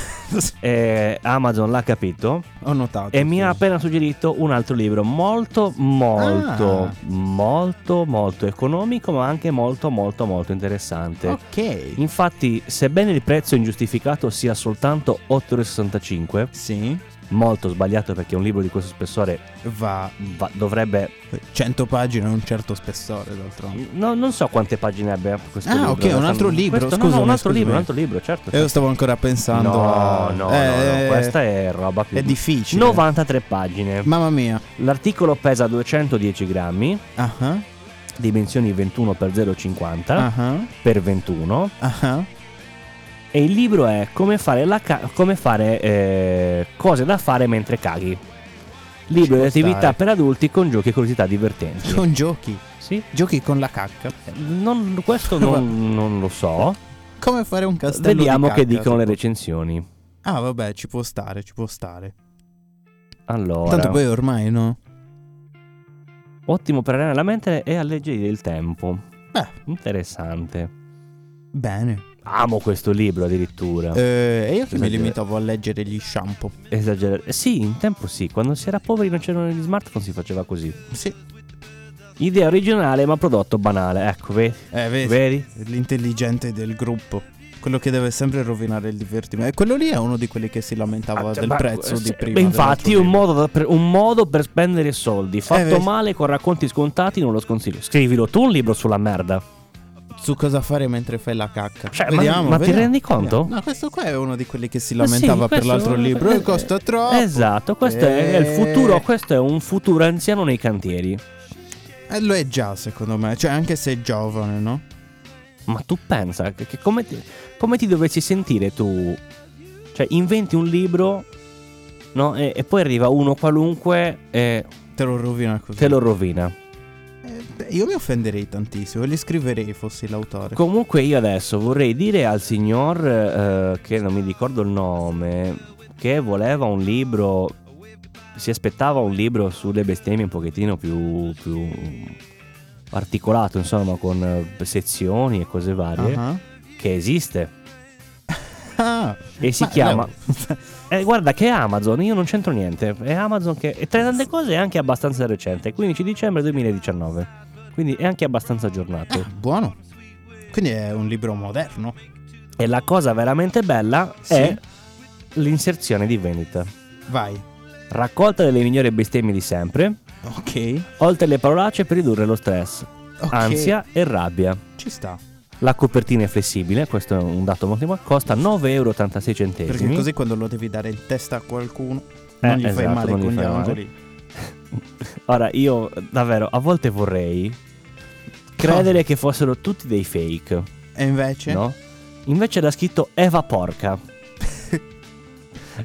[SPEAKER 3] eh, Amazon l'ha capito
[SPEAKER 4] ho notato.
[SPEAKER 3] e mi ha
[SPEAKER 4] sì.
[SPEAKER 3] appena suggerito un altro libro molto molto
[SPEAKER 4] Ah.
[SPEAKER 3] molto molto economico ma anche molto molto molto interessante
[SPEAKER 4] Ok.
[SPEAKER 3] Infatti, sebbene il prezzo ingiustificato sia soltanto 8,65,
[SPEAKER 4] Sì,
[SPEAKER 3] molto sbagliato perché un libro di questo spessore
[SPEAKER 4] va.
[SPEAKER 3] va- dovrebbe...
[SPEAKER 4] 100 pagine, un certo spessore, d'altronde.
[SPEAKER 3] no, non so quante pagine abbia questo
[SPEAKER 4] Ah,
[SPEAKER 3] libro. eh,
[SPEAKER 4] ok, un altro libro,
[SPEAKER 3] Questo, no, no,
[SPEAKER 4] scusami,
[SPEAKER 3] un altro
[SPEAKER 4] scusami.
[SPEAKER 3] libro, un altro libro, certo.
[SPEAKER 4] E io stavo ancora pensando.
[SPEAKER 3] No,
[SPEAKER 4] a-
[SPEAKER 3] no, no,
[SPEAKER 4] Eh,
[SPEAKER 3] no, questa è roba più...
[SPEAKER 4] È difficile.
[SPEAKER 3] 93 pagine.
[SPEAKER 4] Mamma mia.
[SPEAKER 3] L'articolo pesa 210 grammi,
[SPEAKER 4] Ah ah.
[SPEAKER 3] dimensioni 21 x 0,50
[SPEAKER 4] Ah ah.
[SPEAKER 3] per 21.
[SPEAKER 4] Ah ah.
[SPEAKER 3] E il libro è come fare, la ca- come fare eh, cose da fare mentre caghi. Libro di
[SPEAKER 4] può
[SPEAKER 3] attività
[SPEAKER 4] stare.
[SPEAKER 3] per adulti con giochi e curiosità divertenti.
[SPEAKER 4] Con giochi.
[SPEAKER 3] Sì?
[SPEAKER 4] Giochi con la cacca.
[SPEAKER 3] Non- questo non, non lo so.
[SPEAKER 4] Come fare un castello
[SPEAKER 3] Vediamo
[SPEAKER 4] di
[SPEAKER 3] che
[SPEAKER 4] cacca,
[SPEAKER 3] dicono le
[SPEAKER 4] tipo.
[SPEAKER 3] recensioni.
[SPEAKER 4] Ah, vabbè, ci può stare, ci può stare.
[SPEAKER 3] Allora,
[SPEAKER 4] Tanto poi ormai no.
[SPEAKER 3] ottimo per allenare la mente e alleggerire il tempo.
[SPEAKER 4] Beh.
[SPEAKER 3] Interessante.
[SPEAKER 4] Bene.
[SPEAKER 3] Amo questo libro addirittura.
[SPEAKER 4] Eh, e io che mi
[SPEAKER 3] Esagera-
[SPEAKER 4] limitavo a leggere gli shampoo.
[SPEAKER 3] Esagerare. Sì, in tempo sì. Quando si era poveri non c'erano gli smartphone si faceva così.
[SPEAKER 4] Sì.
[SPEAKER 3] Idea originale ma prodotto banale. Ecco, vedi?
[SPEAKER 4] Eh, vedi.
[SPEAKER 3] Vedi?
[SPEAKER 4] L'intelligente del gruppo. Quello che deve sempre rovinare il divertimento. E quello lì è uno di quelli che si lamentava
[SPEAKER 3] Ah,
[SPEAKER 4] del
[SPEAKER 3] ma-
[SPEAKER 4] prezzo
[SPEAKER 3] se-
[SPEAKER 4] di prima.
[SPEAKER 3] beh, Infatti,
[SPEAKER 4] dell'altro
[SPEAKER 3] un
[SPEAKER 4] libro.
[SPEAKER 3] modo, da- per, un modo per spendere soldi. Fatto
[SPEAKER 4] vedi.
[SPEAKER 3] male con racconti scontati, non lo sconsiglio. Scrivilo tu un libro sulla merda.
[SPEAKER 4] Su cosa fare mentre fai la cacca.
[SPEAKER 3] Cioè, ma-
[SPEAKER 4] vediamo,
[SPEAKER 3] ma ti
[SPEAKER 4] vediamo,
[SPEAKER 3] rendi conto?
[SPEAKER 4] vediamo. No, questo qua è uno di quelli che si
[SPEAKER 3] Ma sì,
[SPEAKER 4] lamentava per
[SPEAKER 3] questo-
[SPEAKER 4] l'altro libro.
[SPEAKER 3] eh,
[SPEAKER 4] E costa troppo.
[SPEAKER 3] Esatto, questo è, è il futuro. Questo è un futuro anziano nei cantieri.
[SPEAKER 4] Eh, lo è già, secondo me. Cioè, anche se è giovane, no?
[SPEAKER 3] Ma tu pensa che, che come, ti, come ti dovessi sentire tu? Cioè, inventi un libro, no? E, e poi arriva uno qualunque e
[SPEAKER 4] Te lo rovina così.
[SPEAKER 3] te lo rovina.
[SPEAKER 4] Eh, beh, io mi offenderei tantissimo. Li scriverei fossi l'autore.
[SPEAKER 3] Comunque io adesso vorrei dire al signor eh, che non mi ricordo il nome, che voleva un libro, si aspettava un libro sulle bestemmie un pochettino più, più articolato, insomma, con eh, sezioni e cose varie,
[SPEAKER 4] Ah,
[SPEAKER 3] che esiste.
[SPEAKER 4] ah.
[SPEAKER 3] E si
[SPEAKER 4] Ma,
[SPEAKER 3] chiama...
[SPEAKER 4] Leo,
[SPEAKER 3] Eh, guarda che è Amazon, io non c'entro niente, è Amazon che... E tra le tante cose è anche abbastanza recente, 15 dicembre 2019, quindi è anche abbastanza aggiornato.
[SPEAKER 4] ah, buono. Quindi è un libro moderno.
[SPEAKER 3] E la cosa veramente bella
[SPEAKER 4] Sì.
[SPEAKER 3] è l'inserzione di vendita.
[SPEAKER 4] Vai.
[SPEAKER 3] Raccolta delle migliori bestemmie di sempre,
[SPEAKER 4] Ok.
[SPEAKER 3] oltre le parolacce per ridurre lo stress,
[SPEAKER 4] ok.
[SPEAKER 3] ansia e rabbia.
[SPEAKER 4] Ci sta.
[SPEAKER 3] La copertina è flessibile, questo è un dato molto importante, costa 9,86 euro.
[SPEAKER 4] Perché così quando lo devi dare in testa a qualcuno.
[SPEAKER 3] Eh,
[SPEAKER 4] non gli fai
[SPEAKER 3] esatto,
[SPEAKER 4] male
[SPEAKER 3] non
[SPEAKER 4] con
[SPEAKER 3] gli
[SPEAKER 4] gli
[SPEAKER 3] fai male.
[SPEAKER 4] angoli.
[SPEAKER 3] Ora, io davvero a volte vorrei credere che fossero tutti dei fake,
[SPEAKER 4] E invece?
[SPEAKER 3] no? Invece era scritto Eva Porca.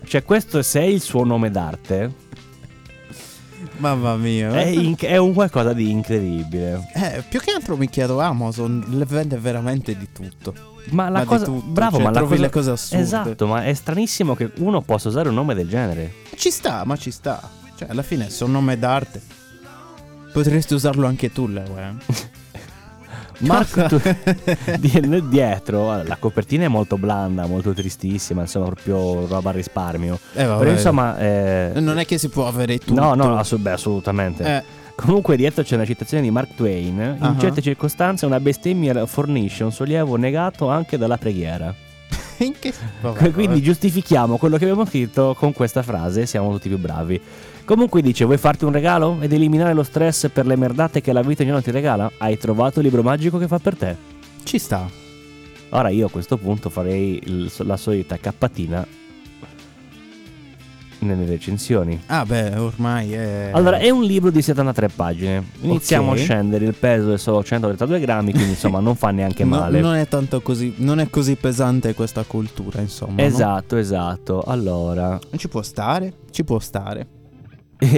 [SPEAKER 3] Cioè, questo se è il suo nome d'arte,
[SPEAKER 4] Mamma mia.
[SPEAKER 3] è, inc- è un qualcosa di incredibile.
[SPEAKER 4] Eh, più che altro mi chiedo Amazon le vende veramente di tutto.
[SPEAKER 3] Ma la
[SPEAKER 4] Ma di
[SPEAKER 3] cosa.
[SPEAKER 4] tutto,
[SPEAKER 3] bravo,
[SPEAKER 4] cioè,
[SPEAKER 3] ma la
[SPEAKER 4] trovi
[SPEAKER 3] cosa.
[SPEAKER 4] le cose assurde.
[SPEAKER 3] Esatto, ma è stranissimo che uno possa usare un nome del genere.
[SPEAKER 4] Ci sta, ma ci sta. Cioè, alla fine è un nome d'arte. Potresti usarlo anche tu, Leo. eh.
[SPEAKER 3] Marco tu-
[SPEAKER 4] Cosa?
[SPEAKER 3] di- nel dietro allora, la copertina è molto blanda, molto tristissima, insomma, proprio roba a risparmio.
[SPEAKER 4] Eh, vabbè.
[SPEAKER 3] Però insomma, eh,
[SPEAKER 4] Non è che si può avere tutto.
[SPEAKER 3] no, no, assu- beh, assolutamente.
[SPEAKER 4] Eh,
[SPEAKER 3] Comunque dietro c'è una citazione di Mark Twain. In
[SPEAKER 4] Ah.
[SPEAKER 3] certe circostanze una bestemmia fornisce un sollievo negato anche dalla preghiera.
[SPEAKER 4] Eh, in che... vabbè,
[SPEAKER 3] Que- Quindi
[SPEAKER 4] vabbè.
[SPEAKER 3] giustifichiamo quello che abbiamo scritto con questa frase, siamo tutti più bravi. Comunque dice, vuoi farti un regalo ed eliminare lo stress per le merdate che la vita ogni giorno ti regala? Hai trovato il libro magico che fa per te.
[SPEAKER 4] Ci sta.
[SPEAKER 3] Ora io a questo punto farei il- la solita cappatina nelle recensioni.
[SPEAKER 4] Ah, beh, ormai è...
[SPEAKER 3] Eh. Allora, è un libro di 73 pagine. Iniziamo
[SPEAKER 4] Ok.
[SPEAKER 3] a scendere, il peso è solo 132 grammi, quindi insomma non fa neanche
[SPEAKER 4] No,
[SPEAKER 3] male.
[SPEAKER 4] non è tanto così... Non è così pesante questa cultura, insomma. no?
[SPEAKER 3] esatto, esatto. Allora,
[SPEAKER 4] Ci può stare, ci può stare.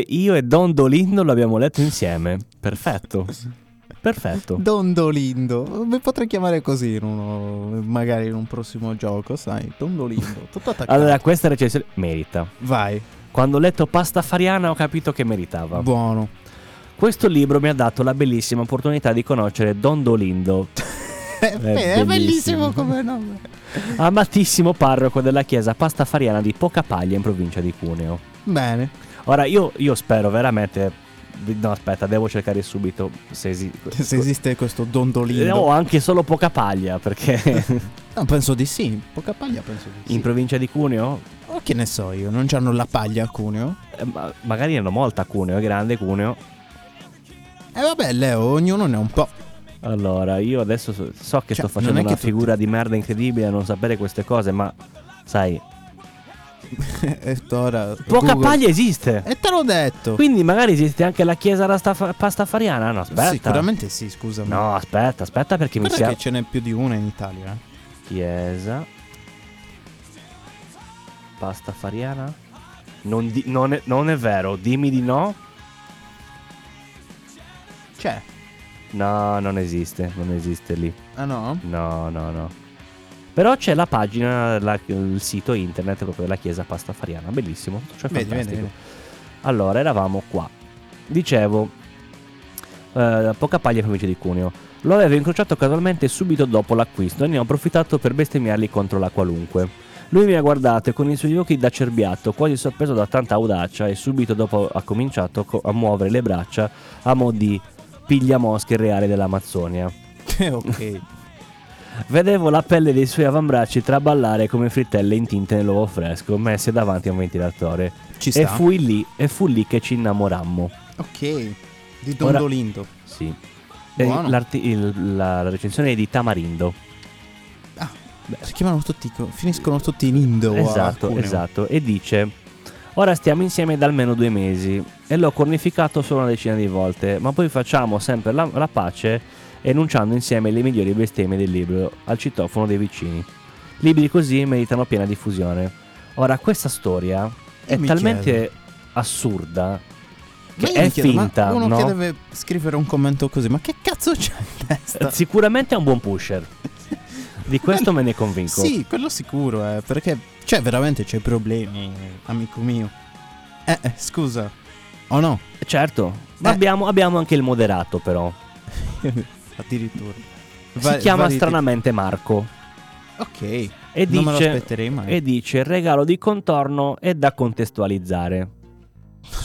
[SPEAKER 3] io e Don Dolindo l'abbiamo letto insieme. Perfetto.
[SPEAKER 4] Esatto.
[SPEAKER 3] Perfetto.
[SPEAKER 4] Dondolindo. Mi potrei chiamare così in uno... Magari in un prossimo gioco, sai. Dondolindo. Tutto attaccato.
[SPEAKER 3] Allora, questa recensione merita.
[SPEAKER 4] Vai.
[SPEAKER 3] Quando ho letto Pastafariana ho capito che meritava.
[SPEAKER 4] Buono.
[SPEAKER 3] Questo libro mi ha dato la bellissima opportunità di conoscere Don Dolindo,
[SPEAKER 4] È,
[SPEAKER 3] bellissimo.
[SPEAKER 4] è Eh, bellissimo come nome.
[SPEAKER 3] amatissimo parroco della chiesa pastafariana di Pocapaglia in provincia di Cuneo.
[SPEAKER 4] Bene.
[SPEAKER 3] Ora io, io spero veramente... No aspetta, devo cercare subito se esiste...
[SPEAKER 4] Se esiste questo dondolino.
[SPEAKER 3] No, anche solo Pocapaglia, perché
[SPEAKER 4] No, penso di sì. Poca paglia penso di sì.
[SPEAKER 3] in provincia di Cuneo,
[SPEAKER 4] o che ne so io, non c'hanno la paglia oh. a Cuneo?
[SPEAKER 3] eh, ma- magari hanno molta Cuneo, è grande Cuneo.
[SPEAKER 4] E Eh, vabbè, Leo, ognuno ne ha un po'.
[SPEAKER 3] Allora, io adesso so, so che sto
[SPEAKER 4] Cioè,
[SPEAKER 3] facendo
[SPEAKER 4] non è
[SPEAKER 3] una
[SPEAKER 4] che tutti-
[SPEAKER 3] figura di merda incredibile a non sapere queste cose, ma sai,
[SPEAKER 4] e Eh, ora. Google- Eh.
[SPEAKER 3] Pocapaglia esiste.
[SPEAKER 4] E te l'ho detto.
[SPEAKER 3] Quindi magari esiste anche la chiesa rastafa- pastafariana? No, aspetta.
[SPEAKER 4] Sicuramente sì, scusami.
[SPEAKER 3] No, aspetta, aspetta perché mi
[SPEAKER 4] Guarda
[SPEAKER 3] si
[SPEAKER 4] che ce n'è più di una in Italia. eh.
[SPEAKER 3] Chiesa Pastafariana? Non, di- non è, non è vero, dimmi di no.
[SPEAKER 4] C'è.
[SPEAKER 3] No, non esiste, non esiste lì.
[SPEAKER 4] Ah no?
[SPEAKER 3] No, no, no. Però c'è la pagina, la- il sito internet proprio della chiesa pastafariana, bellissimo. Cioè
[SPEAKER 4] Vedi, vedi,
[SPEAKER 3] fantastico.
[SPEAKER 4] vedi.
[SPEAKER 3] Allora, eravamo qua. Dicevo, eh, poca paglia in provincia di Cuneo. Lo avevo incrociato casualmente subito dopo l'acquisto e ne ho approfittato per bestemmiarli contro la qualunque. Lui mi ha guardato e con i suoi occhi da cerbiatto, quasi sorpreso da tanta audacia, e subito dopo ha cominciato co- a muovere le braccia a mo' di pigliamosche reali dell'Amazzonia.
[SPEAKER 4] Eh, ok.
[SPEAKER 3] Vedevo la pelle dei suoi avambracci traballare come frittelle intinte nell'uovo fresco messe davanti a un ventilatore.
[SPEAKER 4] Ci
[SPEAKER 3] E
[SPEAKER 4] sta.
[SPEAKER 3] fui lì, e fu lì che ci innamorammo.
[SPEAKER 4] Ok. Di
[SPEAKER 3] Ora-
[SPEAKER 4] dondolindo.
[SPEAKER 3] Sì.
[SPEAKER 4] Buono.
[SPEAKER 3] la, la recensione è di Tamarindo.
[SPEAKER 4] Ah, beh, si chiamano tutti. co- Finiscono tutti in Indo. a
[SPEAKER 3] esatto,
[SPEAKER 4] Cuneo.
[SPEAKER 3] esatto. E dice: Ora stiamo insieme da almeno due mesi e l'ho cornificato solo una decina di volte, ma poi facciamo sempre la, la pace enunciando insieme le migliori bestemmie del libro al citofono dei vicini. Libri così meritano piena diffusione. Ora, questa storia
[SPEAKER 4] Io
[SPEAKER 3] è
[SPEAKER 4] Eh, mi
[SPEAKER 3] talmente
[SPEAKER 4] chiedo.
[SPEAKER 3] assurda
[SPEAKER 4] Ma
[SPEAKER 3] che
[SPEAKER 4] io mi
[SPEAKER 3] è
[SPEAKER 4] chiedo, ma
[SPEAKER 3] finta,
[SPEAKER 4] Uno che
[SPEAKER 3] no?
[SPEAKER 4] deve scrivere un commento così, ma che cazzo c'è in testa?
[SPEAKER 3] Sicuramente è un buon pusher. Eh Di questo me ne convinco.
[SPEAKER 4] Sì, quello sicuro, eh, perché cioè veramente c'è problemi, amico mio. Eh, eh, scusa. O no?
[SPEAKER 3] Certo, ma
[SPEAKER 4] Eh.
[SPEAKER 3] abbiamo, abbiamo anche il moderato però.
[SPEAKER 4] Addirittura.
[SPEAKER 3] si
[SPEAKER 4] Va-
[SPEAKER 3] chiama
[SPEAKER 4] vari
[SPEAKER 3] stranamente Marco
[SPEAKER 4] tipi- Ok.
[SPEAKER 3] e
[SPEAKER 4] non me lo
[SPEAKER 3] dice,
[SPEAKER 4] aspetterei mai.
[SPEAKER 3] e dice il regalo di contorno è da contestualizzare.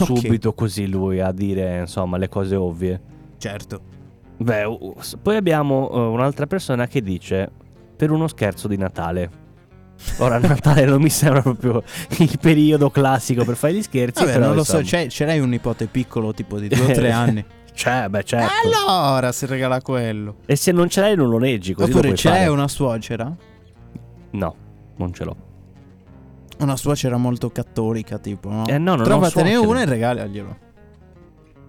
[SPEAKER 4] Ok,
[SPEAKER 3] Subito così lui a dire insomma le cose ovvie.
[SPEAKER 4] Certo.
[SPEAKER 3] Beh, u- s- poi abbiamo eh, un'altra persona che dice per uno scherzo di Natale. Ora Natale non mi sembra proprio il periodo classico per fare gli scherzi.
[SPEAKER 4] Vabbè,
[SPEAKER 3] però,
[SPEAKER 4] non lo so,
[SPEAKER 3] insomma. Eh,
[SPEAKER 4] c'è, ce l'hai un nipote piccolo tipo di 2 o 3 anni.
[SPEAKER 3] C'è, beh, certo.
[SPEAKER 4] Allora si regala quello.
[SPEAKER 3] E se non ce l'hai non lo leggi così. lo
[SPEAKER 4] Oppure
[SPEAKER 3] puoi
[SPEAKER 4] c'è
[SPEAKER 3] fare.
[SPEAKER 4] una suocera?
[SPEAKER 3] No, non ce l'ho.
[SPEAKER 4] Una suocera molto cattolica, tipo, no?
[SPEAKER 3] Eh, no, non ho
[SPEAKER 4] Trovatene
[SPEAKER 3] suocere.
[SPEAKER 4] una e regalaglielo.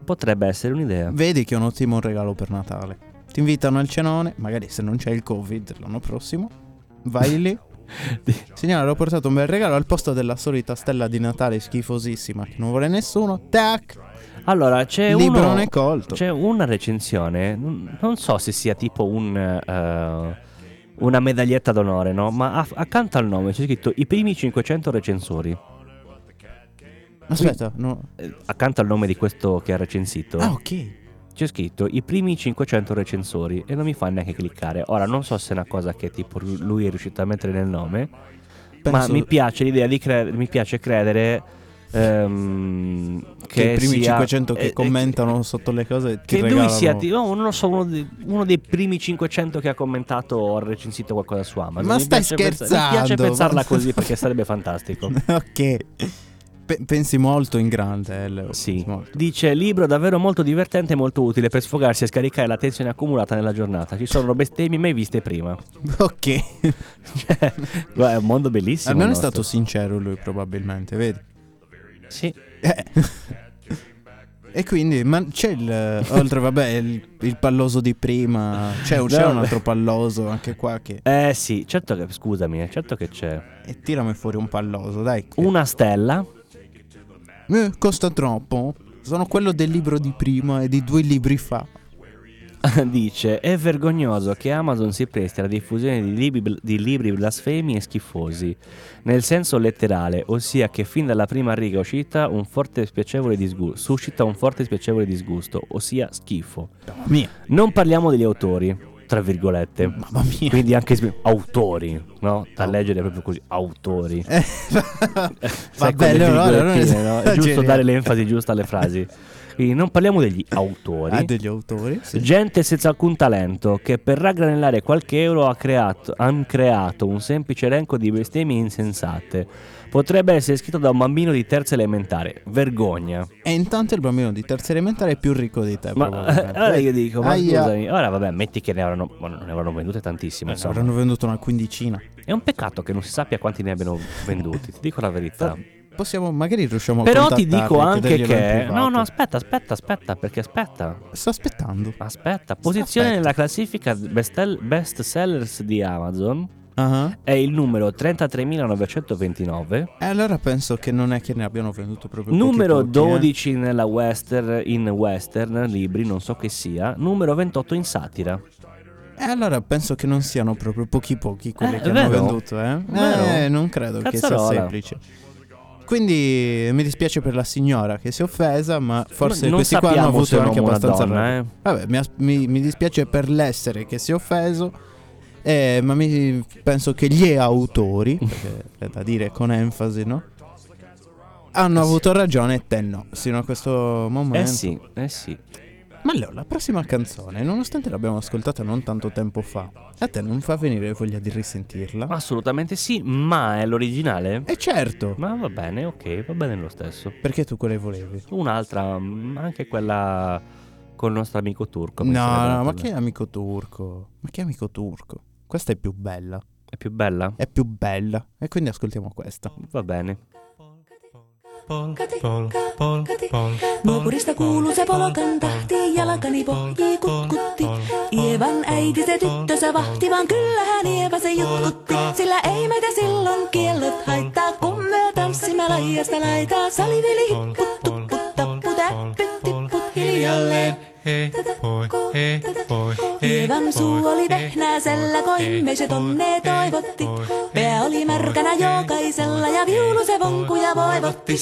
[SPEAKER 3] Potrebbe essere un'idea.
[SPEAKER 4] Vedi che è un ottimo regalo per Natale. Ti invitano al cenone, magari se non c'è il Covid l'anno prossimo, vai lì, Signora, ho portato un bel regalo al posto della solita stella di Natale schifosissima che non vuole nessuno. Tac!
[SPEAKER 3] Allora, c'è
[SPEAKER 4] Librone
[SPEAKER 3] uno,
[SPEAKER 4] colto.
[SPEAKER 3] C'è una recensione, non non so se sia tipo un, eh, una medaglietta d'onore, no? Ma a- accanto al nome c'è scritto i primi 500 recensori.
[SPEAKER 4] Aspetta, no.
[SPEAKER 3] Eh, Accanto al nome di questo che ha recensito
[SPEAKER 4] Ah, ok.
[SPEAKER 3] c'è scritto i primi 500 recensori e non mi fa neanche cliccare. Ora non so se è una cosa che tipo lui è riuscito a mettere nel nome, ma
[SPEAKER 4] Penso-
[SPEAKER 3] mi piace l'idea di cre- mi piace credere ehm, che,
[SPEAKER 4] Che i primi
[SPEAKER 3] sia-
[SPEAKER 4] 500
[SPEAKER 3] eh,
[SPEAKER 4] che
[SPEAKER 3] eh,
[SPEAKER 4] commentano sotto le cose ti
[SPEAKER 3] che lui sia
[SPEAKER 4] regalano-
[SPEAKER 3] ti- no, non lo so, uno, de- uno dei primi 500 che ha commentato o recensito qualcosa su Amazon.
[SPEAKER 4] Ma
[SPEAKER 3] Mi
[SPEAKER 4] stai
[SPEAKER 3] piace pensa-
[SPEAKER 4] scherzando?
[SPEAKER 3] mi piace pensarla
[SPEAKER 4] Ma-
[SPEAKER 3] così perché sarebbe fantastico.
[SPEAKER 4] ok. Pe- pensi molto in grande, eh, Leo.
[SPEAKER 3] Sì.
[SPEAKER 4] Pensi molto.
[SPEAKER 3] Dice libro davvero molto divertente e molto utile per sfogarsi e scaricare la tensione accumulata nella giornata. Ci sono bestemmie mai viste prima. Cioè,
[SPEAKER 4] Ok.
[SPEAKER 3] Guarda, è un mondo bellissimo.
[SPEAKER 4] Almeno
[SPEAKER 3] il
[SPEAKER 4] è
[SPEAKER 3] nostro.
[SPEAKER 4] stato sincero lui, probabilmente, vedi?
[SPEAKER 3] Sì.
[SPEAKER 4] Eh. E quindi, ma c'è il. Oltre, vabbè, il, il palloso di prima. C'è, c'è
[SPEAKER 3] No,
[SPEAKER 4] un
[SPEAKER 3] beh.
[SPEAKER 4] altro palloso anche qua che.
[SPEAKER 3] Eh sì, certo che, scusami, eh, certo che c'è.
[SPEAKER 4] E tirami fuori un palloso, dai. che-
[SPEAKER 3] Una stella.
[SPEAKER 4] Eh, costa troppo. Sono quello del libro di prima e di due libri fa.
[SPEAKER 3] Dice: È vergognoso che Amazon si presti alla diffusione di libri, di libri blasfemi e schifosi, nel senso letterale, ossia che fin dalla prima riga uscita un forte e spiacevole disgusto, suscita un forte e spiacevole disgusto, ossia schifo.
[SPEAKER 4] Mamma mia.
[SPEAKER 3] Non parliamo degli autori, tra virgolette.
[SPEAKER 4] Eh, Mamma mia.
[SPEAKER 3] Quindi anche sp- autori, no? Da leggere proprio così, autori.
[SPEAKER 4] Eh,
[SPEAKER 3] Sai,
[SPEAKER 4] Vabbè,
[SPEAKER 3] con le
[SPEAKER 4] allora, allora
[SPEAKER 3] virgolettine, no? È giusto
[SPEAKER 4] esageriamo.
[SPEAKER 3] dare l'enfasi giusta alle frasi. Quindi non parliamo degli autori.
[SPEAKER 4] Ah, degli autori. sì.
[SPEAKER 3] Gente senza alcun talento che per raggranellare qualche euro ha creato, han creato un semplice elenco di bestemmie insensate. Potrebbe essere scritto da un bambino di terza elementare. Vergogna.
[SPEAKER 4] E intanto il bambino di terza elementare è più ricco di te.
[SPEAKER 3] Ma eh,
[SPEAKER 4] probabilmente.
[SPEAKER 3] allora io dico, ma
[SPEAKER 4] Aia.
[SPEAKER 3] scusami, ora vabbè, metti che ne avranno, ma ne avranno vendute tantissime.
[SPEAKER 4] Eh,
[SPEAKER 3] insomma.
[SPEAKER 4] Avranno venduto una quindicina.
[SPEAKER 3] È un peccato che non si sappia quanti ne abbiano venduti, ti dico la verità.
[SPEAKER 4] Eh, Possiamo, magari riusciamo a
[SPEAKER 3] Però ti dico
[SPEAKER 4] contattarli,
[SPEAKER 3] anche
[SPEAKER 4] chiederglielo in
[SPEAKER 3] che...
[SPEAKER 4] privato.
[SPEAKER 3] No, no, aspetta, aspetta, aspetta, perché aspetta.
[SPEAKER 4] Sto aspettando.
[SPEAKER 3] Ah. Aspetta, posizione
[SPEAKER 4] Aspetta.
[SPEAKER 3] nella classifica bestel- best sellers di Amazon
[SPEAKER 4] Ah.
[SPEAKER 3] è il numero 33.929,
[SPEAKER 4] E allora penso che non è che ne abbiano venduto proprio
[SPEAKER 3] numero
[SPEAKER 4] pochi, pochi, eh.
[SPEAKER 3] 12 nella western, in western, libri, non so che sia, numero 28 in satira.
[SPEAKER 4] E Eh, allora penso che non siano proprio pochi pochi quelli
[SPEAKER 3] Eh,
[SPEAKER 4] che hanno
[SPEAKER 3] vero.
[SPEAKER 4] venduto, eh?
[SPEAKER 3] Vero.
[SPEAKER 4] Eh, non credo che sia
[SPEAKER 3] Cazzarola.
[SPEAKER 4] semplice. Quindi mi dispiace per la signora che si è offesa, ma forse
[SPEAKER 3] Ma non
[SPEAKER 4] questi qua hanno
[SPEAKER 3] sappiamo se è
[SPEAKER 4] avuto
[SPEAKER 3] un
[SPEAKER 4] anche
[SPEAKER 3] uomo o una
[SPEAKER 4] abbastanza
[SPEAKER 3] donna, eh.
[SPEAKER 4] ragione. Vabbè, mi, as- mi- mi dispiace per l'essere che si è offeso, eh, ma mi- penso che gli autori, perché è da dire con enfasi, no? Hanno avuto ragione e te no, sino a questo momento.
[SPEAKER 3] Eh sì, eh sì.
[SPEAKER 4] Ma Leo, la prossima canzone, nonostante l'abbiamo ascoltata non tanto tempo fa, a te non fa venire voglia di risentirla?
[SPEAKER 3] Assolutamente sì, ma è l'originale?
[SPEAKER 4] E certo!
[SPEAKER 3] Ma va bene, ok, va bene lo stesso.
[SPEAKER 4] Perché tu quelle volevi?
[SPEAKER 3] Un'altra, mm, anche quella col nostro amico turco. mi
[SPEAKER 4] no,
[SPEAKER 3] sembra
[SPEAKER 4] no, ma
[SPEAKER 3] quella.
[SPEAKER 4] che amico turco? Ma che amico turco? Questa è più bella.
[SPEAKER 3] È più bella?
[SPEAKER 4] È più bella. E quindi ascoltiamo questa.
[SPEAKER 3] Va bene.
[SPEAKER 8] Naapurista kuuluu se polokan tahti, jalkani pohjii kutkutti. Ievan äiti se tyttönsä vahti, vaan kyllähän Ieva se jutkutti. Sillä ei meitä silloin kiellot haittaa, kun me tanssimme laijasta laitaa. Salivili hippu, tuppu, tappu, täppy, tippu, hiljalleen. Ievan suu oli vehnäisellä, koimme se tonne toivotti. Pää oli märkänä jokaisella ja viulu se vonkuja voivotti.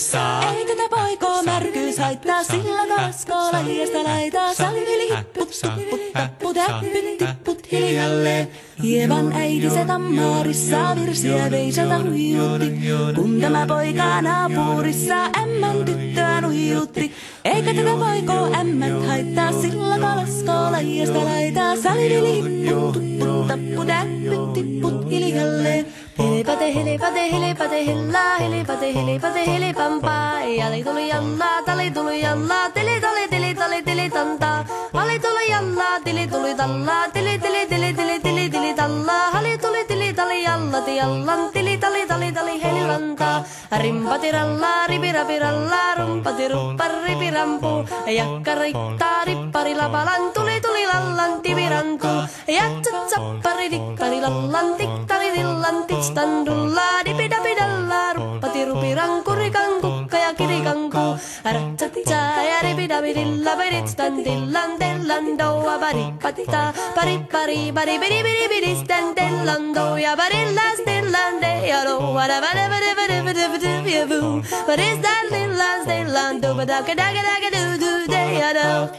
[SPEAKER 8] Ei tätä poikoo märkyys haittaa, sillä kaskoo laijasta laitaa. Salivili hipput, tipput, tapput, äppyt, tipput hiljalleen. Ievan äiti se tammaarissa virsiä veiseltä huijutti. Kun tämä poika naapurissa ämmän tyttöä nuhijutti. Eikä tätä poikoo ämmät haittaa, sillä kaskoo laijasta laitaa. Salivili hipput, tipput, tapput, äppyt, tipput hiljalleen. Hilipate, hilipate, hilipate, hillaa, hilipate, hilipate, hilipampaa. Jali tuli jallaa, tali tuli jallaa, tili tali, tili tali, tili tantaa. Hali tuli jallaa, tili tuli tallaa, tili tili, tili tili, tili tili tallaa. Hali tuli tili tali jalla, ti jallan, tili tali, tali tali, helilantaa. Rimpati rallaa, ribirapi rallaa, rumpati ruppa, ripirampu. Jakka rikkaa, rippari lapalan, tuli tuli lallan, tiviran tango. Ja tsap tsappari dikkari lallan tiktari dillan tikstan dulla dipidapidalla ruppati rupi rankuri kankukka ja kirikanko. Ratsatsa ja ripidapidilla veditstan tillan tellan doa paripatita paripari pari piri piri piri stan tellan doa parillas tillan de ja loa vare vare vare vare vare vare vare stan tillan tellan doa dake dake dake du du de ja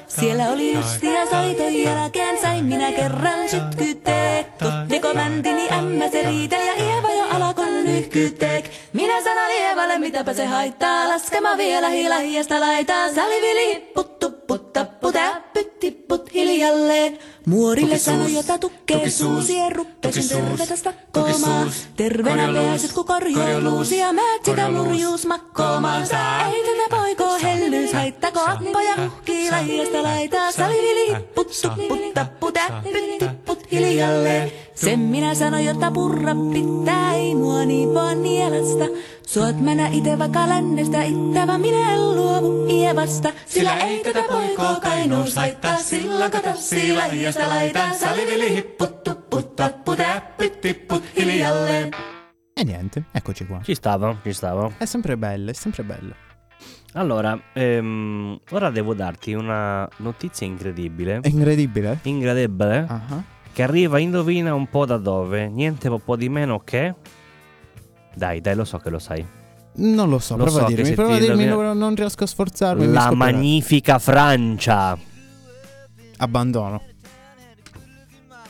[SPEAKER 8] Siellä oli ysti ja soiton jälkeen sain minä kerran sytkytek. Tottiko mäntini ämmä se riiteli ja Ieva jo alkon nyhkytek. Minä sanon Ievalle mitäpä se haittaa laskema vielä hilahiasta laitaa. Salivili hipput tupput tappu täppyt tipput hiljalleen. Muorille sanoi, jota tukkee suusie, ruppesin tervetä stakkoomaan. Tervenä pääset, kun korjoo luusia, määt sitä murjuus makkoomaan. Ei tätä poikoo hellyys, haittako appoja muhkii laiasta laitaa. Salivili hipput, tupput, tappu, täppyt, tipput hiljalleen. Sen minä sanoin, jotta purra pitää, ei mua niin vaan nielasta. Suot mänä ite vaikka lännestä ittävä, minä en luovu ievasta. Sillä ei tätä poikoo kainuus haittaa, sillä kato sillä hiasta laitaa. Salivili hipput, tupput, tappu, täppyt, tipput hiljalleen.
[SPEAKER 4] E niente, eccoci qua.
[SPEAKER 3] Ci stavo, ci stavo.
[SPEAKER 4] È sempre bello, è sempre bello.
[SPEAKER 3] Allora, ehm, ora devo darti una notizia incredibile.
[SPEAKER 4] È incredibile.
[SPEAKER 3] Incredibile.
[SPEAKER 4] Ah ah.
[SPEAKER 3] Che arriva, indovina un po' da dove. Niente un po' di meno che... Dai, dai, lo so che lo sai.
[SPEAKER 4] Non lo so,
[SPEAKER 3] Lo
[SPEAKER 4] prova
[SPEAKER 3] so
[SPEAKER 4] a
[SPEAKER 3] che
[SPEAKER 4] dirmi,
[SPEAKER 3] se
[SPEAKER 4] prova a
[SPEAKER 3] ti
[SPEAKER 4] dirmi,
[SPEAKER 3] indovina-
[SPEAKER 4] non, Ah, non riesco a sforzarmi. mi
[SPEAKER 3] La
[SPEAKER 4] scoprirò.
[SPEAKER 3] magnifica Francia.
[SPEAKER 4] Abbandono.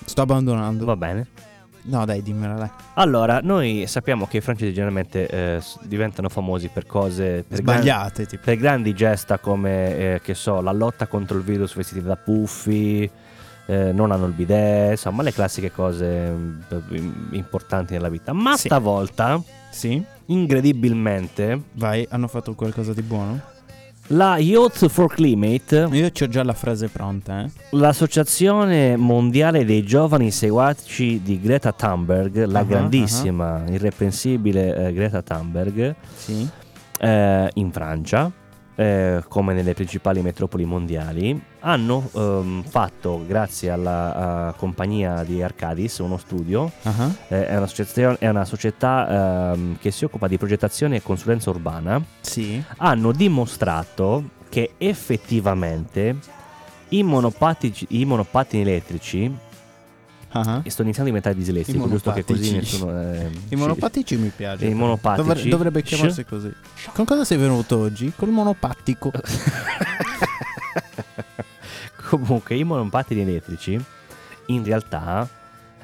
[SPEAKER 4] Sto abbandonando.
[SPEAKER 3] Va bene.
[SPEAKER 4] No, dai, dimmela, dai.
[SPEAKER 3] Allora, noi sappiamo che i francesi generalmente eh, s- diventano famosi per cose... Per gran-
[SPEAKER 4] Sbagliate, tipo.
[SPEAKER 3] per grandi gesta come, eh, che so, la lotta contro il virus vestiti da puffi, eh, non hanno il bidet, insomma le classiche cose mm, im- importanti nella vita. Ma
[SPEAKER 4] Sì.
[SPEAKER 3] stavolta,
[SPEAKER 4] Sì,
[SPEAKER 3] incredibilmente,
[SPEAKER 4] vai, hanno fatto qualcosa di buono.
[SPEAKER 3] la Youth for Climate,
[SPEAKER 4] Io ho già la frase pronta, eh.
[SPEAKER 3] l'associazione mondiale dei giovani seguaci di Greta Thunberg, la
[SPEAKER 4] Ah,
[SPEAKER 3] grandissima, irreprensibile eh, Greta Thunberg,
[SPEAKER 4] Sì.
[SPEAKER 3] eh, in Francia, eh, come nelle principali metropoli mondiali, hanno ehm, fatto, grazie alla eh, compagnia di Arcadis, uno studio,
[SPEAKER 4] Ah ah.
[SPEAKER 3] eh, è, un'associazione- è una società ehm, che si occupa di progettazione e consulenza urbana,
[SPEAKER 4] Sì.
[SPEAKER 3] hanno dimostrato che effettivamente i, monopatici- i monopattini elettrici,
[SPEAKER 4] Ah ah.
[SPEAKER 3] e sto iniziando a diventare dislessico, giusto che così
[SPEAKER 4] monopatici.
[SPEAKER 3] nessuno... ehm,
[SPEAKER 4] I
[SPEAKER 3] ci-
[SPEAKER 4] monopatici mi piace.
[SPEAKER 3] I
[SPEAKER 4] però.
[SPEAKER 3] monopatici.
[SPEAKER 4] Dovre- dovrebbe
[SPEAKER 3] Sh.
[SPEAKER 4] chiamarsi così. Con cosa sei venuto oggi? Col monopattico.
[SPEAKER 3] Comunque, i monopattini elettrici in realtà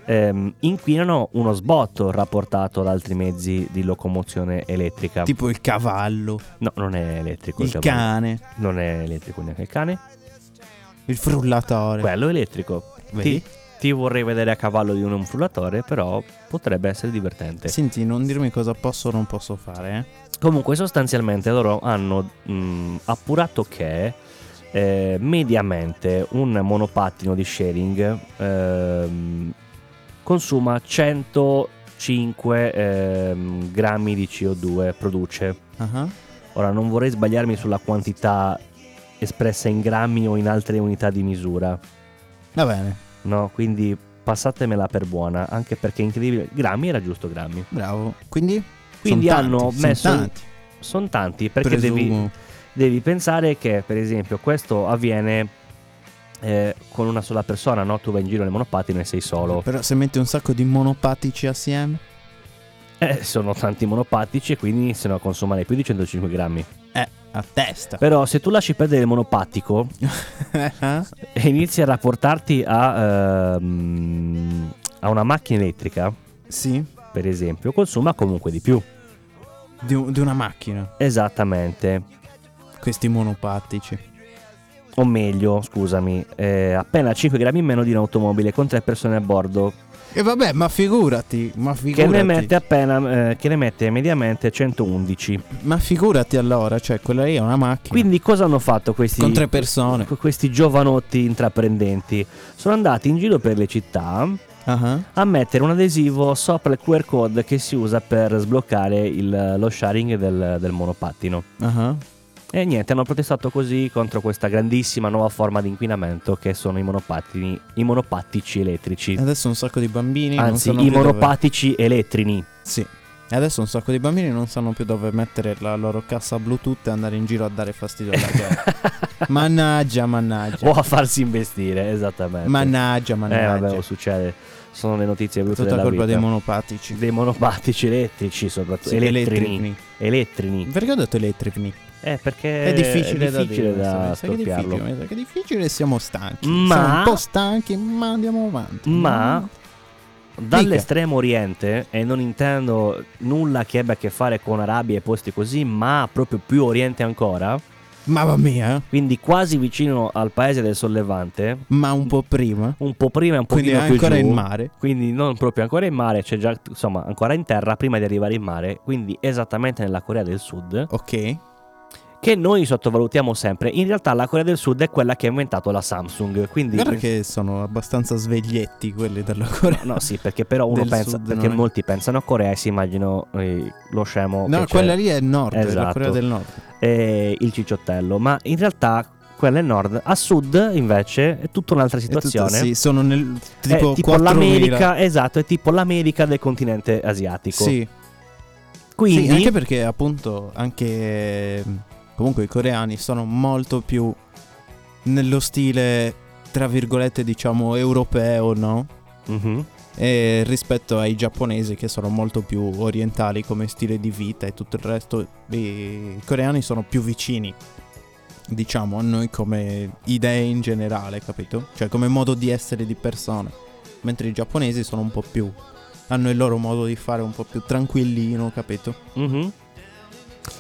[SPEAKER 3] ehm, inquinano uno sbotto rapportato ad altri mezzi di locomozione elettrica.
[SPEAKER 4] tipo il cavallo,
[SPEAKER 3] No, non è elettrico.
[SPEAKER 4] il
[SPEAKER 3] cioè,
[SPEAKER 4] cane,
[SPEAKER 3] Non è elettrico neanche il cane.
[SPEAKER 4] il frullatore.
[SPEAKER 3] Quello è elettrico.
[SPEAKER 4] Eh. Vedi?
[SPEAKER 3] Ti, ti vorrei vedere a cavallo di un frullatore, però potrebbe essere divertente.
[SPEAKER 4] Senti, non dirmi cosa posso o non posso fare, eh.
[SPEAKER 3] Comunque, sostanzialmente loro hanno mh, appurato che eh, mediamente un monopattino di sharing ehm, consuma 105 ehm, grammi di CO2 produce.
[SPEAKER 4] Ah ah.
[SPEAKER 3] Ora non vorrei sbagliarmi sulla quantità espressa in grammi o in altre unità di misura,
[SPEAKER 4] Va bene,
[SPEAKER 3] no? Quindi passatemela per buona, anche perché è incredibile, grammi era giusto grammi.
[SPEAKER 4] bravo. Quindi?
[SPEAKER 3] Quindi
[SPEAKER 4] Son
[SPEAKER 3] hanno
[SPEAKER 4] tanti, son
[SPEAKER 3] messo-
[SPEAKER 4] tanti,
[SPEAKER 3] Sono tanti perché devi
[SPEAKER 4] presumo.
[SPEAKER 3] devi pensare che, per esempio, questo avviene eh, con una sola persona, no? Tu vai in giro nel monopattino e sei solo.
[SPEAKER 4] Però se metti un sacco di monopatici assieme,
[SPEAKER 3] Eh, sono tanti monopattici e quindi iniziano a consumare più di 105 grammi.
[SPEAKER 4] eh, a testa.
[SPEAKER 3] Però se tu lasci perdere il monopattico e inizi a rapportarti a, ehm, a una macchina elettrica,
[SPEAKER 4] sì,
[SPEAKER 3] per esempio, consuma comunque di più.
[SPEAKER 4] di, un- di una macchina,
[SPEAKER 3] Esattamente.
[SPEAKER 4] questi monopatici.
[SPEAKER 3] o meglio, scusami, eh, appena 5 grammi in meno di un'automobile con 3 persone a bordo,
[SPEAKER 4] E vabbè, ma figurati, ma
[SPEAKER 3] che
[SPEAKER 4] figurati.
[SPEAKER 3] ne mette appena eh, che ne mette mediamente 111
[SPEAKER 4] Ma figurati allora, cioè quella lì è una macchina
[SPEAKER 3] quindi Ecco. cosa hanno fatto questi
[SPEAKER 4] con tre persone.
[SPEAKER 3] que- questi giovanotti intraprendenti sono andati in giro per le città
[SPEAKER 4] Ah ah.
[SPEAKER 3] a mettere un adesivo sopra il QR code che si usa per sbloccare il- lo sharing del, del monopattino
[SPEAKER 4] Ah ah.
[SPEAKER 3] E niente, hanno protestato così contro questa grandissima nuova forma di inquinamento che sono i monopattini, i monopattici elettrici.
[SPEAKER 4] Adesso un sacco di bambini Eh, non
[SPEAKER 3] Anzi,
[SPEAKER 4] sanno
[SPEAKER 3] i
[SPEAKER 4] più dove-
[SPEAKER 3] monopattici elettrini.
[SPEAKER 4] Sì. E adesso un sacco di bambini non sanno più dove mettere la loro cassa Bluetooth e andare in giro a dare fastidio alla gente. mannaggia, mannaggia.
[SPEAKER 3] o a farsi investire, esattamente.
[SPEAKER 4] Mannaggia,
[SPEAKER 3] Eh,
[SPEAKER 4] mannaggia.
[SPEAKER 3] vabbè, oh, succede. Sono le notizie brutte
[SPEAKER 4] Tutta
[SPEAKER 3] della
[SPEAKER 4] colpa
[SPEAKER 3] vita.
[SPEAKER 4] dei monopatici.
[SPEAKER 3] Dei monopattici elettrici, soprattutto.
[SPEAKER 4] Sì,
[SPEAKER 3] elettrini.
[SPEAKER 4] elettrici.
[SPEAKER 3] elettrini.
[SPEAKER 4] Perché ho detto elettrici?
[SPEAKER 3] Eh, perché
[SPEAKER 4] È difficile,
[SPEAKER 3] è difficile
[SPEAKER 4] da dire.
[SPEAKER 3] da,
[SPEAKER 4] mi sa che è
[SPEAKER 3] stoppiarlo.
[SPEAKER 4] difficile, mi sa che è difficile e siamo stanchi.
[SPEAKER 3] Ma-
[SPEAKER 4] Siamo un po' stanchi, ma andiamo avanti.
[SPEAKER 3] Ma dall'estremo oriente, e non intendo nulla che abbia a che fare con Arabia e posti così, ma proprio più oriente ancora,
[SPEAKER 4] Mamma mia,
[SPEAKER 3] quindi quasi vicino al paese del sollevante,
[SPEAKER 4] ma un po' prima.
[SPEAKER 3] un po' prima e un
[SPEAKER 4] Quindi
[SPEAKER 3] pochino più
[SPEAKER 4] ancora
[SPEAKER 3] giù,
[SPEAKER 4] in mare.
[SPEAKER 3] Quindi non proprio ancora in mare, c'è già insomma ancora in terra prima di arrivare in mare, quindi esattamente nella Corea del Sud,
[SPEAKER 4] Ok.
[SPEAKER 3] che noi sottovalutiamo sempre. In realtà la Corea del Sud è quella che ha inventato la Samsung, quindi
[SPEAKER 4] Guarda che sono abbastanza sveglietti quelli della Corea.
[SPEAKER 3] No, sì, perché però uno
[SPEAKER 4] Del
[SPEAKER 3] pensa,
[SPEAKER 4] sud,
[SPEAKER 3] perché
[SPEAKER 4] non è-
[SPEAKER 3] molti pensano a Corea e si immaginano eh, lo scemo
[SPEAKER 4] No,
[SPEAKER 3] che c'è,
[SPEAKER 4] quella lì è il nord, è la
[SPEAKER 3] Esatto.
[SPEAKER 4] Corea del Nord.
[SPEAKER 3] eh, il cicciottello, ma in realtà quella è nord, a sud invece è tutta un'altra
[SPEAKER 4] È tutta-
[SPEAKER 3] situazione.
[SPEAKER 4] sì, sono nel
[SPEAKER 3] È
[SPEAKER 4] tipo,
[SPEAKER 3] tipo
[SPEAKER 4] 4.000.
[SPEAKER 3] l'America, esatto, è tipo l'America del continente asiatico.
[SPEAKER 4] Sì.
[SPEAKER 3] Quindi
[SPEAKER 4] Sì, anche perché appunto anche comunque i coreani sono molto più nello stile tra virgolette diciamo europeo, no?
[SPEAKER 3] Mhm.
[SPEAKER 4] E rispetto ai giapponesi che sono molto più orientali come stile di vita e tutto il resto, i coreani sono più vicini diciamo a noi come idee in generale, capito? Cioè come modo di essere di persone, mentre i giapponesi sono un po' più hanno il loro modo di fare un po' più tranquillino, capito?
[SPEAKER 3] Mhm.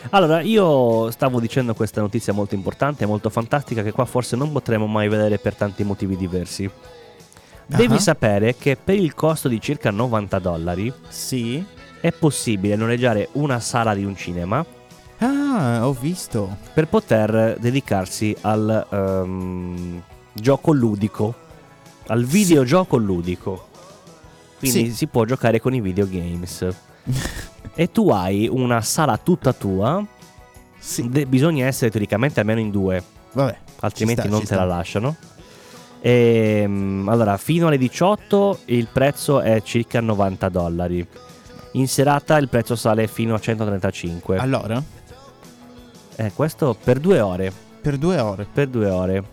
[SPEAKER 3] Allora, io stavo dicendo questa notizia molto importante, molto fantastica, che qua forse non potremo mai vedere per tanti motivi diversi. Devi
[SPEAKER 4] Ah.
[SPEAKER 3] sapere che per il costo di circa 90 dollari
[SPEAKER 4] Sì.
[SPEAKER 3] è possibile noleggiare una sala di un cinema
[SPEAKER 4] Ah, ho visto.
[SPEAKER 3] per poter dedicarsi al ehm, gioco ludico, al videogioco ludico. Quindi
[SPEAKER 4] Sì.
[SPEAKER 3] si può giocare con i videogames. e tu hai una sala tutta tua
[SPEAKER 4] Sì.
[SPEAKER 3] De- bisogna essere teoricamente almeno in due,
[SPEAKER 4] Vabbè.
[SPEAKER 3] altrimenti
[SPEAKER 4] Ci sta,
[SPEAKER 3] non
[SPEAKER 4] ci
[SPEAKER 3] te
[SPEAKER 4] sta.
[SPEAKER 3] la lasciano. Ehm, allora, fino alle 18 il prezzo è circa 90 dollari. In serata il prezzo sale fino a 135.
[SPEAKER 4] Allora,
[SPEAKER 3] Eh, questo per due ore.
[SPEAKER 4] per due ore.
[SPEAKER 3] Per due ore.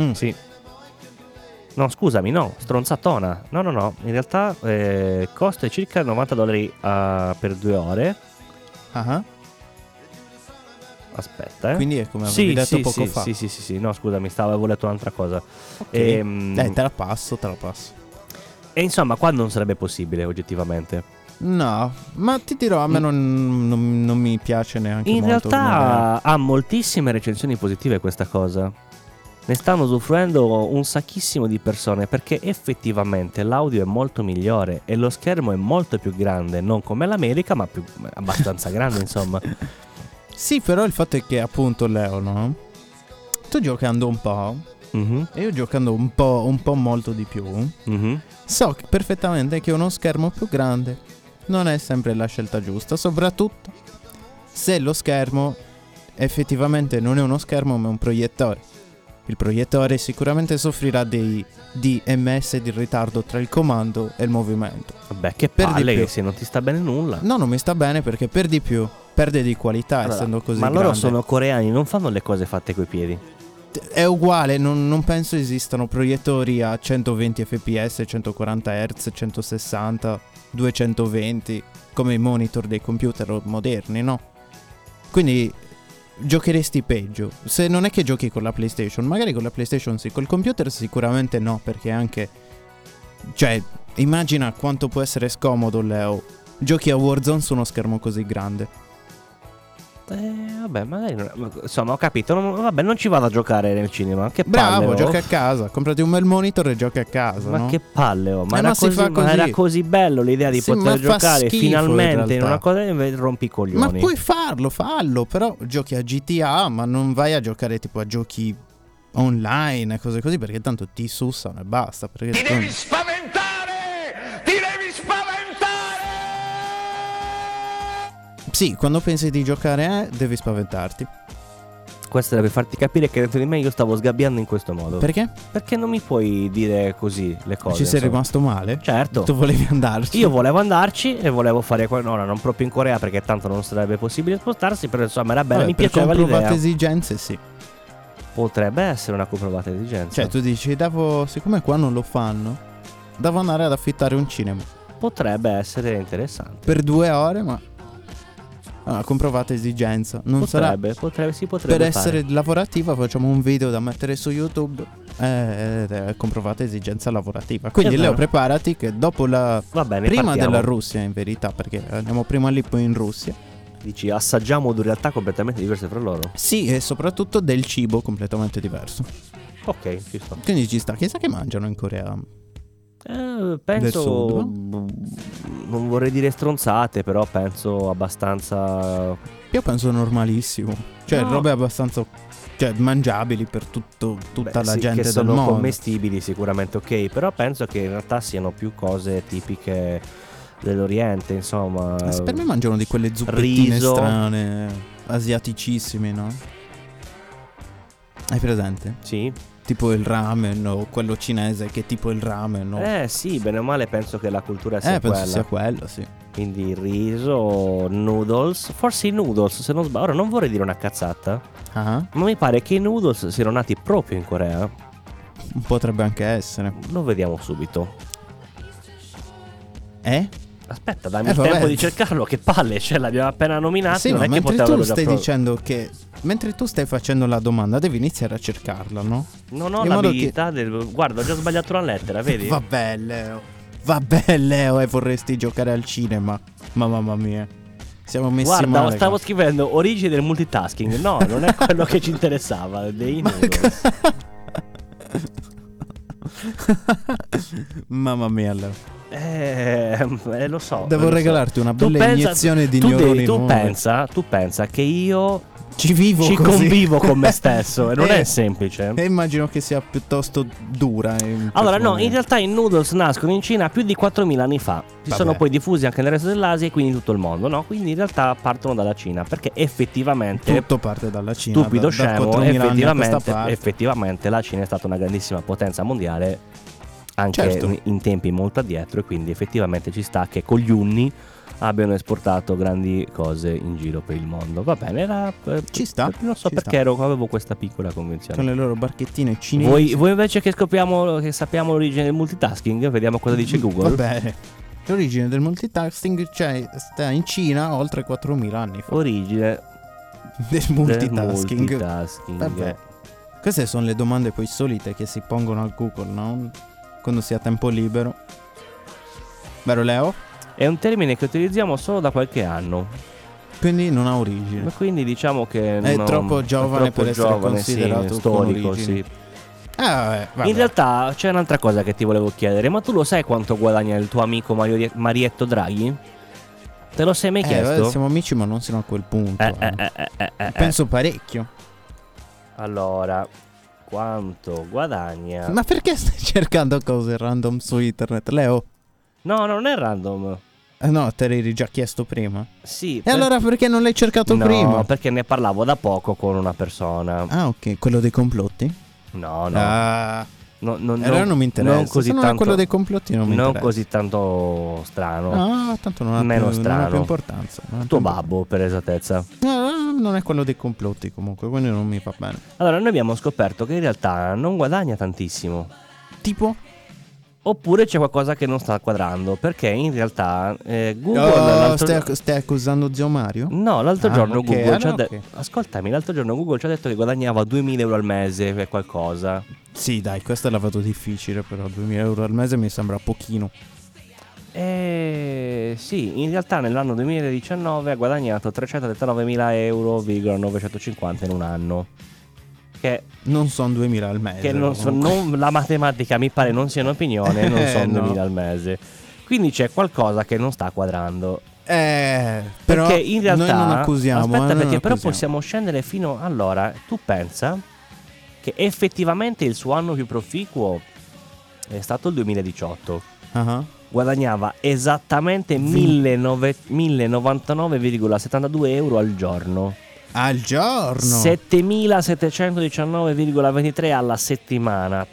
[SPEAKER 4] Mm.
[SPEAKER 3] Sì. No, scusami, no, stronzatona. No, no, no. In realtà eh, il costo è circa 90 dollari ah, per due ore.
[SPEAKER 4] Ah, ah.
[SPEAKER 3] Aspetta, eh.
[SPEAKER 4] Quindi è come avevi
[SPEAKER 3] sì,
[SPEAKER 4] detto
[SPEAKER 3] sì,
[SPEAKER 4] poco
[SPEAKER 3] sì,
[SPEAKER 4] fa.
[SPEAKER 3] Sì, sì, sì, sì. no, scusami, stavo, avevo letto un'altra cosa.
[SPEAKER 4] Ok.
[SPEAKER 3] Ehm,
[SPEAKER 4] Dai, te la passo, te la passo.
[SPEAKER 3] E insomma, qua non sarebbe possibile, oggettivamente.
[SPEAKER 4] No, ma ti dirò, a me non, non- non mi piace neanche
[SPEAKER 3] In
[SPEAKER 4] molto. come idea.
[SPEAKER 3] realtà ha moltissime recensioni positive questa cosa. Ne stanno usufruendo un sacchissimo di persone perché effettivamente l'audio è molto migliore e lo schermo è molto più grande, non come l'America, ma più, abbastanza grande, insomma.
[SPEAKER 4] Sì, però il fatto è che appunto Leo, no? Tu giocando un po',
[SPEAKER 3] Mhm,
[SPEAKER 4] e io giocando un po', un po' molto di più,
[SPEAKER 3] mhm.
[SPEAKER 4] So che- perfettamente che uno schermo più grande non è sempre la scelta giusta, soprattutto se lo schermo effettivamente non è uno schermo ma un proiettore. Il proiettore sicuramente soffrirà dei DMS di ritardo tra il comando e il movimento.
[SPEAKER 3] Vabbè, che
[SPEAKER 4] Per di
[SPEAKER 3] palle
[SPEAKER 4] più.
[SPEAKER 3] che se non ti sta bene nulla.
[SPEAKER 4] No, non mi sta bene perché per di più perde di qualità
[SPEAKER 3] Allora,
[SPEAKER 4] essendo così
[SPEAKER 3] ma
[SPEAKER 4] grande.
[SPEAKER 3] loro sono coreani, non fanno le cose fatte coi piedi.
[SPEAKER 4] È uguale, non, non penso esistano proiettori a 120 fps, 140 Hz, 160, 220 come i monitor dei computer moderni, no? Quindi giocheresti peggio. Se non è che giochi con la PlayStation, magari con la PlayStation sì, col computer sicuramente no, perché anche... Cioè, immagina quanto può essere scomodo, Leo. Giochi a Warzone su uno schermo così grande.
[SPEAKER 3] Eh, vabbè, magari non... Insomma, ho capito. non- Vabbè, non ci vado a giocare nel cinema. Che palle.
[SPEAKER 4] Bravo,
[SPEAKER 3] oh.
[SPEAKER 4] gioca a casa, comprati un bel monitor e gioca a casa.
[SPEAKER 3] Ma
[SPEAKER 4] no?
[SPEAKER 3] che palle, oh. ma,
[SPEAKER 4] Eh,
[SPEAKER 3] era
[SPEAKER 4] ma si
[SPEAKER 3] così,
[SPEAKER 4] fa
[SPEAKER 3] ma era
[SPEAKER 4] così.
[SPEAKER 3] così bello l'idea di
[SPEAKER 4] Sì, ma
[SPEAKER 3] poter
[SPEAKER 4] fa
[SPEAKER 3] giocare
[SPEAKER 4] schifo, in
[SPEAKER 3] finalmente in
[SPEAKER 4] realtà.
[SPEAKER 3] una cosa e rompi i
[SPEAKER 4] Ma
[SPEAKER 3] coglioni.
[SPEAKER 4] puoi farlo, fallo, però giochi a GTA, ma non vai a giocare tipo a giochi online, cose così, perché tanto ti sussano e basta. Perché
[SPEAKER 5] Ti
[SPEAKER 4] tu-
[SPEAKER 5] devi spaventare! Ti devi spaventare!
[SPEAKER 3] Oh,
[SPEAKER 4] Sì, quando pensi di giocare, eh, devi spaventarti.
[SPEAKER 3] Questo era per farti capire che dentro di me io stavo sgabbiando in questo modo.
[SPEAKER 4] Perché?
[SPEAKER 3] Perché non mi puoi dire così le cose?
[SPEAKER 4] Ci sei
[SPEAKER 3] insomma?
[SPEAKER 4] rimasto male?
[SPEAKER 3] Certo.
[SPEAKER 4] Tu volevi andarci?
[SPEAKER 3] Io volevo andarci e volevo fare qua- no, no, non proprio in Corea perché tanto non sarebbe possibile spostarsi, però insomma era bello,
[SPEAKER 4] Vabbè,
[SPEAKER 3] mi
[SPEAKER 4] per
[SPEAKER 3] piaceva l'idea.
[SPEAKER 4] comprovate esigenze, sì.
[SPEAKER 3] Potrebbe essere una comprovata esigenza.
[SPEAKER 4] Cioè, tu dici, devo, siccome qua non lo fanno, devo andare ad affittare un cinema.
[SPEAKER 3] Potrebbe essere interessante.
[SPEAKER 4] Per due ore, ma... È una comprovata esigenza. Non sarà...
[SPEAKER 3] potrebbe, potrebbe, si potrebbe
[SPEAKER 4] Per
[SPEAKER 3] fare.
[SPEAKER 4] essere lavorativa facciamo un video da mettere su YouTube. Eh, eh, comprovata esigenza lavorativa. Quindi
[SPEAKER 3] È vero.
[SPEAKER 4] Leo preparati che dopo la...
[SPEAKER 3] Va bene,
[SPEAKER 4] prima
[SPEAKER 3] partiamo.
[SPEAKER 4] della Russia in verità, perché andiamo prima lì poi in Russia.
[SPEAKER 3] Dici, assaggiamo due realtà completamente diverse fra loro.
[SPEAKER 4] Sì, e soprattutto del cibo completamente diverso.
[SPEAKER 3] Ok, ci sto.
[SPEAKER 4] Quindi ci sta, chissà che mangiano in Corea.
[SPEAKER 3] Eh,
[SPEAKER 4] sud,
[SPEAKER 3] penso.
[SPEAKER 4] no?
[SPEAKER 3] mh, Non vorrei dire stronzate, però penso abbastanza.
[SPEAKER 4] Io penso normalissimo. Cioè,
[SPEAKER 3] No.
[SPEAKER 4] robe abbastanza. Cioè, mangiabili per tutto- tutta
[SPEAKER 3] beh,
[SPEAKER 4] la
[SPEAKER 3] sì,
[SPEAKER 4] gente
[SPEAKER 3] che
[SPEAKER 4] del
[SPEAKER 3] sono
[SPEAKER 4] mondo.
[SPEAKER 3] commestibili, sicuramente ok. Però penso che in realtà siano più cose tipiche dell'Oriente, insomma.
[SPEAKER 4] Ma se Eh, Per me mangiano di quelle zuppettine
[SPEAKER 3] riso.
[SPEAKER 4] strane. Asiaticissime, no? Hai presente?
[SPEAKER 3] Sì.
[SPEAKER 4] Tipo il ramen o quello cinese che è tipo il ramen. o-
[SPEAKER 3] Eh sì, bene o male penso che la cultura sia
[SPEAKER 4] Eh, penso
[SPEAKER 3] quella.
[SPEAKER 4] sia quello, sì.
[SPEAKER 3] Quindi riso, noodles, forse i noodles se non sbaglio. Ora non vorrei dire una cazzata,
[SPEAKER 4] Ah,
[SPEAKER 3] ma mi pare che i noodles siano nati proprio in Corea.
[SPEAKER 4] potrebbe anche essere.
[SPEAKER 3] Lo vediamo subito.
[SPEAKER 4] Eh?
[SPEAKER 3] Aspetta, dammi
[SPEAKER 4] Eh,
[SPEAKER 3] il
[SPEAKER 4] vabbè.
[SPEAKER 3] tempo di cercarlo, che palle, ce l'abbiamo appena nominato.
[SPEAKER 4] sì,
[SPEAKER 3] non
[SPEAKER 4] ma
[SPEAKER 3] è che
[SPEAKER 4] mentre
[SPEAKER 3] potevano
[SPEAKER 4] tu
[SPEAKER 3] già
[SPEAKER 4] stai
[SPEAKER 3] pro-
[SPEAKER 4] dicendo che. Mentre tu stai facendo la domanda, devi iniziare a cercarla, no?
[SPEAKER 3] Non ho
[SPEAKER 4] in modo
[SPEAKER 3] l'abilità del... Guarda, ho già sbagliato una lettera, vedi?
[SPEAKER 4] Vabbè, Leo. Vabbè, Leo, oh, e vorresti giocare al cinema. Ma mamma mia. Siamo messi
[SPEAKER 3] Guarda,
[SPEAKER 4] male.
[SPEAKER 3] stavo
[SPEAKER 4] qua.
[SPEAKER 3] scrivendo origine del multitasking. No, non è quello che ci interessava. Dei noodles.
[SPEAKER 4] mamma mia, Leo.
[SPEAKER 3] Eh, eh, lo so.
[SPEAKER 4] Devo
[SPEAKER 3] lo so.
[SPEAKER 4] regalarti una
[SPEAKER 3] Tu
[SPEAKER 4] bella
[SPEAKER 3] pensa-
[SPEAKER 4] iniezione di
[SPEAKER 3] tu devi-
[SPEAKER 4] neuroni
[SPEAKER 3] tu,
[SPEAKER 4] nuovi.
[SPEAKER 3] pensa, tu pensa che io
[SPEAKER 4] Ci vivo
[SPEAKER 3] ci
[SPEAKER 4] così.
[SPEAKER 3] convivo con me stesso e non
[SPEAKER 4] Eh,
[SPEAKER 3] è semplice.
[SPEAKER 4] E immagino che sia piuttosto dura. in
[SPEAKER 3] Allora,
[SPEAKER 4] questo
[SPEAKER 3] no, in
[SPEAKER 4] momento.
[SPEAKER 3] realtà i noodles nascono in Cina più di 4.000 anni fa. Si
[SPEAKER 4] Vabbè.
[SPEAKER 3] sono poi diffusi anche nel resto dell'Asia e quindi in tutto il mondo, no? Quindi in realtà partono dalla Cina perché effettivamente.
[SPEAKER 4] Tutto parte dalla Cina.
[SPEAKER 3] Stupido
[SPEAKER 4] da, da
[SPEAKER 3] scemo,
[SPEAKER 4] 4.000 anni a questa
[SPEAKER 3] effettivamente,
[SPEAKER 4] parte.
[SPEAKER 3] effettivamente la Cina è stata una grandissima potenza mondiale anche
[SPEAKER 4] Certo.
[SPEAKER 3] in- in tempi molto addietro e quindi effettivamente ci sta che con gli unni abbiano esportato grandi cose in giro per il mondo. Va bene, era, eh,
[SPEAKER 4] Ci sta,
[SPEAKER 3] Non so
[SPEAKER 4] ci
[SPEAKER 3] perché
[SPEAKER 4] sta.
[SPEAKER 3] ero- avevo questa piccola convinzione.
[SPEAKER 4] Con le loro barchettine cinesi.
[SPEAKER 3] Voi, voi invece che scopriamo, che sappiamo l'origine del multitasking, vediamo cosa dice Google.
[SPEAKER 4] Mm, Va bene. L'origine del multitasking c'è sta in Cina oltre 4.000 anni fa.
[SPEAKER 3] Origine
[SPEAKER 4] Del
[SPEAKER 3] del
[SPEAKER 4] multitasking.
[SPEAKER 3] multitasking.
[SPEAKER 4] Vabbè. Queste sono le domande poi solite che si pongono al Google, no? Quando si ha tempo libero. Vero Leo?
[SPEAKER 3] È un termine che utilizziamo solo da qualche anno.
[SPEAKER 4] Quindi non ha
[SPEAKER 3] Ma
[SPEAKER 4] origine.
[SPEAKER 3] quindi diciamo che
[SPEAKER 4] È
[SPEAKER 3] non-
[SPEAKER 4] troppo giovane
[SPEAKER 3] troppo
[SPEAKER 4] per essere
[SPEAKER 3] giovane,
[SPEAKER 4] considerato
[SPEAKER 3] sì,
[SPEAKER 4] con
[SPEAKER 3] storico,
[SPEAKER 4] origini.
[SPEAKER 3] sì.
[SPEAKER 4] Ah, vabbè, vabbè.
[SPEAKER 3] In realtà c'è un'altra cosa che ti volevo chiedere, ma tu lo sai quanto guadagna il tuo amico Mario- Marietto Draghi? Te lo sei mai
[SPEAKER 4] Eh,
[SPEAKER 3] chiesto?
[SPEAKER 4] vabbè, siamo amici ma non sono a quel punto.
[SPEAKER 3] Eh, eh,
[SPEAKER 4] eh.
[SPEAKER 3] eh, eh, eh, eh.
[SPEAKER 4] Penso parecchio.
[SPEAKER 3] Allora, quanto guadagna?
[SPEAKER 4] Ma perché stai cercando cose random su internet, Leo?
[SPEAKER 3] No, non è random.
[SPEAKER 4] Eh, no, te l'hai già chiesto prima.
[SPEAKER 3] Sì.
[SPEAKER 4] E allora perché non l'hai cercato
[SPEAKER 3] Eh. no,
[SPEAKER 4] prima?
[SPEAKER 3] perché ne parlavo da poco con una persona.
[SPEAKER 4] Ah, ok, quello dei complotti?
[SPEAKER 3] No, no.
[SPEAKER 4] Ah,
[SPEAKER 3] no, no, no,
[SPEAKER 4] allora non mi interessa.
[SPEAKER 3] Non così
[SPEAKER 4] Se non è
[SPEAKER 3] tanto
[SPEAKER 4] quello dei complotti non mi
[SPEAKER 3] non
[SPEAKER 4] interessa.
[SPEAKER 3] così tanto strano.
[SPEAKER 4] Ah, tanto non ha,
[SPEAKER 3] Meno
[SPEAKER 4] più, non ha
[SPEAKER 3] strano.
[SPEAKER 4] più importanza. non ha
[SPEAKER 3] Tuo
[SPEAKER 4] più
[SPEAKER 3] babbo, per esattezza.
[SPEAKER 4] No, non è quello dei complotti comunque, quindi non mi fa bene.
[SPEAKER 3] Allora, noi abbiamo scoperto che in realtà non guadagna tantissimo.
[SPEAKER 4] Tipo?
[SPEAKER 3] Oppure c'è qualcosa che non sta quadrando, perché in realtà eh, Google...
[SPEAKER 4] Oh,
[SPEAKER 3] l'altro- Mm.
[SPEAKER 4] stai, stai accusando zio Mario?
[SPEAKER 3] No, l'altro
[SPEAKER 4] Ah,
[SPEAKER 3] giorno
[SPEAKER 4] ok,
[SPEAKER 3] Google ci ha
[SPEAKER 4] allora
[SPEAKER 3] detto...
[SPEAKER 4] ok.
[SPEAKER 3] Ascoltami, l'altro giorno Google ci ha detto che guadagnava 2000 euro al mese per qualcosa.
[SPEAKER 4] Sì, dai, questo è lavato difficile, però 2000 euro al mese mi sembra pochino.
[SPEAKER 3] E Eh, sì, in realtà nell'anno 2019 ha guadagnato 339.950 in un anno. Che,
[SPEAKER 4] Non sono 2000 al mese.
[SPEAKER 3] che non so-
[SPEAKER 4] comunque.
[SPEAKER 3] non- la matematica mi pare non sia un'opinione, non
[SPEAKER 4] Eh,
[SPEAKER 3] sono
[SPEAKER 4] no.
[SPEAKER 3] 2000 al mese. Quindi c'è qualcosa che non sta quadrando.
[SPEAKER 4] Eh, però
[SPEAKER 3] perché in realtà
[SPEAKER 4] noi non accusiamo. eh,
[SPEAKER 3] aspetta
[SPEAKER 4] noi non
[SPEAKER 3] perché però
[SPEAKER 4] accusiamo.
[SPEAKER 3] possiamo scendere fino allora tu pensa che effettivamente il suo anno più proficuo è stato il 2018
[SPEAKER 4] Ah, ah.
[SPEAKER 3] guadagnava esattamente 1009 1099,72 euro al giorno
[SPEAKER 4] Al giorno.
[SPEAKER 3] 7.719,23 alla settimana,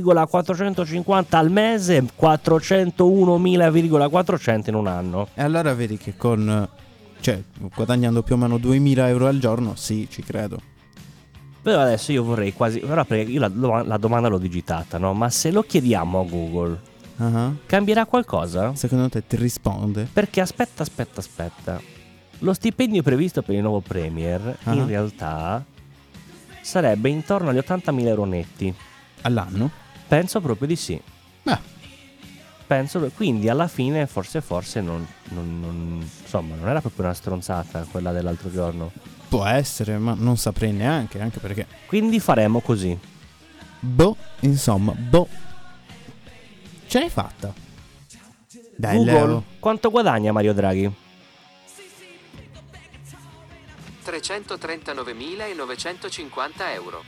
[SPEAKER 3] 33.450 al mese, 401.400 in un anno.
[SPEAKER 4] E allora vedi che con... eh, Cioè, guadagnando più o meno 2000 euro al giorno, sì, ci credo.
[SPEAKER 3] Però adesso io vorrei quasi... Però perché io la, doma- la domanda l'ho digitata, no? Ma se lo chiediamo a Google,
[SPEAKER 4] Ah,
[SPEAKER 3] cambierà qualcosa?
[SPEAKER 4] Secondo te ti risponde?
[SPEAKER 3] Perché aspetta, aspetta, aspetta. Lo stipendio previsto per il nuovo Premier
[SPEAKER 4] Ah.
[SPEAKER 3] in realtà sarebbe intorno agli 80.000 euro netti.
[SPEAKER 4] All'anno?
[SPEAKER 3] Penso proprio di sì.
[SPEAKER 4] Beh,
[SPEAKER 3] Penso, quindi alla fine forse forse non, non- non- insomma, non era proprio una stronzata quella dell'altro giorno.
[SPEAKER 4] può essere, ma non saprei neanche, anche perché...
[SPEAKER 3] Quindi faremo così.
[SPEAKER 4] Boh, insomma, boh. Ce l'hai fatta. Dai,
[SPEAKER 3] Google,
[SPEAKER 4] Leo.
[SPEAKER 3] quanto guadagna Mario Draghi?
[SPEAKER 9] 339.950 euro.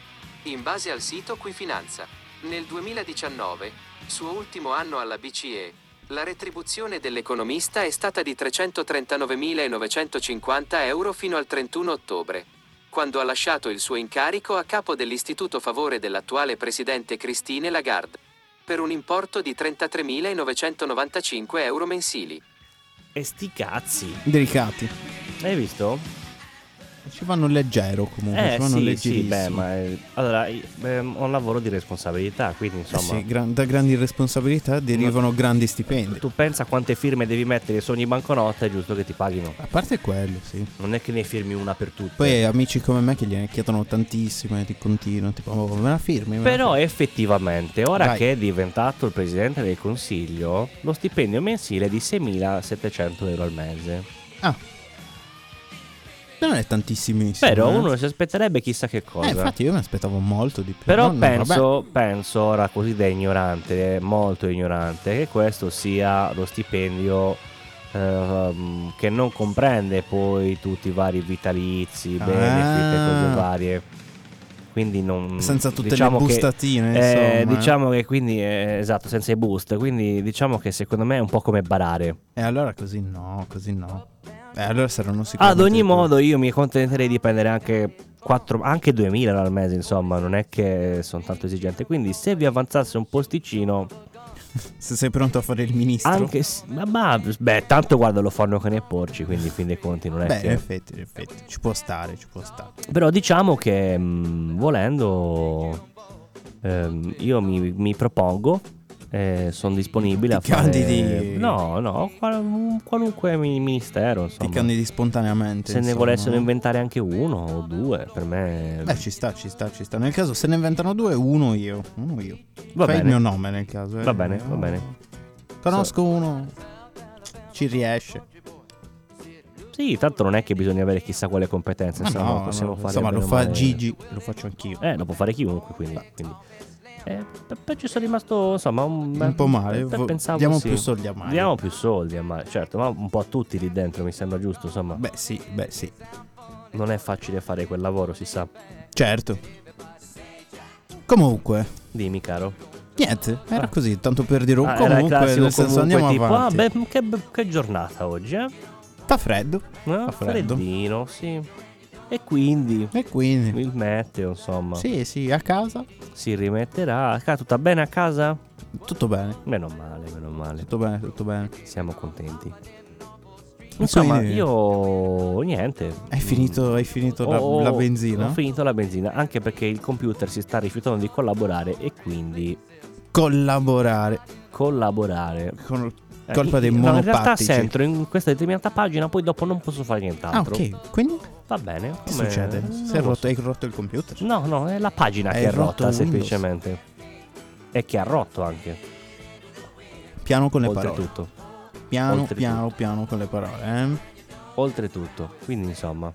[SPEAKER 9] In base al sito Quifinanza, nel 2019, suo ultimo anno alla BCE, la retribuzione dell'economista è stata di 339.950 euro fino al 31 ottobre, quando ha lasciato il suo incarico a capo dell'Istituto Favore dell'attuale presidente Christine Lagarde, per un importo di 33.995 euro mensili.
[SPEAKER 3] E sti cazzi.
[SPEAKER 4] Delicati.
[SPEAKER 3] Hai visto?
[SPEAKER 4] Ci vanno leggero comunque,
[SPEAKER 3] eh
[SPEAKER 4] ci vanno
[SPEAKER 3] sì, sì,
[SPEAKER 4] leggerissimo.
[SPEAKER 3] beh, ma eh, allora eh, beh, ho un lavoro di responsabilità, quindi
[SPEAKER 4] Eh
[SPEAKER 3] insomma...
[SPEAKER 4] sì, gran- da grandi responsabilità derivano grandi stipendi.
[SPEAKER 3] Tu pensa quante firme devi mettere su ogni banconota, è giusto che ti paghino.
[SPEAKER 4] A parte quello, sì.
[SPEAKER 3] Non è che ne firmi una per tutte.
[SPEAKER 4] Poi amici come me che gliene chiedono tantissime di continuo, tipo "Oh, me la firmi. me la
[SPEAKER 3] Però effettivamente, ora
[SPEAKER 4] Dai.
[SPEAKER 3] che è diventato il presidente del consiglio, lo stipendio mensile è di 6.700 euro al mese.
[SPEAKER 4] firmi". Ah. Non è tantissimissimo.
[SPEAKER 3] Però
[SPEAKER 4] eh.
[SPEAKER 3] uno si aspetterebbe chissà che
[SPEAKER 4] Eh,
[SPEAKER 3] cosa.
[SPEAKER 4] infatti io mi aspettavo molto di più.
[SPEAKER 3] Però
[SPEAKER 4] No, no, vabbè.
[SPEAKER 3] penso, penso ora così da ignorante, eh, molto ignorante, che questo sia lo stipendio ehm, che non comprende poi tutti i vari vitalizi,
[SPEAKER 4] Ah.
[SPEAKER 3] benefit e cose varie. Quindi non...
[SPEAKER 4] Senza tutte
[SPEAKER 3] diciamo
[SPEAKER 4] le
[SPEAKER 3] che-
[SPEAKER 4] bustatine,
[SPEAKER 3] Eh,
[SPEAKER 4] insomma. eh.
[SPEAKER 3] diciamo che quindi eh, esatto, senza i boost, quindi diciamo che secondo me è un po' come barare.
[SPEAKER 4] E allora così no, così no. Eh, allora saranno sicuri.
[SPEAKER 3] Ad ogni modo io mi contenterei di prendere anche 4 anche 2000 al mese, insomma, non è che sono tanto esigente, quindi se vi avanzasse un posticino
[SPEAKER 4] Se sei pronto a fare il ministro.
[SPEAKER 3] anche s- ma, ma- beh, tanto guarda lo fanno con i porci, quindi in fin dei conti non è
[SPEAKER 4] Beh, in
[SPEAKER 3] che
[SPEAKER 4] effetti, in effetti, ci può stare, ci può stare.
[SPEAKER 3] Però diciamo che mh, volendo ehm, io mi, mi propongo, sono disponibile
[SPEAKER 4] Ti
[SPEAKER 3] a fare...
[SPEAKER 4] candidi?
[SPEAKER 3] No, no, qual- un qualunque mi- ministero.
[SPEAKER 4] Ti
[SPEAKER 3] Insomma.
[SPEAKER 4] candidi spontaneamente.
[SPEAKER 3] Se ne
[SPEAKER 4] insomma,
[SPEAKER 3] volessero
[SPEAKER 4] no?
[SPEAKER 3] inventare anche uno o due, per me...
[SPEAKER 4] Beh, ci sta, ci sta, ci sta. Nel caso se ne inventano due, uno io. Uno io.
[SPEAKER 3] Va
[SPEAKER 4] Fai
[SPEAKER 3] bene.
[SPEAKER 4] il mio nome nel caso. eh.
[SPEAKER 3] Va bene, va bene.
[SPEAKER 4] Conosco uno. Ci riesce.
[SPEAKER 3] Sì, tanto non è che bisogna avere chissà quale competenze,
[SPEAKER 4] Ma
[SPEAKER 3] insomma,
[SPEAKER 4] no,
[SPEAKER 3] possiamo
[SPEAKER 4] no,
[SPEAKER 3] fare...
[SPEAKER 4] insomma, lo
[SPEAKER 3] bene o
[SPEAKER 4] fa
[SPEAKER 3] male-
[SPEAKER 4] Gigi, lo faccio anch'io.
[SPEAKER 3] Eh, lo può fare chiunque, quindi... quindi. Eh, p- poi ci sono rimasto, insomma, un,
[SPEAKER 4] Un po' male,
[SPEAKER 3] eh,
[SPEAKER 4] vo-
[SPEAKER 3] pensavo
[SPEAKER 4] diamo
[SPEAKER 3] sì.
[SPEAKER 4] più soldi a Mario.
[SPEAKER 3] Diamo più soldi a Mario, certo, ma un po' a tutti lì dentro mi sembra giusto, insomma,
[SPEAKER 4] Beh, sì, beh, sì.
[SPEAKER 3] non è facile fare quel lavoro, si sa.
[SPEAKER 4] Certo. Comunque,
[SPEAKER 3] Dimmi, caro.
[SPEAKER 4] niente, era così, tanto per dire un
[SPEAKER 3] Ah, era il
[SPEAKER 4] comunque,
[SPEAKER 3] classico
[SPEAKER 4] nel senso
[SPEAKER 3] comunque,
[SPEAKER 4] andiamo
[SPEAKER 3] tipo,
[SPEAKER 4] avanti.
[SPEAKER 3] ah, beh, che, be- che giornata oggi, eh?
[SPEAKER 4] Fa freddo
[SPEAKER 3] Eh,
[SPEAKER 4] Fa freddo.
[SPEAKER 3] freddino, sì. E quindi
[SPEAKER 4] e quindi
[SPEAKER 3] il meteo, insomma,
[SPEAKER 4] Sì, sì, a casa
[SPEAKER 3] si rimetterà. Ca- Tutta bene a casa?
[SPEAKER 4] tutto bene,
[SPEAKER 3] Meno male, meno male.
[SPEAKER 4] tutto bene, tutto bene.
[SPEAKER 3] Siamo contenti. Insomma,
[SPEAKER 4] Quindi-
[SPEAKER 3] io niente. Mm.
[SPEAKER 4] Hai finito, hai finito la,
[SPEAKER 3] Ho-
[SPEAKER 4] la benzina?
[SPEAKER 3] Ho finito la benzina, anche perché il computer si sta rifiutando di collaborare e quindi
[SPEAKER 4] Collaborare
[SPEAKER 3] collaborare.
[SPEAKER 4] con
[SPEAKER 3] Eh,
[SPEAKER 4] colpa dei
[SPEAKER 3] no,
[SPEAKER 4] monopattici.
[SPEAKER 3] In realtà se entro in questa determinata pagina poi dopo non posso fare
[SPEAKER 4] Ah,
[SPEAKER 3] nient'altro.
[SPEAKER 4] ok. Quindi
[SPEAKER 3] Va bene. Come...
[SPEAKER 4] che succede?
[SPEAKER 3] non
[SPEAKER 4] Sei
[SPEAKER 3] lo
[SPEAKER 4] rotto, hai rotto il computer?
[SPEAKER 3] so. No, no, è la pagina
[SPEAKER 4] Hai
[SPEAKER 3] che è
[SPEAKER 4] rotto
[SPEAKER 3] rotta
[SPEAKER 4] Windows.
[SPEAKER 3] semplicemente. E che ha rotto anche,
[SPEAKER 4] Piano con le parole.
[SPEAKER 3] oltretutto.
[SPEAKER 4] Piano,
[SPEAKER 3] Oltretutto.
[SPEAKER 4] piano, piano con le parole. eh.
[SPEAKER 3] Oltretutto, quindi insomma,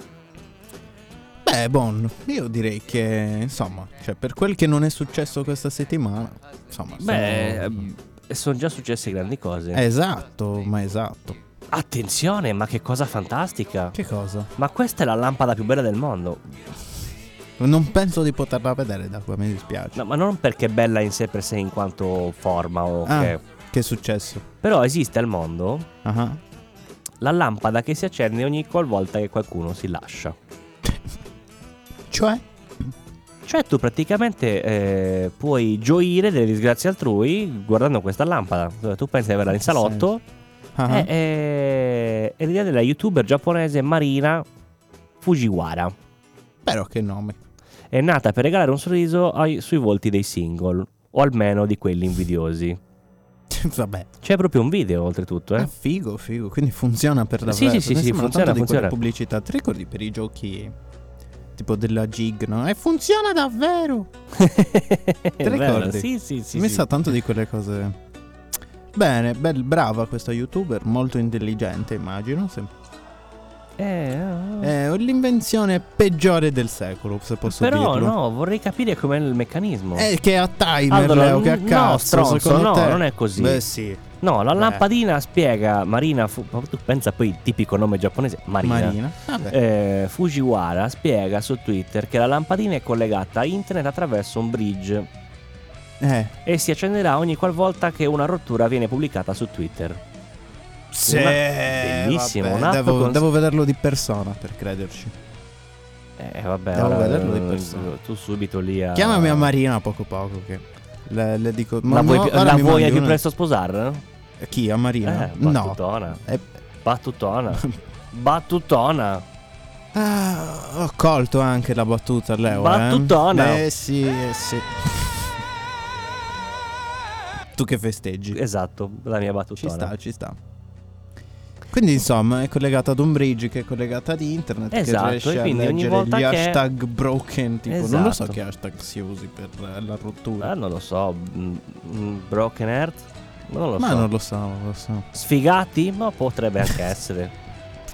[SPEAKER 4] Beh, buono. Io direi che, insomma, cioè, per quel che non è successo questa settimana, insomma...
[SPEAKER 3] beh,
[SPEAKER 4] sono-
[SPEAKER 3] eh, sono già successe grandi cose.
[SPEAKER 4] Esatto, ma esatto.
[SPEAKER 3] Attenzione, ma che cosa fantastica!
[SPEAKER 4] Che cosa?
[SPEAKER 3] Ma questa è la lampada più bella del mondo.
[SPEAKER 4] Non penso di poterla vedere da qua, mi dispiace.
[SPEAKER 3] No, ma non perché è bella in sé per sé in quanto forma o
[SPEAKER 4] Ah,
[SPEAKER 3] che.
[SPEAKER 4] che è successo?
[SPEAKER 3] Però esiste al mondo
[SPEAKER 4] Ah,
[SPEAKER 3] La lampada che si accende ogni qualvolta che qualcuno si lascia.
[SPEAKER 4] Cioè?
[SPEAKER 3] Cioè tu praticamente eh, puoi gioire delle disgrazie altrui guardando questa lampada. Cioè, Tu pensi di averla in
[SPEAKER 4] Senso.
[SPEAKER 3] salotto. Eh,
[SPEAKER 4] Ah,
[SPEAKER 3] È, è- è l'idea della youtuber giapponese Marina Fujiwara.
[SPEAKER 4] Però che nome.
[SPEAKER 3] È nata per regalare un sorriso ai- sui volti dei single, o almeno di quelli invidiosi.
[SPEAKER 4] Vabbè.
[SPEAKER 3] C'è proprio un video, oltretutto,
[SPEAKER 4] Ah,
[SPEAKER 3] eh?
[SPEAKER 4] figo, figo. Quindi funziona per
[SPEAKER 3] Sì,
[SPEAKER 4] davvero.
[SPEAKER 3] sì, sì,
[SPEAKER 4] Mi
[SPEAKER 3] sì,
[SPEAKER 4] sembra
[SPEAKER 3] funziona,
[SPEAKER 4] tanto di quelle
[SPEAKER 3] funziona.
[SPEAKER 4] pubblicità. Ti ricordi per i giochi tipo della gig, no? E funziona davvero.
[SPEAKER 3] Te
[SPEAKER 4] ricordi?
[SPEAKER 3] Sì, sì, sì.
[SPEAKER 4] Mi
[SPEAKER 3] sì.
[SPEAKER 4] sa tanto di quelle cose. Bene, bel- brava questa youtuber, molto intelligente immagino. sì.
[SPEAKER 3] Eh, eh, eh.
[SPEAKER 4] È l'invenzione peggiore del secolo, se posso
[SPEAKER 3] Però
[SPEAKER 4] dirlo. Eh.
[SPEAKER 3] no, vorrei capire com'è il meccanismo.
[SPEAKER 4] È che a timer,
[SPEAKER 3] Allora,
[SPEAKER 4] Leo, che a
[SPEAKER 3] no,
[SPEAKER 4] cazzo,
[SPEAKER 3] stronzo,
[SPEAKER 4] secondo
[SPEAKER 3] no,
[SPEAKER 4] te?
[SPEAKER 3] non è così.
[SPEAKER 4] Beh sì,
[SPEAKER 3] no, la
[SPEAKER 4] beh.
[SPEAKER 3] lampadina spiega Marina. Fu- ma tu pensa poi il tipico nome giapponese, Marina.
[SPEAKER 4] Marina. Vabbè.
[SPEAKER 3] Eh, Fujiwara spiega su Twitter che la lampadina è collegata a internet attraverso un bridge
[SPEAKER 4] Eh,
[SPEAKER 3] e si accenderà ogni qualvolta che una rottura viene pubblicata su Twitter.
[SPEAKER 4] Sì,
[SPEAKER 3] Una- bellissimo,
[SPEAKER 4] vabbè,
[SPEAKER 3] un'app
[SPEAKER 4] devo,
[SPEAKER 3] con-
[SPEAKER 4] devo vederlo di persona per crederci.
[SPEAKER 3] Eh, vabbè,
[SPEAKER 4] Devo
[SPEAKER 3] ora,
[SPEAKER 4] vederlo di
[SPEAKER 3] eh,
[SPEAKER 4] persona.
[SPEAKER 3] Tu subito lì a.
[SPEAKER 4] Chiamami a Marina poco poco che le, le dico...
[SPEAKER 3] La
[SPEAKER 4] "Ma
[SPEAKER 3] vuoi,
[SPEAKER 4] no,
[SPEAKER 3] pi-
[SPEAKER 4] ora
[SPEAKER 3] la
[SPEAKER 4] mi
[SPEAKER 3] vuoi
[SPEAKER 4] mandi
[SPEAKER 3] più
[SPEAKER 4] una-"
[SPEAKER 3] presto sposare?
[SPEAKER 4] Chi? A Marina?
[SPEAKER 3] Eh,
[SPEAKER 4] no.
[SPEAKER 3] battutona.
[SPEAKER 4] Eh,
[SPEAKER 3] Battutona. battutona.
[SPEAKER 4] ah, ho colto anche la battuta, Leo. eh.
[SPEAKER 3] Battutona.
[SPEAKER 4] Eh sì, eh sì. tu che festeggi.
[SPEAKER 3] Esatto, la mia battutona.
[SPEAKER 4] Ci sta, ci sta. Quindi insomma è collegata ad un bridge che è collegata ad internet
[SPEAKER 3] Esatto,
[SPEAKER 4] che riesce
[SPEAKER 3] e
[SPEAKER 4] a
[SPEAKER 3] quindi ogni
[SPEAKER 4] leggere
[SPEAKER 3] volta
[SPEAKER 4] gli
[SPEAKER 3] che-
[SPEAKER 4] hashtag broken tipo non lo so
[SPEAKER 3] Esatto.
[SPEAKER 4] che hashtag si usi per eh, la rottura
[SPEAKER 3] Ah, non lo so. mm, mm, Broken Heart? Non lo
[SPEAKER 4] ma
[SPEAKER 3] so.
[SPEAKER 4] non lo so, non lo so
[SPEAKER 3] Sfigati? Ma potrebbe anche essere.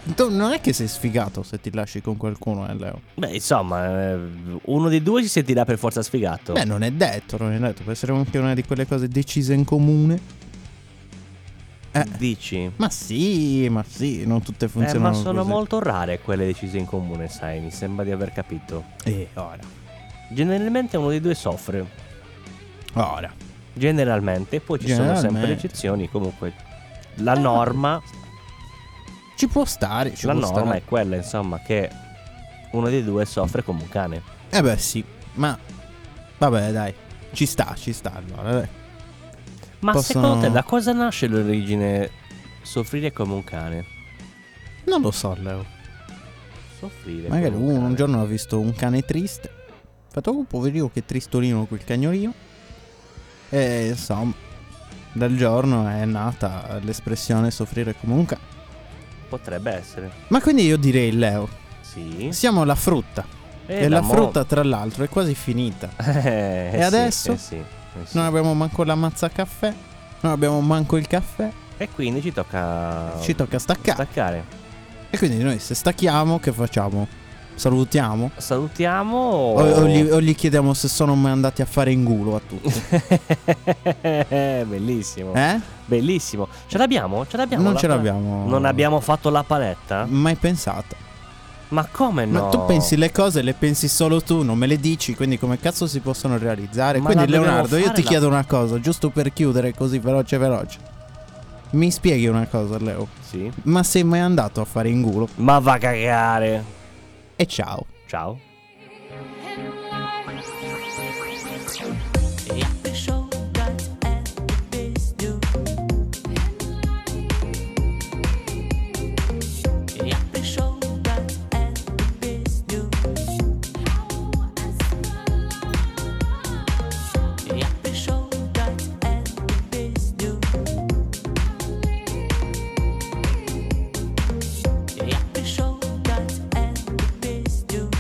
[SPEAKER 4] Tu non è che sei sfigato se ti lasci con qualcuno eh Leo
[SPEAKER 3] Beh, insomma, eh, uno dei due si sentirà per forza sfigato.
[SPEAKER 4] beh non è detto non è detto può essere anche una di quelle cose decise in comune eh.
[SPEAKER 3] Dici?
[SPEAKER 4] ma sì ma sì non tutte
[SPEAKER 3] Eh, ma
[SPEAKER 4] funzionano
[SPEAKER 3] sono
[SPEAKER 4] così.
[SPEAKER 3] molto rare quelle decise in comune, sai, mi sembra di aver capito.
[SPEAKER 4] eh ora
[SPEAKER 3] Generalmente uno dei due soffre.
[SPEAKER 4] ora
[SPEAKER 3] Generalmente, poi ci sono sempre
[SPEAKER 4] Generalmente.
[SPEAKER 3] le eccezioni, comunque la norma,
[SPEAKER 4] ci può stare ci
[SPEAKER 3] la
[SPEAKER 4] può
[SPEAKER 3] norma
[SPEAKER 4] stare
[SPEAKER 3] è quella, insomma, che uno dei due soffre come un cane.
[SPEAKER 4] Eh beh sì, ma vabbè dai, ci sta, ci sta allora. dai.
[SPEAKER 3] Ma
[SPEAKER 4] Possono-
[SPEAKER 3] secondo te da cosa nasce l'origine soffrire come un cane?
[SPEAKER 4] Non lo so Leo,
[SPEAKER 3] Soffrire
[SPEAKER 4] magari
[SPEAKER 3] come un
[SPEAKER 4] uno
[SPEAKER 3] cane.
[SPEAKER 4] un giorno ha visto un cane triste, ha fatto un poverino che tristolino quel cagnolino e insomma dal giorno è nata l'espressione soffrire come un cane.
[SPEAKER 3] potrebbe essere.
[SPEAKER 4] Ma quindi io direi Leo,
[SPEAKER 3] Sì.
[SPEAKER 4] siamo alla frutta
[SPEAKER 3] Eh,
[SPEAKER 4] e la
[SPEAKER 3] mo-
[SPEAKER 4] frutta tra l'altro è quasi finita.
[SPEAKER 3] Eh,
[SPEAKER 4] E
[SPEAKER 3] sì,
[SPEAKER 4] adesso?
[SPEAKER 3] eh sì, eh sì.
[SPEAKER 4] Non abbiamo manco la mazza caffè, non abbiamo manco il caffè,
[SPEAKER 3] E quindi ci tocca
[SPEAKER 4] eh. ci tocca staccare.
[SPEAKER 3] staccare.
[SPEAKER 4] E quindi noi se stacchiamo, che facciamo? Salutiamo?
[SPEAKER 3] Salutiamo.
[SPEAKER 4] O, o gli,
[SPEAKER 3] Oh.
[SPEAKER 4] o gli chiediamo se sono mai andati a fare in culo a tutti?
[SPEAKER 3] bellissimo.
[SPEAKER 4] Eh?
[SPEAKER 3] Bellissimo. Ce l'abbiamo? Ce l'abbiamo?
[SPEAKER 4] Non
[SPEAKER 3] la
[SPEAKER 4] ce
[SPEAKER 3] pa-
[SPEAKER 4] l'abbiamo.
[SPEAKER 3] Non abbiamo fatto la paletta?
[SPEAKER 4] Mai pensato.
[SPEAKER 3] Ma come no?
[SPEAKER 4] Ma tu pensi le cose, le pensi solo tu, non me le dici, quindi come cazzo si possono realizzare?
[SPEAKER 3] Ma
[SPEAKER 4] quindi
[SPEAKER 3] la dobbiamo
[SPEAKER 4] Leonardo, io
[SPEAKER 3] fare
[SPEAKER 4] ti
[SPEAKER 3] la-
[SPEAKER 4] chiedo una cosa, giusto per chiudere così veloce veloce. Mi spieghi una cosa, Leo?
[SPEAKER 3] Sì.
[SPEAKER 4] Ma sei mai andato a fare in culo?
[SPEAKER 3] Ma va a cagare.
[SPEAKER 4] E ciao.
[SPEAKER 3] Ciao.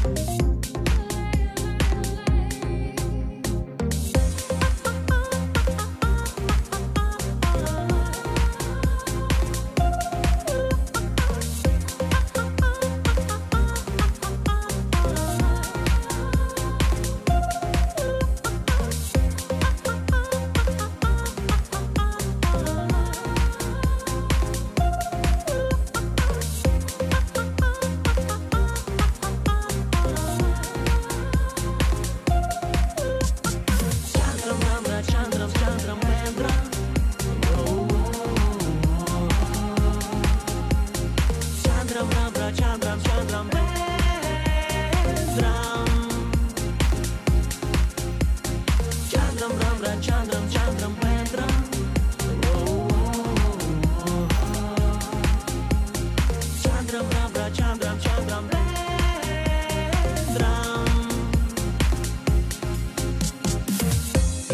[SPEAKER 2] Yeah.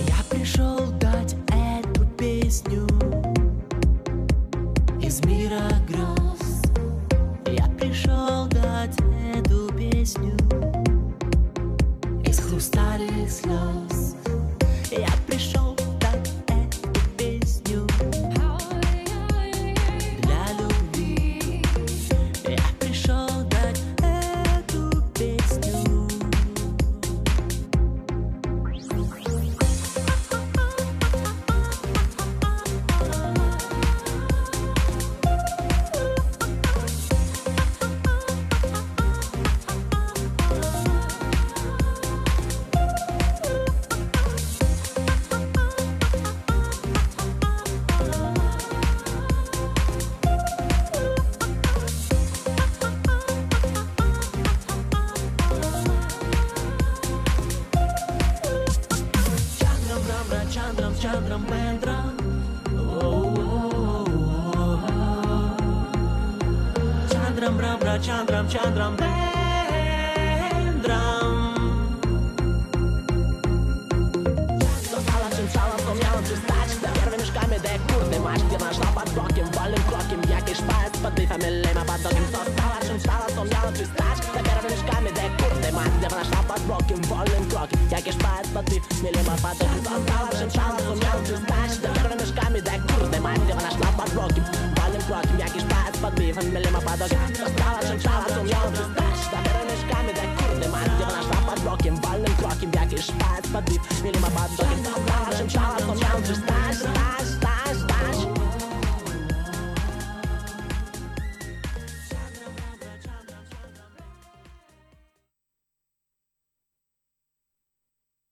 [SPEAKER 8] Я пришел дать эту песню из мира гроз. Я пришел дать эту песню из хрустальных слез. Я пришел дать эту песню для любви. Я пришел дать эту песню. Chandram Brabra Chandram Chandram Bendram Dostała czym chciała, wspomniałam czym stać Za pierwym szkamy de kurde masz Gdzie masz pod blokiem, wolnym krokiem Jakiś palec pod dychem, lema pod nogiem Dostała czym chciała, wspomniałam czym stać Za pierwym szkamy de kurde masz Gdzie masz pod blokiem, wolnym krokiem Jakiś palec pod dychem, lema pod nogiem Dostała czym chciała, wspomniałam czym stać Za pierwym szkamy de kurde masz Gdzie masz pod blokiem, wolnym krokiem Jakiś palec pod dychem, lema pod nogiem Dostała czym chciała, wspomniałam czym stać Za pierwym szkamy de kurde masz Gdzie masz pod blokiem, wolnym krokiem Jakiś palec pod dychem, lema pod nogiem Dostała czym chciała, wspomniałam czym stać Stać,